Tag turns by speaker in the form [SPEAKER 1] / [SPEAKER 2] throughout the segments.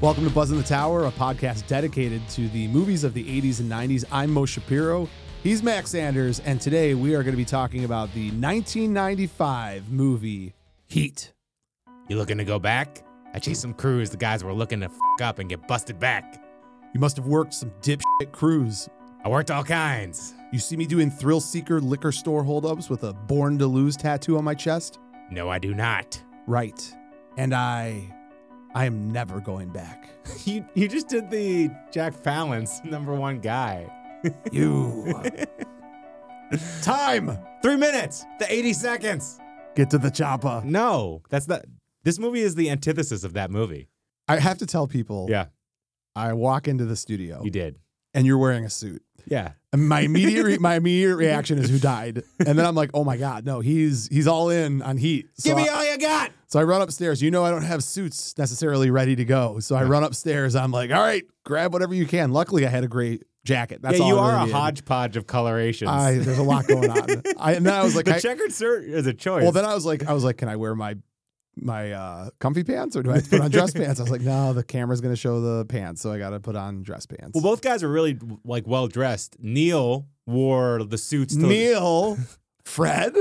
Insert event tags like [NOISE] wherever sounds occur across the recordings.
[SPEAKER 1] Welcome to Buzz in the Tower, a podcast dedicated to the movies of the 80s and 90s. I'm Mo Shapiro. He's Max Sanders, and today we are going to be talking about the 1995 movie Heat.
[SPEAKER 2] You looking to go back? I chased some crews. The guys were looking to f up and get busted back.
[SPEAKER 1] You must have worked some dipshit crews.
[SPEAKER 2] I worked all kinds.
[SPEAKER 1] You see me doing thrill seeker liquor store holdups with a born to lose tattoo on my chest?
[SPEAKER 2] No, I do not.
[SPEAKER 1] Right. And I I am never going back.
[SPEAKER 2] [LAUGHS]
[SPEAKER 1] [LAUGHS]
[SPEAKER 2] You you just did the Jack Fallon's number one guy.
[SPEAKER 1] You Time!
[SPEAKER 2] Three minutes to 80 seconds.
[SPEAKER 1] Get to the choppa.
[SPEAKER 2] No, that's not. This movie is the antithesis of that movie.
[SPEAKER 1] I have to tell people
[SPEAKER 2] Yeah,
[SPEAKER 1] I walk into the studio
[SPEAKER 2] you did.
[SPEAKER 1] and you're wearing a suit.
[SPEAKER 2] oh. Yeah.
[SPEAKER 1] And my immediate
[SPEAKER 2] [LAUGHS]
[SPEAKER 1] re- my immediate reaction is who died. And then I'm like, "Oh my god, no, he's he's all in on heat." So
[SPEAKER 2] Give me
[SPEAKER 1] I,
[SPEAKER 2] all you got.
[SPEAKER 1] so I run upstairs. You know I don't have suits necessarily ready to go. So I
[SPEAKER 2] Yeah.
[SPEAKER 1] run upstairs. I'm like, "All right, grab whatever you can." Luckily, I had a great jacket. That's
[SPEAKER 2] yeah,
[SPEAKER 1] all I
[SPEAKER 2] you are
[SPEAKER 1] really
[SPEAKER 2] a
[SPEAKER 1] needed.
[SPEAKER 2] hodgepodge of colorations.
[SPEAKER 1] I, there's a lot going on. I, and then I
[SPEAKER 2] [LAUGHS]
[SPEAKER 1] was like,
[SPEAKER 2] the
[SPEAKER 1] I,
[SPEAKER 2] checkered shirt is a choice.
[SPEAKER 1] well, then I was like, I was like, can I wear my my uh, comfy pants or do I have to put on
[SPEAKER 2] [LAUGHS]
[SPEAKER 1] dress pants? I was like, no, the camera's going to show the pants, so I got to put on dress pants.
[SPEAKER 2] well, both guys were really like well dressed. Neil wore the suits. To, [LAUGHS]
[SPEAKER 1] Neil, Fred,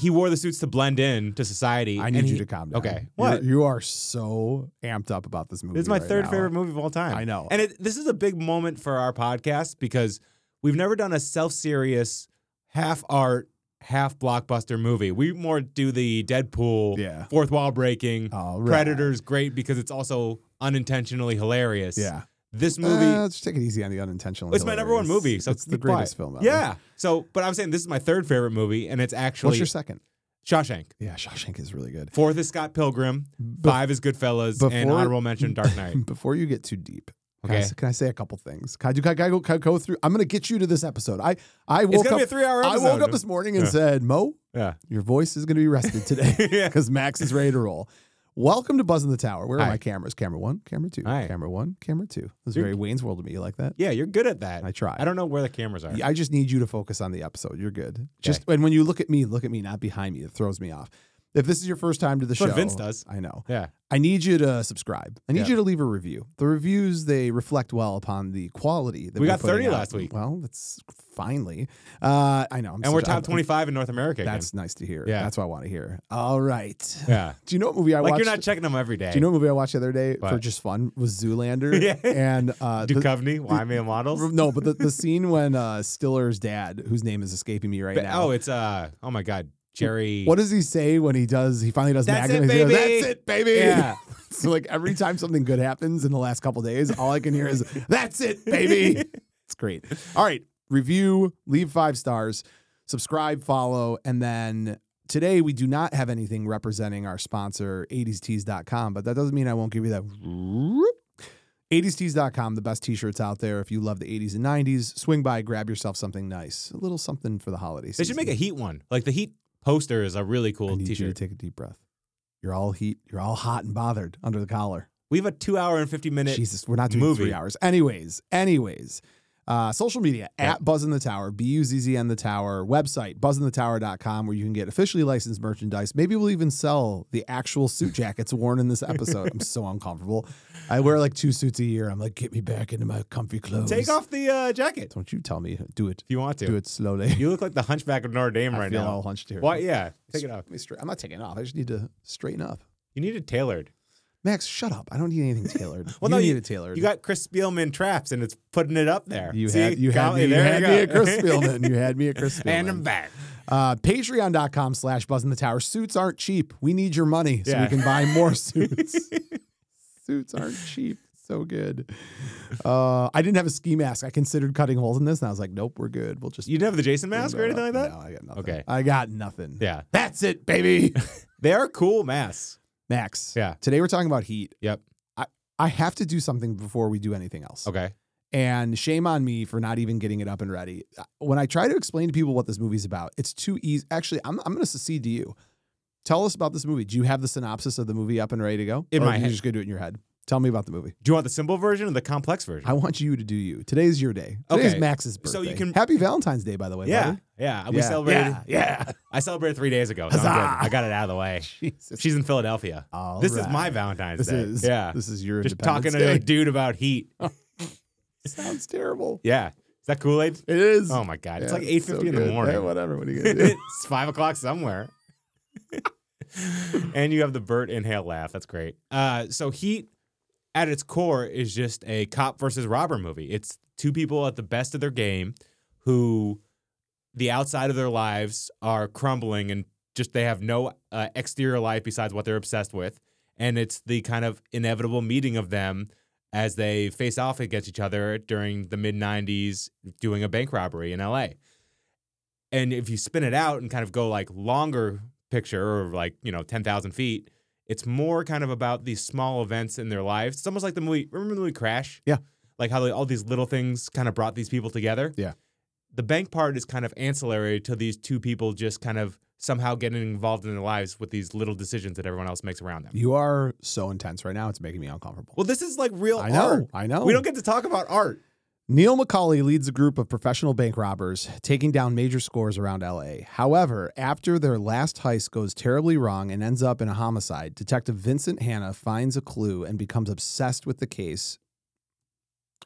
[SPEAKER 2] he wore the suits to blend in to society.
[SPEAKER 1] I
[SPEAKER 2] and
[SPEAKER 1] need you
[SPEAKER 2] he-
[SPEAKER 1] to calm down.
[SPEAKER 2] okay.
[SPEAKER 1] You're-
[SPEAKER 2] What?
[SPEAKER 1] you are so amped up about this movie.
[SPEAKER 2] It's my
[SPEAKER 1] right
[SPEAKER 2] third
[SPEAKER 1] now.
[SPEAKER 2] favorite movie of all time.
[SPEAKER 1] I know.
[SPEAKER 2] And it, this is a big moment for our podcast because we've never done a self serious, half art, half blockbuster movie. We more do the Deadpool,
[SPEAKER 1] Yeah. Oh,
[SPEAKER 2] fourth wall breaking,
[SPEAKER 1] All right.
[SPEAKER 2] Predator's great because it's also unintentionally hilarious.
[SPEAKER 1] Yeah.
[SPEAKER 2] This
[SPEAKER 1] Movie.
[SPEAKER 2] movie.
[SPEAKER 1] just take it easy on the unintentional.
[SPEAKER 2] it's my number one
[SPEAKER 1] hilarious.
[SPEAKER 2] movie, so
[SPEAKER 1] it's the
[SPEAKER 2] be quiet.
[SPEAKER 1] greatest film ever.
[SPEAKER 2] Yeah. So, but I'm saying this is my third favorite movie, and it's
[SPEAKER 1] What's
[SPEAKER 2] actually
[SPEAKER 1] your second?
[SPEAKER 2] Shawshank.
[SPEAKER 1] Yeah, Shawshank is really good.
[SPEAKER 2] Fourth is Scott Pilgrim. Five is Goodfellas, and
[SPEAKER 1] before-
[SPEAKER 2] honorable mention
[SPEAKER 1] [LAUGHS]
[SPEAKER 2] Dark Knight.
[SPEAKER 1] Before you get too deep, can, I,
[SPEAKER 2] Okay.
[SPEAKER 1] s- can I say a couple things? Can I, do- can I, go, can I go through? I'm going to get you to this episode. I I
[SPEAKER 2] It's
[SPEAKER 1] woke
[SPEAKER 2] gonna
[SPEAKER 1] up.
[SPEAKER 2] be a three-hour
[SPEAKER 1] I
[SPEAKER 2] episode.
[SPEAKER 1] woke up this morning and
[SPEAKER 2] Yeah.
[SPEAKER 1] said, Mo,
[SPEAKER 2] yeah.
[SPEAKER 1] your voice is going to be rested
[SPEAKER 2] [LAUGHS]
[SPEAKER 1] today
[SPEAKER 2] yeah.
[SPEAKER 1] because Max is ready to roll. Welcome to Buzz in the Tower. Where are
[SPEAKER 2] Hi.
[SPEAKER 1] my cameras? Camera one, camera two,
[SPEAKER 2] Hi.
[SPEAKER 1] camera one, camera two. It was
[SPEAKER 2] You're-
[SPEAKER 1] very Wayne's World to me. You like that?
[SPEAKER 2] Yeah, you're good at that.
[SPEAKER 1] I try.
[SPEAKER 2] I don't know where the cameras are.
[SPEAKER 1] I just need you to focus on the episode. You're good. Just and when you look at me, look at me, not behind me. It throws me off. If this is your first time to the
[SPEAKER 2] what
[SPEAKER 1] show,
[SPEAKER 2] Vince does.
[SPEAKER 1] I know.
[SPEAKER 2] Yeah.
[SPEAKER 1] I need you to subscribe. I need
[SPEAKER 2] Yeah.
[SPEAKER 1] you to leave a review. The reviews they reflect well upon the quality. That
[SPEAKER 2] We
[SPEAKER 1] we're
[SPEAKER 2] got 30
[SPEAKER 1] putting out.
[SPEAKER 2] last week.
[SPEAKER 1] Well, that's finally. Uh, I know. I'm
[SPEAKER 2] And we're
[SPEAKER 1] such- [LAUGHS]
[SPEAKER 2] top
[SPEAKER 1] I'm-
[SPEAKER 2] 25 in North America. again.
[SPEAKER 1] That's nice to hear.
[SPEAKER 2] Yeah.
[SPEAKER 1] that's what I want to hear. All right.
[SPEAKER 2] [LAUGHS] yeah.
[SPEAKER 1] Do you know what movie I
[SPEAKER 2] like
[SPEAKER 1] watched?
[SPEAKER 2] you're not checking them every day.
[SPEAKER 1] Do you know what movie I watched the other day for
[SPEAKER 2] What?
[SPEAKER 1] just fun? Was Zoolander.
[SPEAKER 2] [LAUGHS] Yeah.
[SPEAKER 1] And uh, the-
[SPEAKER 2] Duchovny, Wyman models.
[SPEAKER 1] no, but the, the scene when uh, Stiller's dad, whose name is escaping me right
[SPEAKER 2] But-
[SPEAKER 1] now.
[SPEAKER 2] oh, it's uh. Oh my God, Jerry.
[SPEAKER 1] What does he say when he does? He finally does
[SPEAKER 2] That's
[SPEAKER 1] Magnum.
[SPEAKER 2] it,
[SPEAKER 1] he goes,
[SPEAKER 2] baby.
[SPEAKER 1] That's it, baby.
[SPEAKER 2] Yeah.
[SPEAKER 1] [LAUGHS] so like every time something good happens in the last couple days, all I can hear
[SPEAKER 2] [LAUGHS]
[SPEAKER 1] is "That's it, baby." it's great. All right, review, leave five stars, subscribe, follow, and then today we do not have anything representing our sponsor 80stees.com, but that doesn't mean I won't give you that. 80stees.com, the best t-shirts out there. If you love the 80s and 90s, swing by, grab yourself something nice, a little something for the holidays.
[SPEAKER 2] They should make a Heat one. Like the Heat poster is a really
[SPEAKER 1] I
[SPEAKER 2] cool
[SPEAKER 1] need you to
[SPEAKER 2] T-shirt.
[SPEAKER 1] take a deep breath. You're all heat. You're all hot and bothered under the collar.
[SPEAKER 2] We have a two-hour and fifty-minute.
[SPEAKER 1] Jesus, we're not doing
[SPEAKER 2] movie.
[SPEAKER 1] three hours. Anyways, anyways, uh, social media
[SPEAKER 2] Yeah.
[SPEAKER 1] at Buzz in the Tower, B U Z Z N the Tower, website buzzinthetower.com, where you can get officially licensed merchandise. Maybe we'll even sell the actual suit jackets worn in this episode. I'm
[SPEAKER 2] [LAUGHS]
[SPEAKER 1] so uncomfortable. I wear like two suits a year. I'm like, get me back into my comfy clothes.
[SPEAKER 2] Take off the uh, jacket
[SPEAKER 1] Don't you tell me. Do it.
[SPEAKER 2] if you want to.
[SPEAKER 1] Do it slowly.
[SPEAKER 2] You look like the Hunchback of Notre
[SPEAKER 1] [LAUGHS]
[SPEAKER 2] Dame
[SPEAKER 1] I
[SPEAKER 2] right
[SPEAKER 1] feel
[SPEAKER 2] now.
[SPEAKER 1] all hunched here.
[SPEAKER 2] Why? Yeah, take it off.
[SPEAKER 1] Let me straight- I'm not taking it off. I just need to straighten up.
[SPEAKER 2] You need it tailored.
[SPEAKER 1] Max, shut up. I don't need anything [LAUGHS] tailored. you
[SPEAKER 2] Well, no,
[SPEAKER 1] need
[SPEAKER 2] you-
[SPEAKER 1] it tailored.
[SPEAKER 2] You got Chris Spielman traps, and it's putting it up there.
[SPEAKER 1] you
[SPEAKER 2] See?
[SPEAKER 1] had you had me,
[SPEAKER 2] Golly,
[SPEAKER 1] you
[SPEAKER 2] there
[SPEAKER 1] had me at
[SPEAKER 2] go. [LAUGHS]
[SPEAKER 1] Chris Spielman. You had me at Chris Spielman.
[SPEAKER 2] and I'm back.
[SPEAKER 1] Uh, Patreon.com slash Buzz in the Tower. Suits aren't cheap. We need your money so we
[SPEAKER 2] Yeah.
[SPEAKER 1] can buy more
[SPEAKER 2] [LAUGHS]
[SPEAKER 1] suits. suits aren't cheap. So good. Uh, I didn't have a ski mask. I considered cutting holes in this, and I was like, nope, we're good. We'll just
[SPEAKER 2] You didn't have the Jason mask or anything like that.
[SPEAKER 1] No, I got nothing.
[SPEAKER 2] Okay.
[SPEAKER 1] I got nothing.
[SPEAKER 2] Yeah,
[SPEAKER 1] That's it, [LAUGHS] baby.
[SPEAKER 2] they are cool masks.
[SPEAKER 1] Max.
[SPEAKER 2] Yeah.
[SPEAKER 1] Today we're talking about heat.
[SPEAKER 2] Yep.
[SPEAKER 1] I have to do something before we do anything else.
[SPEAKER 2] Okay.
[SPEAKER 1] And shame on me for not even getting it up and ready. Uh, When I try to explain to people what this movie's about, it's too easy. Actually, I'm, I'm going to secede to you. Tell us about this movie. Do you have the synopsis of the movie up and ready to go?
[SPEAKER 2] In
[SPEAKER 1] Or
[SPEAKER 2] my
[SPEAKER 1] you
[SPEAKER 2] head.
[SPEAKER 1] just going to do it in your head? Tell me about the movie.
[SPEAKER 2] Do you want the simple version or the complex version?
[SPEAKER 1] I want you to do you. Today's your day. Today's
[SPEAKER 2] Okay.
[SPEAKER 1] Max's birthday.
[SPEAKER 2] So you can-
[SPEAKER 1] Happy Valentine's Day, by the way.
[SPEAKER 2] yeah,
[SPEAKER 1] buddy.
[SPEAKER 2] yeah. We
[SPEAKER 1] Yeah.
[SPEAKER 2] celebrated.
[SPEAKER 1] Yeah, yeah.
[SPEAKER 2] I celebrated three days ago. So I'm good.
[SPEAKER 1] Huzzah.
[SPEAKER 2] I got it out of the way.
[SPEAKER 1] [LAUGHS] Jesus.
[SPEAKER 2] She's in Philadelphia.
[SPEAKER 1] All
[SPEAKER 2] this is
[SPEAKER 1] right.
[SPEAKER 2] my Valentine's
[SPEAKER 1] This
[SPEAKER 2] Day.
[SPEAKER 1] is
[SPEAKER 2] yeah.
[SPEAKER 1] This is your
[SPEAKER 2] Just talking to a
[SPEAKER 1] Independence
[SPEAKER 2] dude about heat.
[SPEAKER 1] Day. Sounds terrible.
[SPEAKER 2] Yeah. Is that Kool Aid?
[SPEAKER 1] It is.
[SPEAKER 2] Oh my god! It's
[SPEAKER 1] Yeah,
[SPEAKER 2] like eight fifty
[SPEAKER 1] so
[SPEAKER 2] in the
[SPEAKER 1] good. Hey,
[SPEAKER 2] morning.
[SPEAKER 1] whatever. What are you gonna
[SPEAKER 2] [LAUGHS]
[SPEAKER 1] do?
[SPEAKER 2] it's five o'clock somewhere. [LAUGHS] and you have the Bert inhale laugh. That's great. Uh, so Heat, at its core, is just a cop versus robber movie. It's two people at the best of their game, who the outside of their lives are crumbling and just they have no uh, exterior life besides what they're obsessed with, and it's the kind of inevitable meeting of them as they face off against each other during the mid '90s, doing a bank robbery in L.A and if you spin it out and kind of go like longer picture or like you know 10,000 feet it's more kind of about these small events in their lives it's almost like the movie remember the movie crash
[SPEAKER 1] Yeah.
[SPEAKER 2] like how they, all these little things kind of brought these people together
[SPEAKER 1] Yeah.
[SPEAKER 2] the bank part is kind of ancillary to these two people just kind of somehow getting involved in their lives with these little decisions that everyone else makes around them
[SPEAKER 1] You are so intense right now. It's making me uncomfortable.
[SPEAKER 2] well this is like real
[SPEAKER 1] I know.
[SPEAKER 2] art
[SPEAKER 1] I know.
[SPEAKER 2] we don't get to talk about art
[SPEAKER 1] Neil McCauley leads a group of professional bank robbers taking down major scores around LA. However, after their last heist goes terribly wrong and ends up in a homicide, Detective Vincent Hanna finds a clue and becomes obsessed with the case.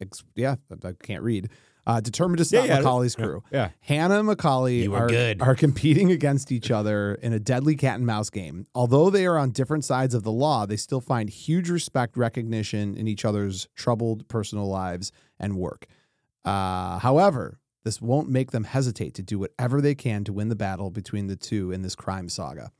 [SPEAKER 1] Ex- yeah, I- I can't read. Uh, determined to stop
[SPEAKER 2] Yeah, yeah.
[SPEAKER 1] McCauley's crew.
[SPEAKER 2] yeah
[SPEAKER 1] Hannah and McCauley
[SPEAKER 2] You were
[SPEAKER 1] are,
[SPEAKER 2] good.
[SPEAKER 1] are competing against each other in a deadly cat and mouse game. Although they are on different sides of the law, they still find huge respect, recognition in each other's troubled personal lives and work. Uh, however, this won't make them hesitate to do whatever they can to win the battle between the two in this crime saga.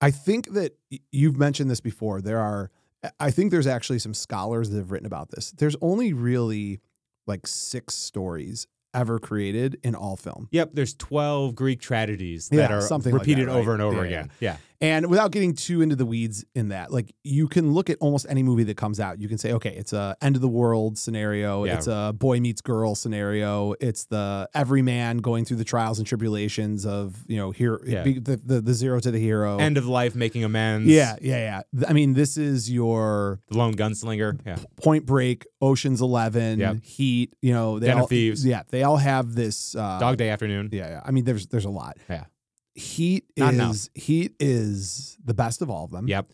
[SPEAKER 1] I think that y- you've mentioned this before. There are, I think there's actually some scholars that have written about this. There's only really like six stories ever created in all film.
[SPEAKER 2] yep there's 12 greek tragedies
[SPEAKER 1] Yeah,
[SPEAKER 2] that are
[SPEAKER 1] something like that,
[SPEAKER 2] repeated
[SPEAKER 1] right?
[SPEAKER 2] over and over
[SPEAKER 1] Yeah.
[SPEAKER 2] again yeah
[SPEAKER 1] And without getting too into the weeds in that, like you can look at almost any movie that comes out. You can say, okay, it's a end of the world scenario,
[SPEAKER 2] Yeah.
[SPEAKER 1] it's a boy meets girl scenario, it's the every man going through the trials and tribulations of you know here
[SPEAKER 2] Yeah.
[SPEAKER 1] be- the, the the zero to the hero.
[SPEAKER 2] end of life making amends
[SPEAKER 1] yeah, yeah, yeah. Th- I mean, this is your
[SPEAKER 2] The Lone Gunslinger. Yeah.
[SPEAKER 1] Point Break, Ocean's Eleven,
[SPEAKER 2] Yep.
[SPEAKER 1] Heat. You know, they
[SPEAKER 2] Den of
[SPEAKER 1] all,
[SPEAKER 2] Thieves.
[SPEAKER 1] Yeah, they all have this. Uh,
[SPEAKER 2] Dog Day Afternoon.
[SPEAKER 1] Yeah, yeah. I mean, there's there's a lot.
[SPEAKER 2] Yeah.
[SPEAKER 1] Heat
[SPEAKER 2] Not
[SPEAKER 1] is
[SPEAKER 2] enough.
[SPEAKER 1] Heat is the best of all of them.
[SPEAKER 2] Yep.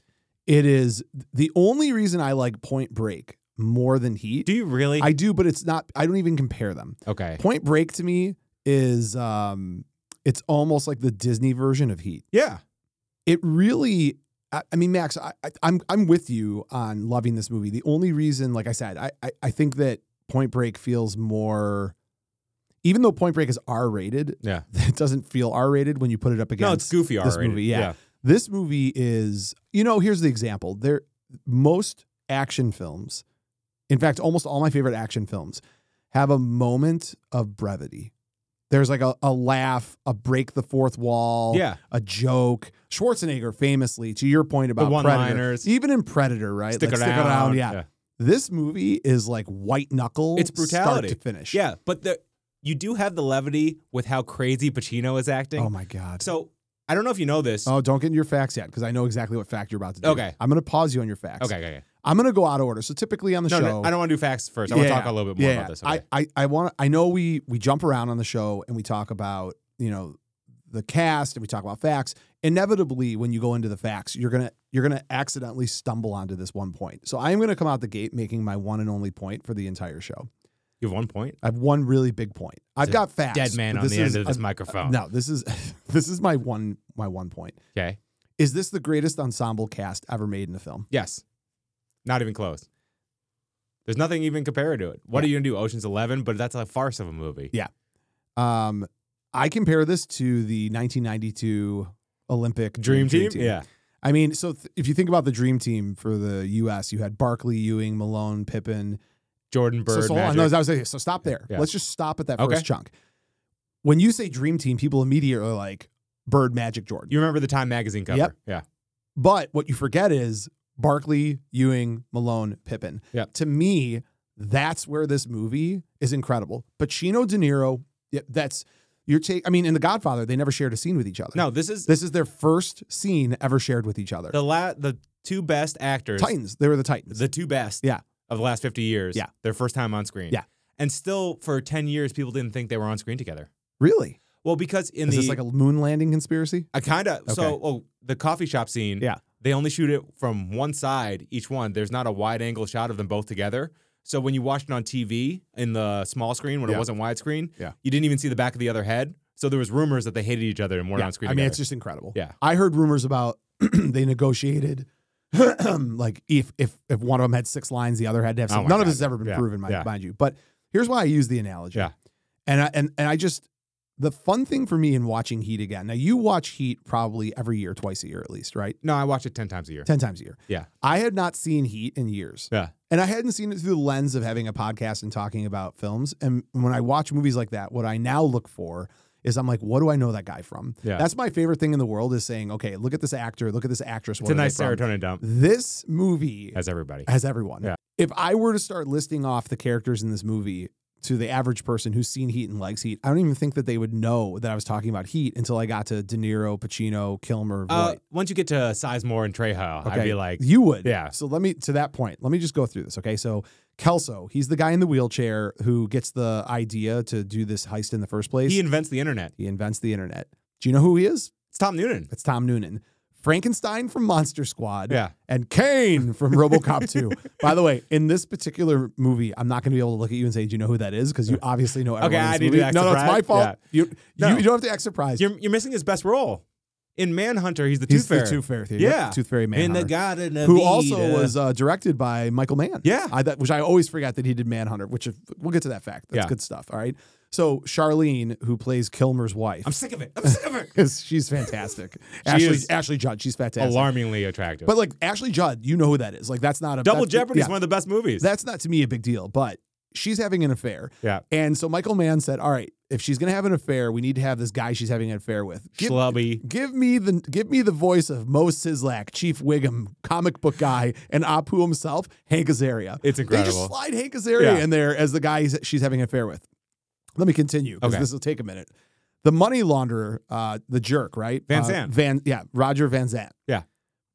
[SPEAKER 1] It is the only reason I like Point Break more than Heat.
[SPEAKER 2] Do you really?
[SPEAKER 1] I do, but it's not. I don't even compare them.
[SPEAKER 2] okay.
[SPEAKER 1] Point Break to me is um, it's almost like the Disney version of Heat.
[SPEAKER 2] Yeah.
[SPEAKER 1] It really. I I mean, Max, I, I, I'm I'm with you on loving this movie. The only reason, like I said, I, I I think that Point Break feels more, even though Point Break is R rated,
[SPEAKER 2] Yeah.
[SPEAKER 1] [LAUGHS] it doesn't feel R rated when you put it up against
[SPEAKER 2] No, it's goofy
[SPEAKER 1] this
[SPEAKER 2] R-rated.
[SPEAKER 1] movie, yeah. this movie is you know here's the example there most action films in fact almost all my favorite action films have a moment of brevity there's like a, a laugh a break the fourth wall
[SPEAKER 2] Yeah.
[SPEAKER 1] a joke schwarzenegger famously to your point about predator
[SPEAKER 2] one-liners.
[SPEAKER 1] even in predator right
[SPEAKER 2] Stick,
[SPEAKER 1] Like,
[SPEAKER 2] around.
[SPEAKER 1] yeah.
[SPEAKER 2] yeah.
[SPEAKER 1] this movie is like white knuckle
[SPEAKER 2] It's brutality.
[SPEAKER 1] start to finish
[SPEAKER 2] Yeah, But the, you do have the levity with how crazy Pacino is acting.
[SPEAKER 1] oh my god
[SPEAKER 2] so I don't know if you know this.
[SPEAKER 1] oh don't get into your facts yet because i know exactly what fact you're about to do
[SPEAKER 2] Okay.
[SPEAKER 1] i'm gonna pause you on your facts
[SPEAKER 2] okay. Okay. okay.
[SPEAKER 1] I'm gonna go out of order. So typically on the
[SPEAKER 2] No,
[SPEAKER 1] show,
[SPEAKER 2] no, I don't want to do facts first. I want to
[SPEAKER 1] Yeah,
[SPEAKER 2] talk a little bit more
[SPEAKER 1] yeah,
[SPEAKER 2] about this. Okay.
[SPEAKER 1] I, I, I want. I know we we jump around on the show and we talk about you know the cast and we talk about facts. Inevitably, when you go into the facts, you're gonna you're gonna accidentally stumble onto this one point. So I am gonna come out the gate making my one and only point for the entire show.
[SPEAKER 2] you have one point.
[SPEAKER 1] I have one really big point. I've
[SPEAKER 2] a
[SPEAKER 1] got facts.
[SPEAKER 2] Dead man
[SPEAKER 1] but
[SPEAKER 2] on
[SPEAKER 1] this
[SPEAKER 2] the end
[SPEAKER 1] is
[SPEAKER 2] of this
[SPEAKER 1] a-
[SPEAKER 2] microphone.
[SPEAKER 1] No, this is [LAUGHS] this is my one my one point.
[SPEAKER 2] Okay.
[SPEAKER 1] Is this the greatest ensemble cast ever made in a film?
[SPEAKER 2] Yes. Not even close. There's nothing even compared to it. What are you gonna do? Ocean's Eleven, but that's a farce of a movie.
[SPEAKER 1] Yeah. Um, I compare this to the 1992 Olympic
[SPEAKER 2] Dream, team? Yeah.
[SPEAKER 1] I mean, so th- if you think about the Dream Team for the U.S., you had Barkley, Ewing, Malone, Pippen.
[SPEAKER 2] Jordan Bird.
[SPEAKER 1] so, so, hold on.
[SPEAKER 2] Magic.
[SPEAKER 1] No, that was it. so stop there.
[SPEAKER 2] Yeah.
[SPEAKER 1] Let's just stop at that
[SPEAKER 2] Okay.
[SPEAKER 1] first chunk. When you say Dream Team, people immediately are like Bird, Magic, Jordan.
[SPEAKER 2] You remember the Time magazine cover?
[SPEAKER 1] Yep.
[SPEAKER 2] Yeah.
[SPEAKER 1] But what you forget is Barkley, Ewing, Malone, Pippen.
[SPEAKER 2] Yeah.
[SPEAKER 1] To me, that's where this movie is incredible. Pacino, De Niro. Yeah, that's You're take. I mean, in The Godfather, they never shared a scene with each other.
[SPEAKER 2] No, this is
[SPEAKER 1] this is their first scene ever shared with each other.
[SPEAKER 2] the la- the two best actors,
[SPEAKER 1] Titans. They were the Titans.
[SPEAKER 2] the two best,
[SPEAKER 1] Yeah.
[SPEAKER 2] of the last fifty years,
[SPEAKER 1] Yeah.
[SPEAKER 2] their first time on screen,
[SPEAKER 1] Yeah.
[SPEAKER 2] and still for ten years, people didn't think they were on screen together.
[SPEAKER 1] really?
[SPEAKER 2] Well, because in
[SPEAKER 1] Is
[SPEAKER 2] the
[SPEAKER 1] this like a moon landing conspiracy?
[SPEAKER 2] I kind of
[SPEAKER 1] Okay.
[SPEAKER 2] so oh the coffee shop scene.
[SPEAKER 1] Yeah.
[SPEAKER 2] they only shoot it from one side each one. There's not a wide angle shot of them both together. So when you watched it on TV in the small screen when
[SPEAKER 1] Yeah.
[SPEAKER 2] it wasn't widescreen,
[SPEAKER 1] Yeah.
[SPEAKER 2] you didn't even see the back of the other head. So there was rumors that they hated each other and weren't on screen.
[SPEAKER 1] I mean,
[SPEAKER 2] together.
[SPEAKER 1] it's just incredible.
[SPEAKER 2] Yeah.
[SPEAKER 1] I heard rumors about [CLEARS THROAT] they negotiated [CLEARS THROAT] like if if if one of them had six lines, the other had to have
[SPEAKER 2] Oh
[SPEAKER 1] six.
[SPEAKER 2] my
[SPEAKER 1] None of
[SPEAKER 2] God.
[SPEAKER 1] this has ever been
[SPEAKER 2] Yeah.
[SPEAKER 1] proven, mind,
[SPEAKER 2] Yeah.
[SPEAKER 1] mind you. But here's why I use the analogy.
[SPEAKER 2] Yeah.
[SPEAKER 1] And I and, and I just the fun thing for me in watching Heat again. Now you watch Heat probably every year, twice a year at least, right?
[SPEAKER 2] no, I watch it ten times a year.
[SPEAKER 1] Ten times a year.
[SPEAKER 2] Yeah.
[SPEAKER 1] I had not seen Heat in years.
[SPEAKER 2] Yeah.
[SPEAKER 1] And I hadn't seen it through the lens of having a podcast and talking about films. And when I watch movies like that, what I now look for is I'm like, what do I know that guy from?
[SPEAKER 2] Yeah.
[SPEAKER 1] That's my favorite thing in the world is saying, okay, look at this actor, look at this actress.
[SPEAKER 2] It's
[SPEAKER 1] what
[SPEAKER 2] a
[SPEAKER 1] are they
[SPEAKER 2] nice
[SPEAKER 1] from?
[SPEAKER 2] serotonin dump,
[SPEAKER 1] This movie
[SPEAKER 2] as everybody.
[SPEAKER 1] has everyone.
[SPEAKER 2] Yeah.
[SPEAKER 1] If I were to start listing off the characters in this movie to the average person who's seen Heat and likes Heat, I don't even think that they would know that I was talking about Heat until I got to De Niro, Pacino, Kilmer,
[SPEAKER 2] Uh,
[SPEAKER 1] Voight.
[SPEAKER 2] once you get to Sizemore and Trejo, I'd be like,
[SPEAKER 1] you would.
[SPEAKER 2] Yeah.
[SPEAKER 1] So let me to that point. Let me just go through this. Okay. So Kelso, he's the guy in the wheelchair who gets the idea to do this heist in the first place.
[SPEAKER 2] he invents the internet.
[SPEAKER 1] he invents the internet. Do you know who he is?
[SPEAKER 2] It's Tom Noonan.
[SPEAKER 1] It's Tom Noonan, Frankenstein from Monster Squad,
[SPEAKER 2] Yeah.
[SPEAKER 1] and Kane
[SPEAKER 2] [LAUGHS]
[SPEAKER 1] from RoboCop 2. By the way, in this particular movie, I'm not going to be able to look at you and say, "Do you know who that is?" Because you obviously know. Everyone
[SPEAKER 2] Okay,
[SPEAKER 1] in
[SPEAKER 2] I
[SPEAKER 1] this
[SPEAKER 2] need to
[SPEAKER 1] movie.
[SPEAKER 2] act
[SPEAKER 1] No, no, it's my
[SPEAKER 2] surprised.
[SPEAKER 1] fault.
[SPEAKER 2] Yeah.
[SPEAKER 1] You,
[SPEAKER 2] No.
[SPEAKER 1] you, you don't have to act surprised.
[SPEAKER 2] You're you're missing his best role. In Manhunter, he's the
[SPEAKER 1] He's
[SPEAKER 2] Tooth Fairy.
[SPEAKER 1] the Tooth Fairy. theory.
[SPEAKER 2] Yeah.
[SPEAKER 1] Tooth Fairy man.
[SPEAKER 2] in the Garden of
[SPEAKER 1] who also
[SPEAKER 2] Eden.
[SPEAKER 1] was uh, directed by Michael Mann.
[SPEAKER 2] Yeah.
[SPEAKER 1] I, that, which I always forgot that he did Manhunter. Which if, we'll get to that fact. That's
[SPEAKER 2] Yeah.
[SPEAKER 1] good stuff. All right. So Charlene, who plays Kilmer's wife,
[SPEAKER 2] I'm sick of it. I'm sick of
[SPEAKER 1] [LAUGHS]
[SPEAKER 2] it.
[SPEAKER 1] 'cause she's
[SPEAKER 2] [LAUGHS]
[SPEAKER 1] fantastic. Ashley,
[SPEAKER 2] is
[SPEAKER 1] Ashley Judd, she's fantastic.
[SPEAKER 2] Alarmingly attractive.
[SPEAKER 1] But like Ashley Judd, you know who that is. Like that's not a
[SPEAKER 2] Double
[SPEAKER 1] that's-
[SPEAKER 2] Jeopardy is
[SPEAKER 1] yeah.
[SPEAKER 2] one of the best movies.
[SPEAKER 1] that's not to me a big deal, but she's having an affair.
[SPEAKER 2] yeah.
[SPEAKER 1] And so Michael Mann said, "All right, if she's gonna have an affair, we need to have this guy she's having an affair with. Give,
[SPEAKER 2] Schlubby.
[SPEAKER 1] Give me the give me the voice of Mo Sizlak, Chief Wiggum, comic book guy, and Apu himself, Hank Azaria.
[SPEAKER 2] It's
[SPEAKER 1] They just
[SPEAKER 2] incredible.
[SPEAKER 1] slide Hank Azaria
[SPEAKER 2] Yeah.
[SPEAKER 1] in there as the guy he's- she's having an affair with. Let me continue because
[SPEAKER 2] Okay.
[SPEAKER 1] this will take a minute. The money launderer, uh, the jerk, right?
[SPEAKER 2] Van
[SPEAKER 1] Uh,
[SPEAKER 2] Zandt.
[SPEAKER 1] Van, yeah, Roger Van Zant.
[SPEAKER 2] Yeah.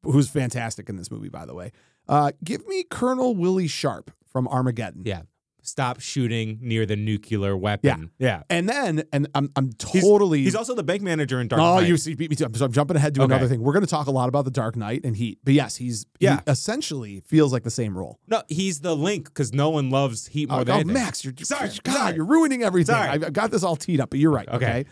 [SPEAKER 1] who's fantastic in this movie, by the way. Uh, give me Colonel Willie Sharp from Armageddon.
[SPEAKER 2] Yeah. Stop shooting near the nuclear weapon. Yeah.
[SPEAKER 1] And then, and I'm I'm totally
[SPEAKER 2] He's also the bank manager in Dark
[SPEAKER 1] Oh,
[SPEAKER 2] Knight.
[SPEAKER 1] you see, beat me too. So I'm jumping ahead to
[SPEAKER 2] Okay.
[SPEAKER 1] another thing. We're going to talk a lot about the Dark Knight and Heat, but yes, he's he
[SPEAKER 2] Yeah.
[SPEAKER 1] essentially feels like the same role.
[SPEAKER 2] no, he's the link because no one loves Heat more
[SPEAKER 1] Oh,
[SPEAKER 2] than
[SPEAKER 1] oh,
[SPEAKER 2] anything.
[SPEAKER 1] Max, you're
[SPEAKER 2] Sorry,
[SPEAKER 1] God,
[SPEAKER 2] sorry.
[SPEAKER 1] you're ruining everything.
[SPEAKER 2] Sorry.
[SPEAKER 1] I've I've got this all teed up, but you're right. Okay.
[SPEAKER 2] Okay.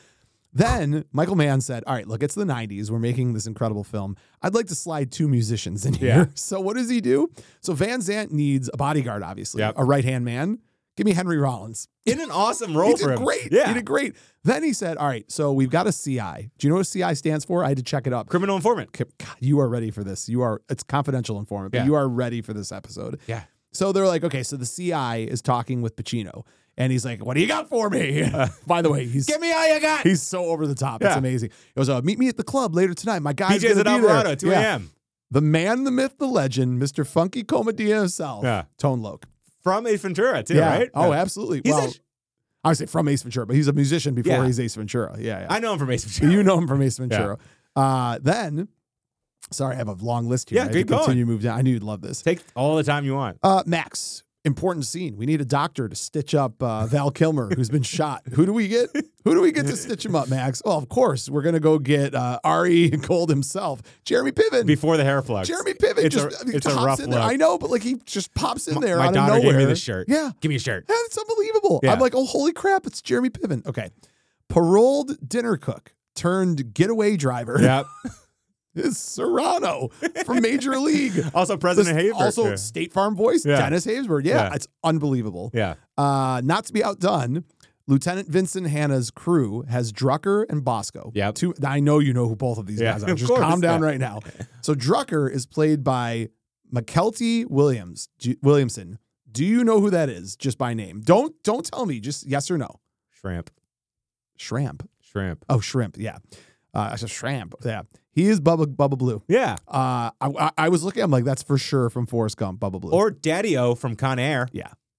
[SPEAKER 1] Then Michael Mann said, "All right, look, it's the '90s. We're making this incredible film. I'd like to slide two musicians in here. [LAUGHS]
[SPEAKER 2] Yeah.
[SPEAKER 1] So what does he do? So Van Zant needs a bodyguard, obviously,
[SPEAKER 2] Yep.
[SPEAKER 1] a right hand man. Give me Henry Rollins. [LAUGHS]
[SPEAKER 2] In an awesome role
[SPEAKER 1] he did
[SPEAKER 2] for him.
[SPEAKER 1] great.
[SPEAKER 2] Yeah.
[SPEAKER 1] He did great. Then he said, "All right, so we've got a CI. Do you know what CI stands for? I had to check it up.
[SPEAKER 2] Criminal informant.
[SPEAKER 1] Kim- God, you are ready for this. You are it's confidential informant, but
[SPEAKER 2] Yeah.
[SPEAKER 1] you are ready for this episode.
[SPEAKER 2] Yeah.
[SPEAKER 1] So they're like, okay, so the CI is talking with Pacino, and he's like, "What do you got for
[SPEAKER 2] [LAUGHS]
[SPEAKER 1] me?" [LAUGHS] By the way, he's
[SPEAKER 2] Give me all you got.
[SPEAKER 1] he's so over the top. It's
[SPEAKER 2] Yeah.
[SPEAKER 1] amazing. It was, uh, "Meet me at the club later tonight. My guy's
[SPEAKER 2] BJ's
[SPEAKER 1] gonna
[SPEAKER 2] at
[SPEAKER 1] be
[SPEAKER 2] Alvarado,
[SPEAKER 1] there."
[SPEAKER 2] 2
[SPEAKER 1] Yeah.
[SPEAKER 2] a.m.
[SPEAKER 1] The man, the myth, the legend, Mr. Funky Comedia himself,
[SPEAKER 2] Yeah.
[SPEAKER 1] Tone Loke.
[SPEAKER 2] From Ace Ventura, too, right?
[SPEAKER 1] Oh,
[SPEAKER 2] Yeah.
[SPEAKER 1] absolutely.
[SPEAKER 2] He's
[SPEAKER 1] well,
[SPEAKER 2] actu-
[SPEAKER 1] I would say from Ace Ventura, but he's a musician before
[SPEAKER 2] Yeah.
[SPEAKER 1] he's Ace Ventura. Yeah, yeah.
[SPEAKER 2] I know him from Ace Ventura.
[SPEAKER 1] you know him from Ace
[SPEAKER 2] Yeah.
[SPEAKER 1] Ventura. Uh, then, sorry, I have a long list here.
[SPEAKER 2] Yeah,
[SPEAKER 1] I have
[SPEAKER 2] keep
[SPEAKER 1] to
[SPEAKER 2] going.
[SPEAKER 1] continue to move down. I knew you'd love this.
[SPEAKER 2] Take all the time you want.
[SPEAKER 1] Uh, Max, important scene. We need a doctor to stitch up uh, Val Kilmer, who's
[SPEAKER 2] [LAUGHS]
[SPEAKER 1] been shot. Who do we get? Who do we get to stitch him up, Max? Well, of course, we're gonna go get uh, Ari Gold himself, Jeremy Piven.
[SPEAKER 2] Before the hair flux.
[SPEAKER 1] Jeremy Piven
[SPEAKER 2] It's a-
[SPEAKER 1] just I mean,
[SPEAKER 2] it's a
[SPEAKER 1] hops
[SPEAKER 2] rough
[SPEAKER 1] in there.
[SPEAKER 2] look.
[SPEAKER 1] I know, but like he just pops in there
[SPEAKER 2] My
[SPEAKER 1] out
[SPEAKER 2] daughter
[SPEAKER 1] of
[SPEAKER 2] gave
[SPEAKER 1] nowhere.
[SPEAKER 2] me this shirt.
[SPEAKER 1] Yeah,
[SPEAKER 2] Give me
[SPEAKER 1] [LAUGHS]
[SPEAKER 2] a shirt.
[SPEAKER 1] Yeah, It's unbelievable.
[SPEAKER 2] Yeah.
[SPEAKER 1] I'm like, oh, holy crap, it's Jeremy Piven. Okay. Paroled dinner cook turned getaway driver
[SPEAKER 2] Yep.
[SPEAKER 1] is Serrano from
[SPEAKER 2] [LAUGHS]
[SPEAKER 1] Major League.
[SPEAKER 2] Also, President
[SPEAKER 1] This-
[SPEAKER 2] Haver.
[SPEAKER 1] Also,
[SPEAKER 2] Yeah.
[SPEAKER 1] State Farm voice,
[SPEAKER 2] Yeah.
[SPEAKER 1] Dennis Haysbert. Yeah,
[SPEAKER 2] Yeah.
[SPEAKER 1] it's unbelievable.
[SPEAKER 2] yeah.
[SPEAKER 1] Uh, not to be outdone, Lieutenant Vincent Hanna's crew has Drucker and Bosco.
[SPEAKER 2] Yep.
[SPEAKER 1] Two, I know you know who both of these
[SPEAKER 2] Yeah,
[SPEAKER 1] guys are.
[SPEAKER 2] of
[SPEAKER 1] Just
[SPEAKER 2] course,
[SPEAKER 1] calm down
[SPEAKER 2] yeah.
[SPEAKER 1] right now. So Drucker is played by McKelty Williams G- Williamson. Do you know who that is just by name? Don't don't tell me. Just yes or no.
[SPEAKER 2] Shrimp.
[SPEAKER 1] Shrimp.
[SPEAKER 2] Shrimp.
[SPEAKER 1] Oh, shrimp. Yeah. Uh, I said shrimp. Yeah. He is Bubba Bubba Blue.
[SPEAKER 2] Yeah.
[SPEAKER 1] Uh, I, I, I was looking. I'm like, that's for sure from Forrest Gump. Bubba Blue.
[SPEAKER 2] Or Daddy O from Con Air.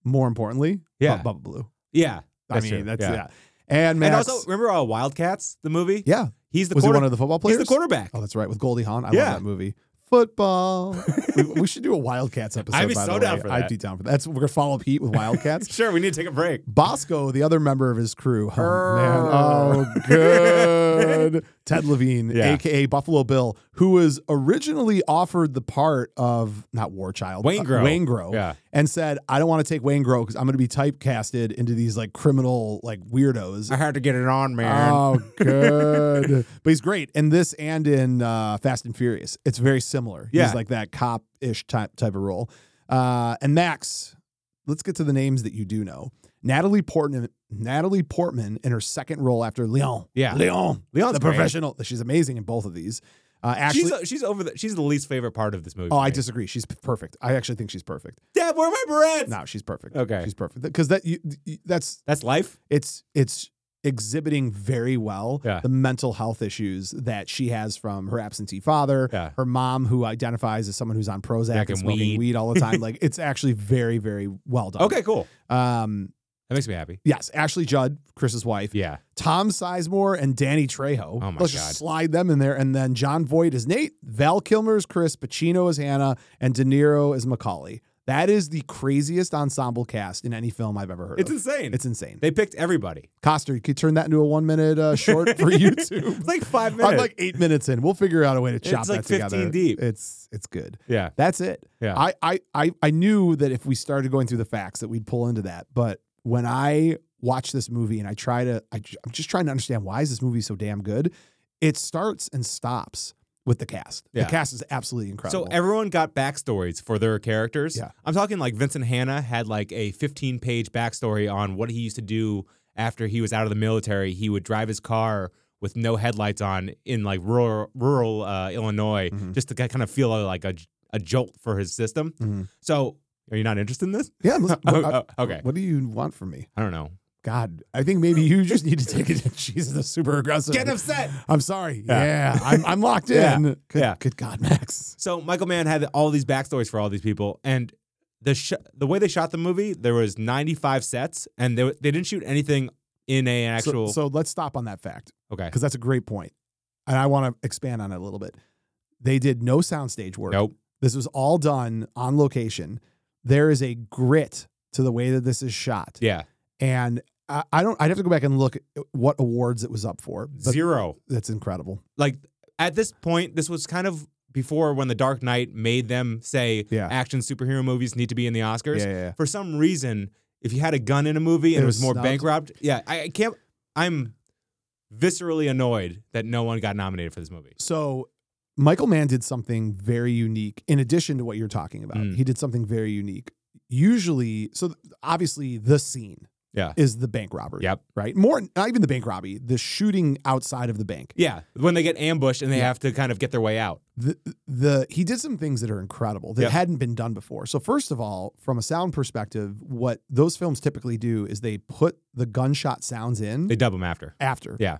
[SPEAKER 1] more importantly,
[SPEAKER 2] Yeah.
[SPEAKER 1] Bu- Bubba Blue.
[SPEAKER 2] Yeah.
[SPEAKER 1] I
[SPEAKER 2] That's
[SPEAKER 1] mean,
[SPEAKER 2] true.
[SPEAKER 1] that's yeah.
[SPEAKER 2] Yeah.
[SPEAKER 1] And
[SPEAKER 2] And
[SPEAKER 1] Max,
[SPEAKER 2] also, remember uh, Wildcats, the movie?
[SPEAKER 1] yeah,
[SPEAKER 2] He's the
[SPEAKER 1] was he
[SPEAKER 2] quarter-
[SPEAKER 1] one of the football
[SPEAKER 2] He's
[SPEAKER 1] players?
[SPEAKER 2] the quarterback.
[SPEAKER 1] Oh, that's right, with Goldie Hawn. I
[SPEAKER 2] Yeah.
[SPEAKER 1] love that movie.
[SPEAKER 2] [LAUGHS]
[SPEAKER 1] Football. we, we should do a Wildcats episode.
[SPEAKER 2] I'd be
[SPEAKER 1] by
[SPEAKER 2] so
[SPEAKER 1] the
[SPEAKER 2] down
[SPEAKER 1] way.
[SPEAKER 2] for
[SPEAKER 1] I'd
[SPEAKER 2] that.
[SPEAKER 1] be down for that. That's, we're gonna follow Pete with Wildcats.
[SPEAKER 2] [LAUGHS] [LAUGHS] Sure, we need to take a break.
[SPEAKER 1] Bosco, the other member of his crew. Oh, man. Oh,
[SPEAKER 2] [LAUGHS]
[SPEAKER 1] good. Ted Levine,
[SPEAKER 2] Yeah.
[SPEAKER 1] aka Buffalo Bill, who was originally offered the part of not War Child,
[SPEAKER 2] Wayne
[SPEAKER 1] uh,
[SPEAKER 2] Grow.
[SPEAKER 1] Wayne Grow,
[SPEAKER 2] Yeah.
[SPEAKER 1] and said, "I don't want to take Wayne Grow because I'm going to be typecasted into these like criminal like weirdos."
[SPEAKER 2] I had to get it on, [LAUGHS]
[SPEAKER 1] Oh, good. but he's great in this and in uh, Fast and Furious. It's very similar.
[SPEAKER 2] Yeah.
[SPEAKER 1] He's like that cop ish type, type of role. Uh, and Max, let's get to the names that you do know. Natalie Portman, Natalie Portman in her second role after Leon.
[SPEAKER 2] Yeah.
[SPEAKER 1] Leon.
[SPEAKER 2] Leon's
[SPEAKER 1] the
[SPEAKER 2] great.
[SPEAKER 1] professional. She's amazing in both of these. Uh, actually,
[SPEAKER 2] she's, she's over the, she's the least favorite part of this movie.
[SPEAKER 1] oh,
[SPEAKER 2] for
[SPEAKER 1] I
[SPEAKER 2] me.
[SPEAKER 1] disagree. She's p- perfect. I actually think she's perfect.
[SPEAKER 2] Deb, where are my breads?
[SPEAKER 1] No, she's perfect.
[SPEAKER 2] Okay.
[SPEAKER 1] She's perfect. Because that you, you- that's
[SPEAKER 2] That's life.
[SPEAKER 1] it's it's exhibiting very well
[SPEAKER 2] Yeah.
[SPEAKER 1] the mental health issues that she has from her absentee father,
[SPEAKER 2] Yeah.
[SPEAKER 1] her mom who identifies as someone who's on Prozac
[SPEAKER 2] Jack
[SPEAKER 1] and
[SPEAKER 2] and
[SPEAKER 1] smoking weed.
[SPEAKER 2] weed.
[SPEAKER 1] all the
[SPEAKER 2] [LAUGHS]
[SPEAKER 1] time. like it's actually very very well done.
[SPEAKER 2] Okay, cool.
[SPEAKER 1] Um
[SPEAKER 2] That makes me happy.
[SPEAKER 1] yes, Ashley Judd, Chris's wife,
[SPEAKER 2] Yeah.
[SPEAKER 1] Tom Sizemore and Danny Trejo.
[SPEAKER 2] Oh my
[SPEAKER 1] Let's
[SPEAKER 2] God.
[SPEAKER 1] just slide them in there and then John Voight is Nate, Val Kilmer is Chris, Pacino is Hannah and De Niro is Macaulay. That is the craziest ensemble cast in any film I've ever heard
[SPEAKER 2] It's
[SPEAKER 1] of.
[SPEAKER 2] insane.
[SPEAKER 1] It's insane.
[SPEAKER 2] they picked everybody.
[SPEAKER 1] Coster, you could turn that into a one minute uh, short [LAUGHS]
[SPEAKER 2] [LAUGHS]
[SPEAKER 1] for YouTube.
[SPEAKER 2] It's like five minutes.
[SPEAKER 1] I'm like eight minutes in. We'll figure out a way to chop
[SPEAKER 2] It's like
[SPEAKER 1] that together.
[SPEAKER 2] 15 deep.
[SPEAKER 1] It's it's good.
[SPEAKER 2] yeah.
[SPEAKER 1] That's it.
[SPEAKER 2] Yeah.
[SPEAKER 1] I, I I I knew that if we started going through the facts that we'd pull into that. But when I watch this movie and I try to, I, am just trying to understand why is this movie so damn good. It starts and stops with the cast.
[SPEAKER 2] Yeah.
[SPEAKER 1] The cast is absolutely incredible.
[SPEAKER 2] So everyone got backstories for their characters.
[SPEAKER 1] Yeah.
[SPEAKER 2] I'm talking like Vincent Hanna had like a 15 page backstory on what he used to do after he was out of the military. He would drive his car with no headlights on in like rural rural uh, Illinois
[SPEAKER 1] Mhm.
[SPEAKER 2] just to kind of feel like a, a jolt for his system.
[SPEAKER 1] Mhm.
[SPEAKER 2] So are you not interested in this?
[SPEAKER 1] yeah. Let's,
[SPEAKER 2] [LAUGHS] Oh,
[SPEAKER 1] what,
[SPEAKER 2] oh, okay.
[SPEAKER 1] What do you want from me?
[SPEAKER 2] I don't know.
[SPEAKER 1] God, I think maybe you just need to take it. [LAUGHS] She's the super aggressive.
[SPEAKER 2] Get upset.
[SPEAKER 1] I'm sorry. Yeah,
[SPEAKER 2] Yeah.
[SPEAKER 1] I'm, I'm locked in.
[SPEAKER 2] [LAUGHS] Yeah.
[SPEAKER 1] Good,
[SPEAKER 2] Yeah.
[SPEAKER 1] good God, Max.
[SPEAKER 2] So Michael Mann had all these backstories for all these people, and the sh- the way they shot the movie, there was 95 sets, and they they didn't shoot anything in a an
[SPEAKER 1] So-
[SPEAKER 2] actual.
[SPEAKER 1] So, let's stop on that fact
[SPEAKER 2] okay.
[SPEAKER 1] because that's a great point, and I want to expand on it a little bit. They did no soundstage work.
[SPEAKER 2] Nope.
[SPEAKER 1] This was all done on location. There is a grit to the way that this is shot,
[SPEAKER 2] Yeah.
[SPEAKER 1] and I, I don't. I'd have to go back and look at what awards it was up for. But
[SPEAKER 2] Zero.
[SPEAKER 1] That's incredible.
[SPEAKER 2] Like at this point, this was kind of before when The Dark Knight made them say
[SPEAKER 1] Yeah.
[SPEAKER 2] action superhero movies need to be in the Oscars.
[SPEAKER 1] yeah, yeah.
[SPEAKER 2] For some reason, if you had a gun in a movie
[SPEAKER 1] It
[SPEAKER 2] and it
[SPEAKER 1] was
[SPEAKER 2] was, more
[SPEAKER 1] snubbed.
[SPEAKER 2] bank robbed, yeah, I, I can't. I'm viscerally annoyed that no one got nominated for this movie.
[SPEAKER 1] So Michael Mann did something very unique in addition to what you're talking about.
[SPEAKER 2] Mm.
[SPEAKER 1] He did something very unique. Usually, so th- obviously the scene
[SPEAKER 2] Yeah.
[SPEAKER 1] is the bank robbery,
[SPEAKER 2] Yep.
[SPEAKER 1] right? More not even the bank robbery, the shooting outside of the bank.
[SPEAKER 2] Yeah, when they get ambushed and they
[SPEAKER 1] Yeah.
[SPEAKER 2] have to kind of get their way out.
[SPEAKER 1] The the he did some things that are incredible that
[SPEAKER 2] Yep.
[SPEAKER 1] hadn't been done before. So first of all, from a sound perspective, what those films typically do is they put the gunshot sounds in
[SPEAKER 2] They dub them after.
[SPEAKER 1] after.
[SPEAKER 2] Yeah.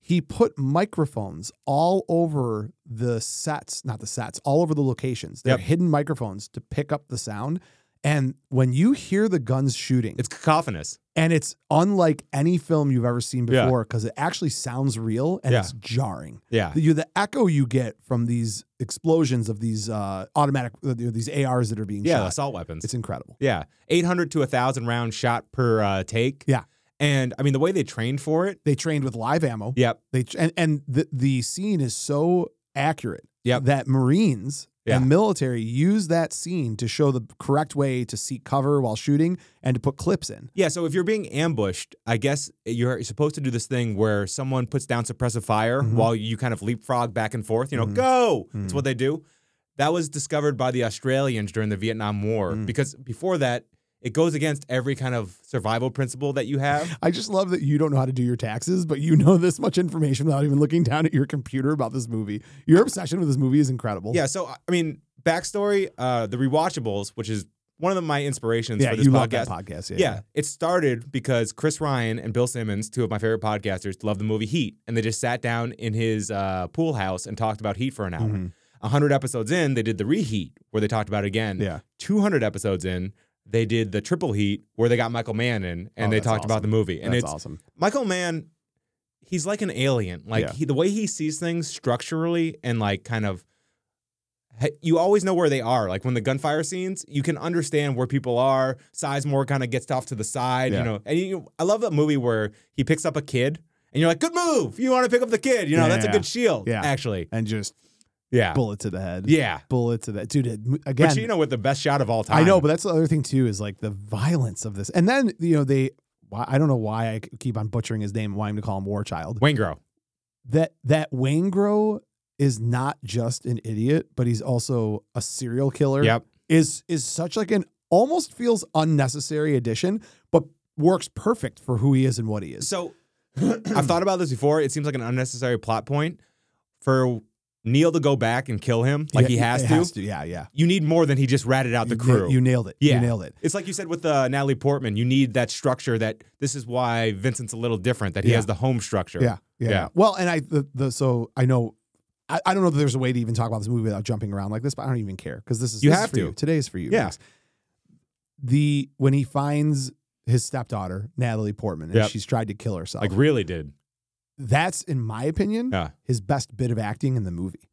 [SPEAKER 1] He put microphones all over the sets, not the sets, all over the locations. They're
[SPEAKER 2] Yep.
[SPEAKER 1] hidden microphones to pick up the sound. And when you hear the guns shooting,
[SPEAKER 2] It's cacophonous.
[SPEAKER 1] and it's unlike any film you've ever seen
[SPEAKER 2] Yeah.
[SPEAKER 1] before because it actually sounds real and
[SPEAKER 2] Yeah.
[SPEAKER 1] it's jarring.
[SPEAKER 2] Yeah.
[SPEAKER 1] The, you, the echo you get from these explosions of these uh, automatic, uh, these ARs that are being
[SPEAKER 2] Yeah,
[SPEAKER 1] shot,
[SPEAKER 2] assault weapons.
[SPEAKER 1] it's incredible.
[SPEAKER 2] yeah. 800 to 1,000 round shot per uh, take.
[SPEAKER 1] Yeah.
[SPEAKER 2] And I mean, the way they trained for it.
[SPEAKER 1] They trained with live ammo.
[SPEAKER 2] Yep.
[SPEAKER 1] They and and the the scene is so accurate
[SPEAKER 2] Yep.
[SPEAKER 1] that Marines
[SPEAKER 2] Yeah.
[SPEAKER 1] and military use that scene to show the correct way to seek cover while shooting and to put clips in.
[SPEAKER 2] Yeah. So if you're being ambushed, I guess you're supposed to do this thing where someone puts down suppressive fire
[SPEAKER 1] Mhm.
[SPEAKER 2] while you kind of leapfrog back and forth, you know,
[SPEAKER 1] Mhm.
[SPEAKER 2] go.
[SPEAKER 1] Mhm.
[SPEAKER 2] That's what they do. That was discovered by the Australians during the Vietnam War
[SPEAKER 1] Mm.
[SPEAKER 2] because before that, it goes against every kind of survival principle that you have.
[SPEAKER 1] I just love that you don't know how to do your taxes, but you know [LAUGHS] this much information without even looking down at your computer about this movie. Your obsession with this movie is incredible.
[SPEAKER 2] Yeah, so I mean, backstory, uh, the rewatchables, which is one of the- my inspirations
[SPEAKER 1] yeah,
[SPEAKER 2] for this
[SPEAKER 1] you
[SPEAKER 2] podcast.
[SPEAKER 1] love that podcast. Yeah,
[SPEAKER 2] yeah, it started because Chris Ryan and Bill Simmons, two of my favorite podcasters, love the movie Heat, and they just sat down in his uh, pool house and talked about Heat for an
[SPEAKER 1] yeah.
[SPEAKER 2] hour. A
[SPEAKER 1] Mhm.
[SPEAKER 2] 100 episodes in, they did the reheat where they talked about it again.
[SPEAKER 1] Yeah.
[SPEAKER 2] 200 episodes in, they did the triple heat where they got Michael Mann in and
[SPEAKER 1] Oh,
[SPEAKER 2] they
[SPEAKER 1] that's
[SPEAKER 2] talked about
[SPEAKER 1] awesome.
[SPEAKER 2] the movie. And
[SPEAKER 1] That's
[SPEAKER 2] it's
[SPEAKER 1] awesome.
[SPEAKER 2] Michael Mann, he's like an alien. Like
[SPEAKER 1] Yeah.
[SPEAKER 2] he, the way he sees things structurally and like kind of, he- you always know where they are. Like when the gunfire scenes, you can understand where people are. Sizemore kind of gets off to the side,
[SPEAKER 1] Yeah.
[SPEAKER 2] you know. And you, I love that movie where he picks up a kid and you're like, good move. You want to pick up the kid. You know,
[SPEAKER 1] Yeah,
[SPEAKER 2] that's
[SPEAKER 1] yeah,
[SPEAKER 2] a
[SPEAKER 1] yeah.
[SPEAKER 2] good shield,
[SPEAKER 1] Yeah.
[SPEAKER 2] actually.
[SPEAKER 1] And just
[SPEAKER 2] Yeah.
[SPEAKER 1] bullet to the head.
[SPEAKER 2] Yeah.
[SPEAKER 1] Bullet to that. Dude, it- again,
[SPEAKER 2] But you know, with the best shot of all time.
[SPEAKER 1] I know, but that's the other thing too is like the violence of this. And then, you know, they, why, I don't know why I keep on butchering his name, wanting to call him War Child.
[SPEAKER 2] Wayne Grow.
[SPEAKER 1] that that Wangro is not just an idiot, but he's also a serial killer.
[SPEAKER 2] Yep.
[SPEAKER 1] Is is such like an almost feels unnecessary addition, but works perfect for who he is and what he is.
[SPEAKER 2] So I've thought about this before. It seems like an unnecessary plot point for Neil to go back and kill him like he
[SPEAKER 1] Yeah,
[SPEAKER 2] has
[SPEAKER 1] it
[SPEAKER 2] to.
[SPEAKER 1] Yeah, yeah.
[SPEAKER 2] You need more than he just ratted out the
[SPEAKER 1] You na-
[SPEAKER 2] crew.
[SPEAKER 1] You nailed it. You
[SPEAKER 2] Yeah.
[SPEAKER 1] nailed it.
[SPEAKER 2] it's like you said with uh, Natalie Portman. You need that structure. That this is why Vincent's a little different. That he
[SPEAKER 1] Yeah.
[SPEAKER 2] has the home structure.
[SPEAKER 1] Yeah, yeah.
[SPEAKER 2] Yeah.
[SPEAKER 1] Well, and I the, the so I know I, I don't know that there's a way to even talk about this movie without jumping around like this, but I don't even care because this is
[SPEAKER 2] You
[SPEAKER 1] this is
[SPEAKER 2] have
[SPEAKER 1] for
[SPEAKER 2] to.
[SPEAKER 1] you. Today's for you.
[SPEAKER 2] Yeah.
[SPEAKER 1] Max. The when he finds his stepdaughter Natalie Portman and
[SPEAKER 2] Yep.
[SPEAKER 1] she's tried to kill herself.
[SPEAKER 2] like really did.
[SPEAKER 1] that's in my opinion
[SPEAKER 2] Yeah.
[SPEAKER 1] his best bit of acting in the movie.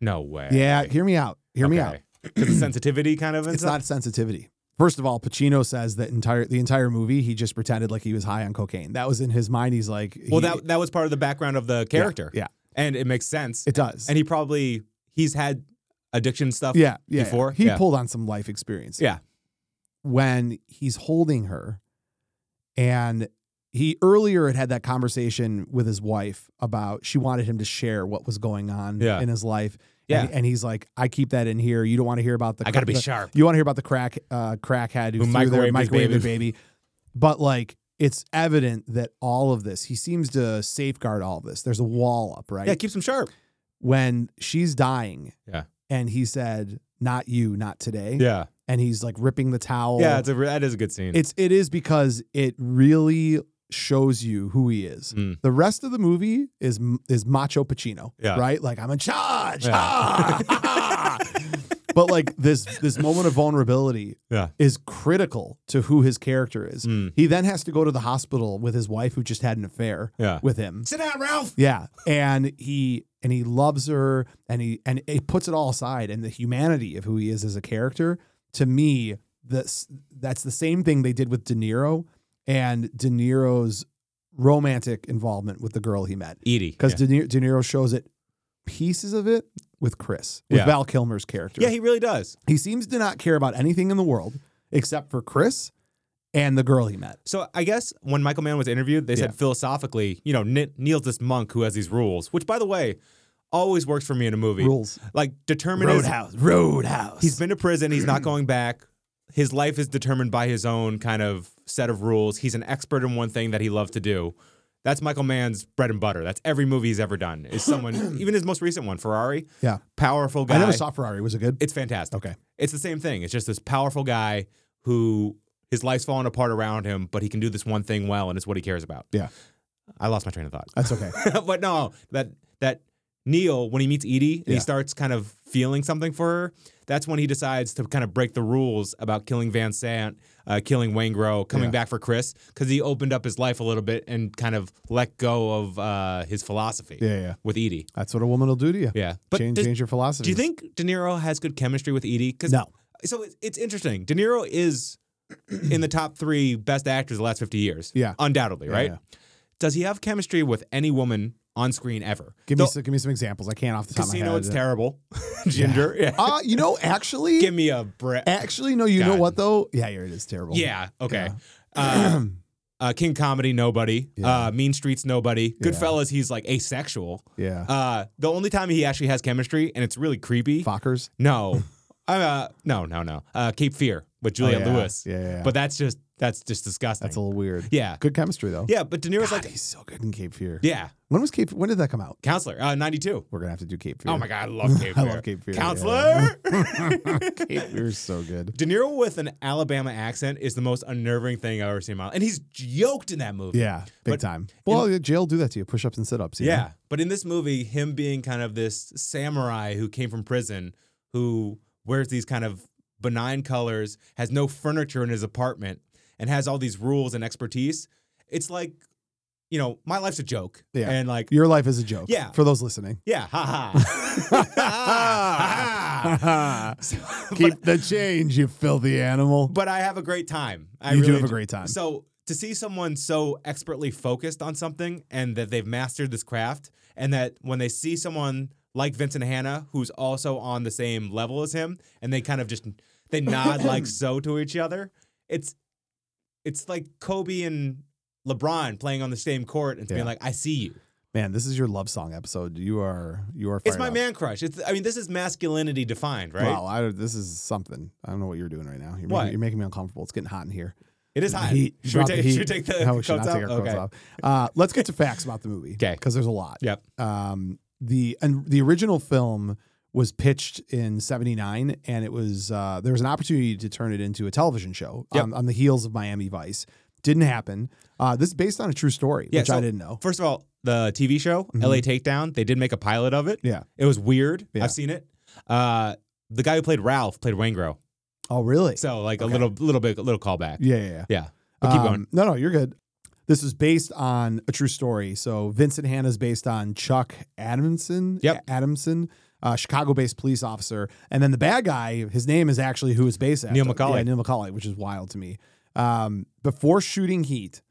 [SPEAKER 2] No way.
[SPEAKER 1] Yeah, hear me out. Hear me out.
[SPEAKER 2] Okay. 'Cause of sensitivity kind of. and
[SPEAKER 1] It's
[SPEAKER 2] stuff?
[SPEAKER 1] not sensitivity. First of all, Pacino says that entire the entire movie he just pretended like he was high on cocaine. That was in his mind. He's like,
[SPEAKER 2] Well,
[SPEAKER 1] he-
[SPEAKER 2] that that was part of the background of the
[SPEAKER 1] yeah,
[SPEAKER 2] character.
[SPEAKER 1] Yeah,
[SPEAKER 2] And it makes sense.
[SPEAKER 1] it does.
[SPEAKER 2] and he probably he's had addiction stuff.
[SPEAKER 1] yeah, yeah,
[SPEAKER 2] before?
[SPEAKER 1] yeah. he
[SPEAKER 2] Yeah.
[SPEAKER 1] pulled on some life experience.
[SPEAKER 2] Yeah.
[SPEAKER 1] when he's holding her, and he earlier had had that conversation with his wife about she wanted him to share what was going on
[SPEAKER 2] Yeah.
[SPEAKER 1] in his life.
[SPEAKER 2] Yeah.
[SPEAKER 1] and, and he's like, I keep that in here. You don't want to hear about the.
[SPEAKER 2] I gotta be
[SPEAKER 1] the-
[SPEAKER 2] sharp.
[SPEAKER 1] You want to hear about the crack uh, crackhead who,
[SPEAKER 2] Who
[SPEAKER 1] threw their
[SPEAKER 2] microwaved his
[SPEAKER 1] microwave their baby, but like it's evident that all of this he seems to safeguard all of this. There's a wall up, right?
[SPEAKER 2] Yeah, keeps him sharp.
[SPEAKER 1] When she's dying,
[SPEAKER 2] Yeah.
[SPEAKER 1] and he said, "Not you, not today,"
[SPEAKER 2] Yeah.
[SPEAKER 1] and he's like ripping the towel.
[SPEAKER 2] Yeah, it's a, that is a good scene.
[SPEAKER 1] it's it is because it really shows you who he is.
[SPEAKER 2] Mm.
[SPEAKER 1] The rest of the movie is is Macho Pacino,
[SPEAKER 2] Yeah.
[SPEAKER 1] right? Like I'm in charge.
[SPEAKER 2] Yeah.
[SPEAKER 1] Ah, ah. [LAUGHS]
[SPEAKER 2] [LAUGHS]
[SPEAKER 1] but like this this moment of vulnerability
[SPEAKER 2] Yeah.
[SPEAKER 1] is critical to who his character is.
[SPEAKER 2] Mm.
[SPEAKER 1] He then has to go to the hospital with his wife who just had an affair
[SPEAKER 2] yeah.
[SPEAKER 1] with him.
[SPEAKER 2] Sit down, Ralph.
[SPEAKER 1] Yeah, and he and he loves her, and he and it puts it all aside, and the humanity of who he is as a character. To me, that's that's the same thing they did with De Niro, and De Niro's romantic involvement with the girl he met,
[SPEAKER 2] Edie.
[SPEAKER 1] because
[SPEAKER 2] yeah.
[SPEAKER 1] De, Niro, De Niro shows it pieces of it with Chris, with
[SPEAKER 2] Yeah.
[SPEAKER 1] Val Kilmer's character.
[SPEAKER 2] Yeah, he really does.
[SPEAKER 1] he seems to not care about anything in the world except for Chris and the girl he met.
[SPEAKER 2] So I guess when Michael Mann was interviewed, they
[SPEAKER 1] Yeah.
[SPEAKER 2] said philosophically, you know, Ni- Neil's this monk who has these rules, which by the way, always works for me in a movie.
[SPEAKER 1] Rules.
[SPEAKER 2] Like determinism.
[SPEAKER 1] Roadhouse. Roadhouse.
[SPEAKER 2] He's been to prison. He's not going back. His life is determined by his own kind of set of rules. He's an expert in one thing that he loves to do. That's Michael Mann's bread and butter. That's every movie he's ever done. Is someone even his most recent one, Ferrari?
[SPEAKER 1] Yeah.
[SPEAKER 2] powerful guy.
[SPEAKER 1] I never saw Ferrari. Was it good?
[SPEAKER 2] It's fantastic.
[SPEAKER 1] Okay.
[SPEAKER 2] It's the same thing. It's just this powerful guy who his life's falling apart around him, but he can do this one thing well, and it's what he cares about.
[SPEAKER 1] Yeah.
[SPEAKER 2] I lost my train of thought.
[SPEAKER 1] That's okay.
[SPEAKER 2] [LAUGHS] but no, that that Neil, when he meets Edie and
[SPEAKER 1] Yeah.
[SPEAKER 2] he starts kind of feeling something for her, that's when he decides to kind of break the rules about killing Van Sant, uh, killing Wayne Grow, coming
[SPEAKER 1] Yeah.
[SPEAKER 2] back for Chris, because he opened up his life a little bit and kind of let go of uh, his philosophy
[SPEAKER 1] Yeah, yeah.
[SPEAKER 2] with Edie.
[SPEAKER 1] That's what a woman will do to you.
[SPEAKER 2] Yeah. But
[SPEAKER 1] change,
[SPEAKER 2] does-
[SPEAKER 1] change your philosophy.
[SPEAKER 2] do you think De Niro has good chemistry with Edie? 'Cause
[SPEAKER 1] No.
[SPEAKER 2] so it's, it's interesting. De Niro is in the top three best actors of the last 50 years.
[SPEAKER 1] Yeah.
[SPEAKER 2] Undoubtedly,
[SPEAKER 1] Yeah,
[SPEAKER 2] right?
[SPEAKER 1] yeah.
[SPEAKER 2] Does he have chemistry with any woman on screen ever?
[SPEAKER 1] Give me
[SPEAKER 2] The
[SPEAKER 1] some, give me some examples. I can't off the top
[SPEAKER 2] casino,
[SPEAKER 1] of
[SPEAKER 2] it's
[SPEAKER 1] my head.
[SPEAKER 2] terrible. [LAUGHS] Ginger. Yeah.
[SPEAKER 1] uh, you know, actually,
[SPEAKER 2] Give me a breath.
[SPEAKER 1] actually, no. You know
[SPEAKER 2] God.
[SPEAKER 1] what though? Yeah, here it is terrible.
[SPEAKER 2] Yeah. Okay.
[SPEAKER 1] [CLEARS THROAT]
[SPEAKER 2] Uh, uh, King Comedy, nobody.
[SPEAKER 1] Yeah.
[SPEAKER 2] Uh, mean Streets, nobody.
[SPEAKER 1] Yeah.
[SPEAKER 2] Goodfellas, he's like asexual.
[SPEAKER 1] yeah.
[SPEAKER 2] Uh, the only time he actually has chemistry, and it's really creepy.
[SPEAKER 1] Fockers.
[SPEAKER 2] No. Uh, no, no, no. Uh, Cape Fear with Julia
[SPEAKER 1] Oh, yeah.
[SPEAKER 2] Lewis.
[SPEAKER 1] Yeah, yeah, yeah.
[SPEAKER 2] But that's just that's just disgusting.
[SPEAKER 1] that's a little weird.
[SPEAKER 2] yeah.
[SPEAKER 1] Good chemistry though.
[SPEAKER 2] Yeah, but De Niro's
[SPEAKER 1] God,
[SPEAKER 2] like,
[SPEAKER 1] he's so good in Cape Fear.
[SPEAKER 2] yeah,
[SPEAKER 1] When was Cape? When did that come out?
[SPEAKER 2] counselor, uh, 92.
[SPEAKER 1] We're gonna have to do Cape Fear. [LAUGHS]
[SPEAKER 2] Oh my God, [LAUGHS] I love Cape
[SPEAKER 1] I
[SPEAKER 2] Fear.
[SPEAKER 1] love Cape Fear, yeah.
[SPEAKER 2] Counselor!
[SPEAKER 1] [LAUGHS] Cape Fear is so good.
[SPEAKER 2] [LAUGHS] De Niro with an Alabama accent is the most unnerving thing I've ever seen in my life. And he's yoked in that movie.
[SPEAKER 1] Yeah, big
[SPEAKER 2] But-
[SPEAKER 1] time. Well, jail do that to you. Push ups and sit ups.
[SPEAKER 2] Yeah. But in this movie, him being kind of this samurai who came from prison, who wears these kind of benign colors, has no furniture in his apartment, and has all these rules and expertise. It's like, you know, my life's a joke.
[SPEAKER 1] Yeah.
[SPEAKER 2] And like,
[SPEAKER 1] Your life is a joke.
[SPEAKER 2] Yeah.
[SPEAKER 1] For those listening.
[SPEAKER 2] yeah, ha ha. [LAUGHS] ha ha.
[SPEAKER 1] [LAUGHS]
[SPEAKER 2] So, but,
[SPEAKER 1] Keep the change, you filthy animal.
[SPEAKER 2] but I have a great time. I
[SPEAKER 1] you
[SPEAKER 2] really
[SPEAKER 1] do have a great time.
[SPEAKER 2] So to see someone so expertly focused on something and that they've mastered this craft, and that when they see someone like Vincent Hanna, who's also on the same level as him, and they kind of just they
[SPEAKER 1] [LAUGHS]
[SPEAKER 2] nod like so to each other, it's it's like Kobe and LeBron playing on the same court and
[SPEAKER 1] Yeah.
[SPEAKER 2] being like, "I see you."
[SPEAKER 1] Man, this is your love song episode. You are you are.
[SPEAKER 2] It's
[SPEAKER 1] fired
[SPEAKER 2] my
[SPEAKER 1] up.
[SPEAKER 2] man crush. It's I mean, this is masculinity defined, right?
[SPEAKER 1] Wow, I, this is something. I don't know what you're doing right now. You're,
[SPEAKER 2] What?
[SPEAKER 1] Making, you're making me uncomfortable. It's getting hot in here.
[SPEAKER 2] It is
[SPEAKER 1] The
[SPEAKER 2] hot.
[SPEAKER 1] heat.
[SPEAKER 2] Should, we
[SPEAKER 1] Drop the
[SPEAKER 2] take,
[SPEAKER 1] heat.
[SPEAKER 2] should we take the
[SPEAKER 1] No, we should
[SPEAKER 2] coats
[SPEAKER 1] not
[SPEAKER 2] off?
[SPEAKER 1] take our clothes
[SPEAKER 2] okay.
[SPEAKER 1] off. Uh, let's get to facts about the movie.
[SPEAKER 2] 'Kay.
[SPEAKER 1] Because there's a lot.
[SPEAKER 2] Yep.
[SPEAKER 1] Um, the and the original film was pitched in 79 and it was uh, there was an opportunity to turn it into a television show um,
[SPEAKER 2] Yep.
[SPEAKER 1] on, on the heels of Miami Vice. Didn't happen. Uh, this is based on a true story,
[SPEAKER 2] Yeah,
[SPEAKER 1] which I
[SPEAKER 2] so-
[SPEAKER 1] didn't know.
[SPEAKER 2] First of all, the TV show
[SPEAKER 1] Mm-hmm.
[SPEAKER 2] LA Takedown, they did make a pilot of it.
[SPEAKER 1] Yeah.
[SPEAKER 2] It was weird.
[SPEAKER 1] Yeah.
[SPEAKER 2] I've seen it. Uh, the guy who played Ralph played Wangro.
[SPEAKER 1] Oh, really?
[SPEAKER 2] So like
[SPEAKER 1] Okay.
[SPEAKER 2] a little little bit a little callback.
[SPEAKER 1] yeah, yeah, yeah.
[SPEAKER 2] Yeah. But keep going.
[SPEAKER 1] Um, No, no, you're good. This is based on a true story. So Vincent Hanna is based on Chuck Adamson.
[SPEAKER 2] Yep.
[SPEAKER 1] Adamson, uh, Chicago-based police officer, and then the bad guy. His name is actually who is based after
[SPEAKER 2] Neil
[SPEAKER 1] him.
[SPEAKER 2] McCauley.
[SPEAKER 1] Yeah, Neil McCauley, which is wild to me. Um, before shooting Heat,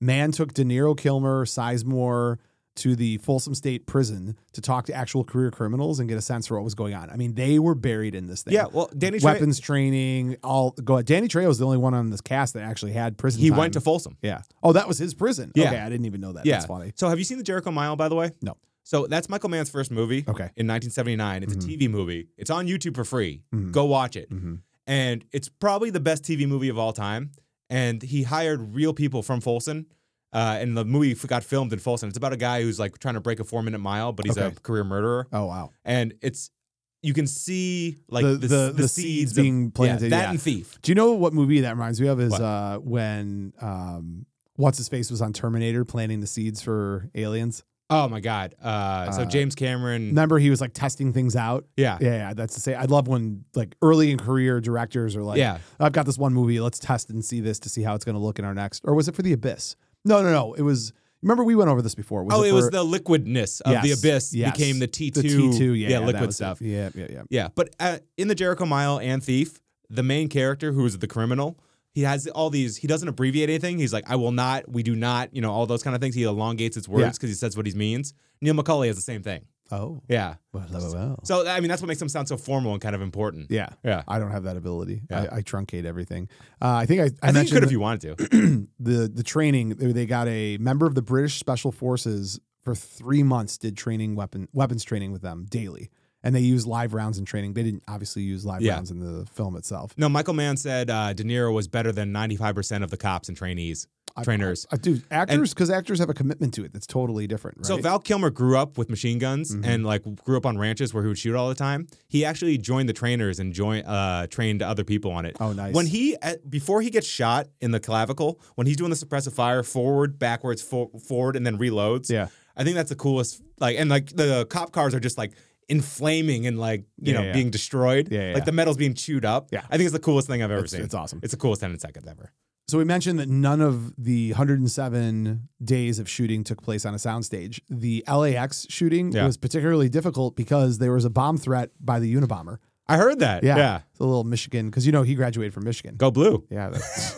[SPEAKER 1] man took De Niro, Kilmer, Sizemore to the Folsom State Prison to talk to actual career criminals and get a sense for what was going on. I mean, they were buried in this thing.
[SPEAKER 2] Yeah, well Danny Tre-
[SPEAKER 1] Weapons training, all go. ahead. Danny Trejo was the only one on this cast that actually had prison.
[SPEAKER 2] he
[SPEAKER 1] time.
[SPEAKER 2] went to Folsom.
[SPEAKER 1] Yeah. Oh, that was his prison.
[SPEAKER 2] Yeah.
[SPEAKER 1] Okay, I didn't even know that.
[SPEAKER 2] Yeah.
[SPEAKER 1] That's funny.
[SPEAKER 2] So have you seen the Jericho Mile by the way?
[SPEAKER 1] No.
[SPEAKER 2] So that's Michael Mann's first movie
[SPEAKER 1] Okay.
[SPEAKER 2] in 1979. It's
[SPEAKER 1] Mhm.
[SPEAKER 2] a TV movie. It's on YouTube for free.
[SPEAKER 1] Mhm.
[SPEAKER 2] Go watch it.
[SPEAKER 1] Mm-hmm.
[SPEAKER 2] and it's probably the best TV movie of all time. And he hired real people from Folsom, uh, and the movie f- got filmed in Folsom. It's about a guy who's like trying to break a four minute mile, but he's
[SPEAKER 1] Okay.
[SPEAKER 2] a career murderer,
[SPEAKER 1] Oh wow.
[SPEAKER 2] and it's you can see like
[SPEAKER 1] The-
[SPEAKER 2] the,
[SPEAKER 1] the-
[SPEAKER 2] the,
[SPEAKER 1] the seeds
[SPEAKER 2] seeds,
[SPEAKER 1] being
[SPEAKER 2] of,
[SPEAKER 1] planted,
[SPEAKER 2] Yeah, that
[SPEAKER 1] yeah.
[SPEAKER 2] and Thief.
[SPEAKER 1] Do you know what movie that reminds me of? Is
[SPEAKER 2] What?
[SPEAKER 1] uh when um what's his face was on Terminator planting the seeds for aliens.
[SPEAKER 2] Oh my God! Uh, so
[SPEAKER 1] Uh,
[SPEAKER 2] James Cameron.
[SPEAKER 1] Remember he was like testing things out.
[SPEAKER 2] yeah,
[SPEAKER 1] Yeah, yeah, that's the same. I love when like early in career directors are like,
[SPEAKER 2] yeah.
[SPEAKER 1] I've got this one movie. Let's test and see this to see how it's going to look in our next. Or was it for The Abyss? No, no, no. It was. Remember we went over this before.
[SPEAKER 2] oh, it,
[SPEAKER 1] for
[SPEAKER 2] was the liquidness of the
[SPEAKER 1] Yes,
[SPEAKER 2] abyss
[SPEAKER 1] yes.
[SPEAKER 2] became the T two.
[SPEAKER 1] the T two. Yeah, yeah, that
[SPEAKER 2] liquid
[SPEAKER 1] was it.
[SPEAKER 2] stuff.
[SPEAKER 1] Yeah, yeah, yeah.
[SPEAKER 2] Yeah, but uh, in the Jericho Mile and Thief, the main character who is the criminal, he has all these. He doesn't abbreviate anything. He's like, "I will not," "We do not," you know, all those kind of things. He elongates his
[SPEAKER 1] Yeah.
[SPEAKER 2] words because he says what he means. Neil McCauley has the same thing.
[SPEAKER 1] Oh,
[SPEAKER 2] Yeah,
[SPEAKER 1] well, well, well.
[SPEAKER 2] so I mean, that's what makes him sound so formal and kind of important.
[SPEAKER 1] yeah.
[SPEAKER 2] yeah.
[SPEAKER 1] I don't have that ability.
[SPEAKER 2] Yeah.
[SPEAKER 1] I, I truncate everything. Uh, I think I, I,
[SPEAKER 2] I, think you
[SPEAKER 1] mentioned
[SPEAKER 2] could if you wanted to.
[SPEAKER 1] [CLEARS THROAT] the the training. They they got a member of the British Special Forces for three months. Did training weapon weapons training with them daily, and they used live rounds in training. They didn't obviously use live
[SPEAKER 2] Yeah.
[SPEAKER 1] rounds in the film itself.
[SPEAKER 2] No, Michael Mann said uh, De Niro was better than ninety-five percent of the cops and trainees,
[SPEAKER 1] I-
[SPEAKER 2] trainers.
[SPEAKER 1] Uh, dude, actors because actors have a commitment to it that's totally different. Right?
[SPEAKER 2] So Val Kilmer grew up with machine guns
[SPEAKER 1] Mhm.
[SPEAKER 2] and like grew up on ranches where he would shoot all the time. He actually joined the trainers and joined uh, trained other people on it.
[SPEAKER 1] oh nice.
[SPEAKER 2] When he at, before he gets shot in the clavicle, when he's doing the suppressive fire forward, backwards, for, forward, and then reloads.
[SPEAKER 1] yeah
[SPEAKER 2] I think that's the coolest. Like and like the cop cars are just like inflaming and like you
[SPEAKER 1] Yeah,
[SPEAKER 2] know
[SPEAKER 1] yeah.
[SPEAKER 2] being destroyed.
[SPEAKER 1] Yeah, yeah,
[SPEAKER 2] like
[SPEAKER 1] yeah.
[SPEAKER 2] the metal's being chewed up.
[SPEAKER 1] Yeah.
[SPEAKER 2] I think it's the coolest thing I've ever
[SPEAKER 1] it's,
[SPEAKER 2] seen.
[SPEAKER 1] it's
[SPEAKER 2] It's,
[SPEAKER 1] awesome.
[SPEAKER 2] the coolest ten seconds ever.
[SPEAKER 1] So we mentioned that none of the 107 days of shooting took place on a soundstage. The LAX shooting
[SPEAKER 2] Yeah.
[SPEAKER 1] was particularly difficult because there was a bomb threat by the Unabomber.
[SPEAKER 2] I heard that.
[SPEAKER 1] Yeah.
[SPEAKER 2] Yeah,
[SPEAKER 1] It's a little Michigan because you know he graduated from Michigan.
[SPEAKER 2] go blue.
[SPEAKER 1] Yeah. [LAUGHS] That's,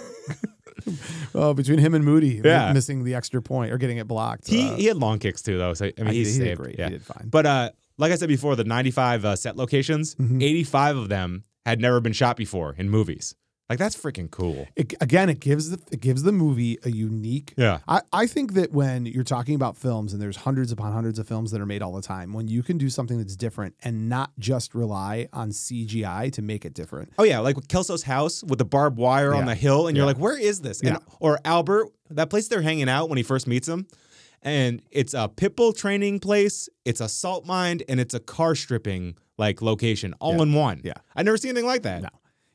[SPEAKER 1] oh, between him and Moody,
[SPEAKER 2] Yeah.
[SPEAKER 1] missing the extra point or getting it blocked.
[SPEAKER 2] He
[SPEAKER 1] uh,
[SPEAKER 2] he had long kicks too though. So I mean
[SPEAKER 1] he,
[SPEAKER 2] he's
[SPEAKER 1] he did
[SPEAKER 2] saved.
[SPEAKER 1] great.
[SPEAKER 2] Yeah.
[SPEAKER 1] He did fine.
[SPEAKER 2] But uh, like I said before, the 95 uh, set locations,
[SPEAKER 1] Mhm.
[SPEAKER 2] 85 of them had never been shot before in movies. Like that's freaking cool.
[SPEAKER 1] It, again, it gives the it gives the movie a unique.
[SPEAKER 2] Yeah.
[SPEAKER 1] I, I think that when you're talking about films and there's hundreds upon hundreds of films that are made all the time, when you can do something that's different and not just rely on CGI to make it different.
[SPEAKER 2] Oh yeah, like with Kelso's house with the barbed wire
[SPEAKER 1] Yeah.
[SPEAKER 2] on the hill, and
[SPEAKER 1] Yeah.
[SPEAKER 2] you're like, where is this? And, or Albert, that place they're hanging out when he first meets him, and it's a pit bull training place, it's a salt mine, and it's a car stripping like location all
[SPEAKER 1] Yeah.
[SPEAKER 2] in one.
[SPEAKER 1] Yeah.
[SPEAKER 2] I never seen anything like that.
[SPEAKER 1] No.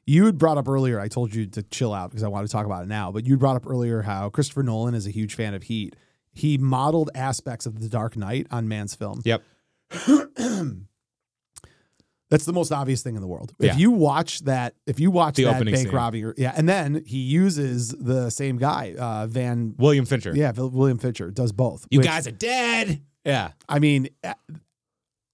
[SPEAKER 1] You had brought up earlier, I told you to chill out because I wanted to talk about it now, but you brought up earlier how Christopher Nolan is a huge fan of Heat. He modeled aspects of The Dark Knight on Man's film.
[SPEAKER 2] Yep.
[SPEAKER 1] That's That's the most obvious thing in the world.
[SPEAKER 2] Yeah.
[SPEAKER 1] If you watch that, if you watch
[SPEAKER 2] The
[SPEAKER 1] that
[SPEAKER 2] opening
[SPEAKER 1] bank
[SPEAKER 2] scene.
[SPEAKER 1] robbery, yeah, and then he uses the same guy, uh, Van,
[SPEAKER 2] William Fincher.
[SPEAKER 1] yeah, Vil- William Fincher does both.
[SPEAKER 2] You
[SPEAKER 1] which,
[SPEAKER 2] guys are dead. Yeah.
[SPEAKER 1] I mean,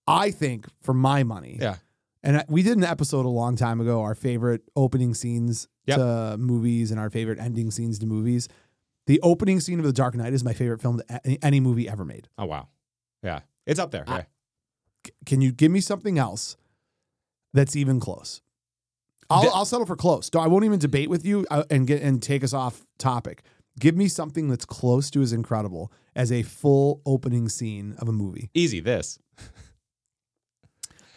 [SPEAKER 1] I think for my money,
[SPEAKER 2] Yeah.
[SPEAKER 1] And I- we did an episode a long time ago, our favorite opening scenes
[SPEAKER 2] Yep.
[SPEAKER 1] to movies and our favorite ending scenes to movies. The opening scene of The Dark Knight is my favorite film that any, any movie ever made.
[SPEAKER 2] Oh wow. Yeah. It's up there.
[SPEAKER 1] I-
[SPEAKER 2] Yeah.
[SPEAKER 1] C- Can you give me something else that's even close? I'll,
[SPEAKER 2] The-
[SPEAKER 1] I'll settle for close. I won't even debate with you uh, and get and take us off topic. Give me something that's close to as incredible as a full opening scene of a movie.
[SPEAKER 2] Easy. This.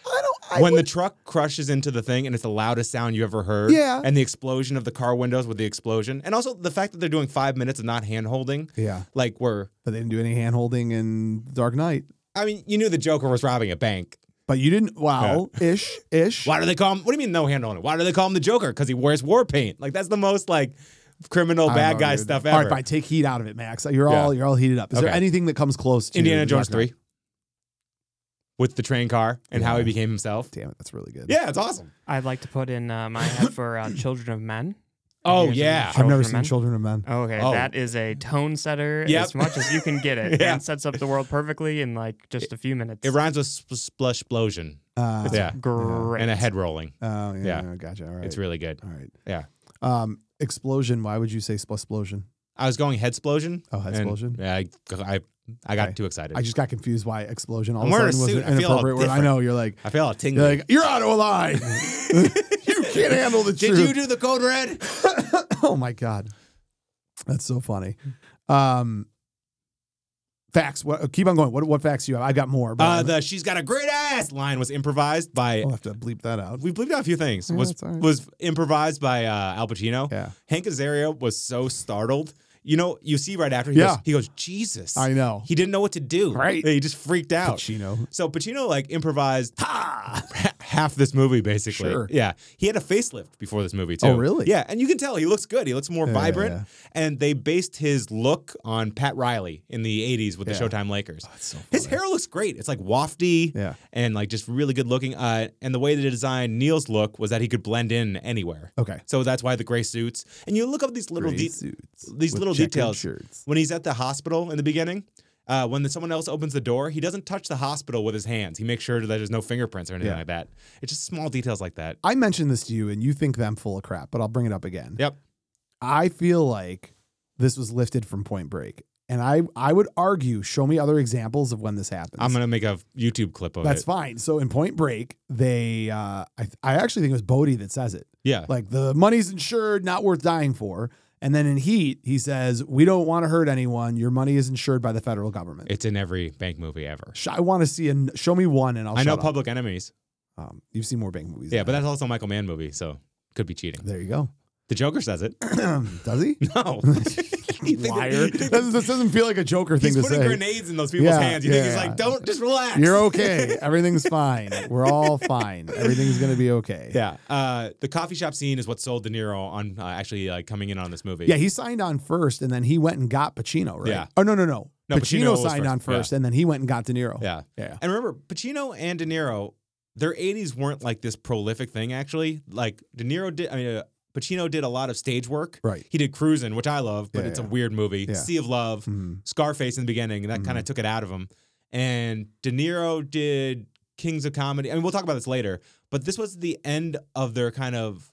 [SPEAKER 1] I don't. I
[SPEAKER 2] when
[SPEAKER 1] would-
[SPEAKER 2] the truck crushes into the thing and it's the loudest sound you ever heard.
[SPEAKER 1] Yeah.
[SPEAKER 2] And the explosion of the car windows with the explosion. And also the fact that they're doing five minutes of not hand holding.
[SPEAKER 1] yeah,
[SPEAKER 2] Like we're
[SPEAKER 1] but they didn't do any hand holding in Dark Knight.
[SPEAKER 2] I mean, you knew the Joker was robbing a bank.
[SPEAKER 1] But you didn't. Wow, ish, ish.
[SPEAKER 2] Why do they call him? What do you mean no hand on it? Why do they call him the Joker? Because he wears war paint. Like that's the most like criminal
[SPEAKER 1] I
[SPEAKER 2] bad
[SPEAKER 1] don't
[SPEAKER 2] guy
[SPEAKER 1] know, dude.
[SPEAKER 2] stuff
[SPEAKER 1] All right,
[SPEAKER 2] ever.
[SPEAKER 1] fine. Take heat out of it, Max. You're
[SPEAKER 2] Yeah.
[SPEAKER 1] all you're all heated up. Is there
[SPEAKER 2] Okay.
[SPEAKER 1] anything that comes close to
[SPEAKER 2] Indiana
[SPEAKER 1] The
[SPEAKER 2] Jones
[SPEAKER 1] Dark Knight?
[SPEAKER 2] three, with the train car and how he became himself.
[SPEAKER 1] Damn it, that's really good.
[SPEAKER 2] Yeah, it's awesome.
[SPEAKER 3] I'd like to put in uh, my head
[SPEAKER 2] [COUGHS]
[SPEAKER 3] for uh, Children of Men. Have
[SPEAKER 2] Oh
[SPEAKER 3] you guys seen
[SPEAKER 2] yeah,
[SPEAKER 1] I've never
[SPEAKER 3] Children of
[SPEAKER 1] seen
[SPEAKER 3] Men?
[SPEAKER 1] Children of Men.
[SPEAKER 3] Okay,
[SPEAKER 2] Oh.
[SPEAKER 3] that is a tone setter
[SPEAKER 2] Yep.
[SPEAKER 3] as much as you can get it,
[SPEAKER 2] [LAUGHS] Yeah.
[SPEAKER 3] and sets up the world perfectly in like just a few minutes.
[SPEAKER 2] it rhymes with spl- splush explosion
[SPEAKER 1] Uh,
[SPEAKER 2] Yeah.
[SPEAKER 3] Great.
[SPEAKER 2] and a head rolling.
[SPEAKER 1] Oh yeah,
[SPEAKER 2] Yeah.
[SPEAKER 1] yeah, gotcha. All right,
[SPEAKER 2] It's really good.
[SPEAKER 1] all right.
[SPEAKER 2] Yeah.
[SPEAKER 1] Um, explosion. Why would you say spl- explosion?
[SPEAKER 2] I was going head explosion.
[SPEAKER 1] Oh, head explosion?
[SPEAKER 2] Yeah, I, I, I got
[SPEAKER 1] Okay.
[SPEAKER 2] too excited.
[SPEAKER 1] I just got confused. Why explosion? All
[SPEAKER 2] I'm
[SPEAKER 1] of
[SPEAKER 2] wearing
[SPEAKER 1] a
[SPEAKER 2] a
[SPEAKER 1] sudden was
[SPEAKER 2] suit.
[SPEAKER 1] an
[SPEAKER 2] I feel all
[SPEAKER 1] inappropriate word. I
[SPEAKER 2] different.
[SPEAKER 1] know you're like
[SPEAKER 2] I feel all tingly.
[SPEAKER 1] you're like you're out of
[SPEAKER 2] [LAUGHS]
[SPEAKER 1] line. [LAUGHS] you can't handle the
[SPEAKER 2] Did
[SPEAKER 1] truth.
[SPEAKER 2] you do the code red?
[SPEAKER 1] [LAUGHS] oh my god, that's so funny. Um, facts. What? uh, Keep on going. What? What facts do you have? I got more.
[SPEAKER 2] Uh,
[SPEAKER 1] I'm-
[SPEAKER 2] the she's got a great ass line was improvised by.
[SPEAKER 1] I'll have to bleep that out.
[SPEAKER 2] We bleeped out a few things.
[SPEAKER 1] Yeah,
[SPEAKER 2] was
[SPEAKER 1] that's all right.
[SPEAKER 2] was improvised by uh, Al Pacino.
[SPEAKER 1] Yeah,
[SPEAKER 2] Hank Azaria was so startled. You know, you see right after he
[SPEAKER 1] Yeah.
[SPEAKER 2] goes, he goes, Jesus.
[SPEAKER 1] I know.
[SPEAKER 2] He didn't know what to do.
[SPEAKER 1] Right.
[SPEAKER 2] He just freaked out.
[SPEAKER 1] Pacino.
[SPEAKER 2] So Pacino like improvised ha! [LAUGHS] half this movie basically.
[SPEAKER 1] Sure.
[SPEAKER 2] Yeah. He had a facelift before this movie too.
[SPEAKER 1] Oh, really?
[SPEAKER 2] Yeah, and you can tell he looks good. He looks more
[SPEAKER 1] Yeah, yeah,
[SPEAKER 2] vibrant.
[SPEAKER 1] yeah.
[SPEAKER 2] And they based his look on Pat Riley in the 80s with
[SPEAKER 1] Yeah. Oh,
[SPEAKER 2] the Showtime Lakers.
[SPEAKER 1] That's so
[SPEAKER 2] His
[SPEAKER 1] funny.
[SPEAKER 2] hair looks great. It's like wafty
[SPEAKER 1] Yeah.
[SPEAKER 2] and like just really good looking. Uh, and the way they designed Neil's look was that he could blend in anywhere.
[SPEAKER 1] Okay.
[SPEAKER 2] So that's why the gray suits. And you look up these little
[SPEAKER 1] Gray
[SPEAKER 2] de-
[SPEAKER 1] suits
[SPEAKER 2] these
[SPEAKER 1] with
[SPEAKER 2] little
[SPEAKER 1] checkered
[SPEAKER 2] details.
[SPEAKER 1] Shirts.
[SPEAKER 2] when he's at the hospital in the beginning. Uh, when someone else opens the door, he doesn't touch the hospital with his hands. He makes sure that there's no fingerprints or anything
[SPEAKER 1] Yeah.
[SPEAKER 2] like that. It's just small details like that.
[SPEAKER 1] I mentioned this to you, and you think them full of crap, but I'll bring it up again.
[SPEAKER 2] Yep.
[SPEAKER 1] I feel like this was lifted from Point Break, and I I would argue. Show me other examples of when this happens.
[SPEAKER 2] I'm gonna make a YouTube clip of
[SPEAKER 1] That's
[SPEAKER 2] it.
[SPEAKER 1] fine. So in Point Break, they uh, I I actually think it was Bodie that says it.
[SPEAKER 2] Yeah.
[SPEAKER 1] Like the money's insured, not worth dying for. And then in Heat, he says, "We don't want to hurt anyone. Your money is insured by the federal government."
[SPEAKER 2] It's in every bank movie ever.
[SPEAKER 1] Sh- I want to see and show me one, and I'll.
[SPEAKER 2] i know
[SPEAKER 1] shut up.
[SPEAKER 2] Public Enemies.
[SPEAKER 1] Um, you've seen more bank movies.
[SPEAKER 2] Yeah, but
[SPEAKER 1] than
[SPEAKER 2] that's also a Michael Mann movie, so could be cheating.
[SPEAKER 1] I- there you go. [CLEARS THROAT]
[SPEAKER 2] The Joker says
[SPEAKER 1] [LAUGHS]
[SPEAKER 2] it.
[SPEAKER 1] Does
[SPEAKER 2] [LAUGHS]
[SPEAKER 1] he?
[SPEAKER 2] No. You think that-
[SPEAKER 1] Liar.
[SPEAKER 2] you think
[SPEAKER 1] This, this doesn't feel like a Joker thing to
[SPEAKER 2] He's putting
[SPEAKER 1] say.
[SPEAKER 2] grenades in those people's
[SPEAKER 1] Yeah,
[SPEAKER 2] hands. You think he's
[SPEAKER 1] yeah.
[SPEAKER 2] like, don't just relax. [LAUGHS]
[SPEAKER 1] You're okay. Everything's fine. We're all fine. Everything's gonna be okay.
[SPEAKER 2] Yeah. Uh, the coffee shop scene is what sold De Niro on uh, actually like coming in on this movie.
[SPEAKER 1] Yeah, he signed on first, and then he went and got Pacino. Right?
[SPEAKER 2] Yeah.
[SPEAKER 1] Oh no, no, no.
[SPEAKER 2] No, Pacino
[SPEAKER 1] Pacino,
[SPEAKER 2] was
[SPEAKER 1] signed
[SPEAKER 2] first.
[SPEAKER 1] on first, and then he went and got De Niro.
[SPEAKER 2] Yeah.
[SPEAKER 1] Yeah.
[SPEAKER 2] And remember, Pacino and De Niro, their 80s weren't like this prolific thing, actually. Like, De Niro did, I mean, uh, Pacino did a lot of stage work.
[SPEAKER 1] Right.
[SPEAKER 2] He did Cruisin', which I love, but
[SPEAKER 1] Yeah,
[SPEAKER 2] it's a
[SPEAKER 1] yeah.
[SPEAKER 2] weird movie.
[SPEAKER 1] Yeah.
[SPEAKER 2] Sea of Love,
[SPEAKER 1] Hmm.
[SPEAKER 2] Scarface in the beginning, and that kind
[SPEAKER 1] Mm-hmm.
[SPEAKER 2] of took it out of him. And De Niro did Kings of Comedy. I mean, we'll talk about this later, but this was the end of their kind of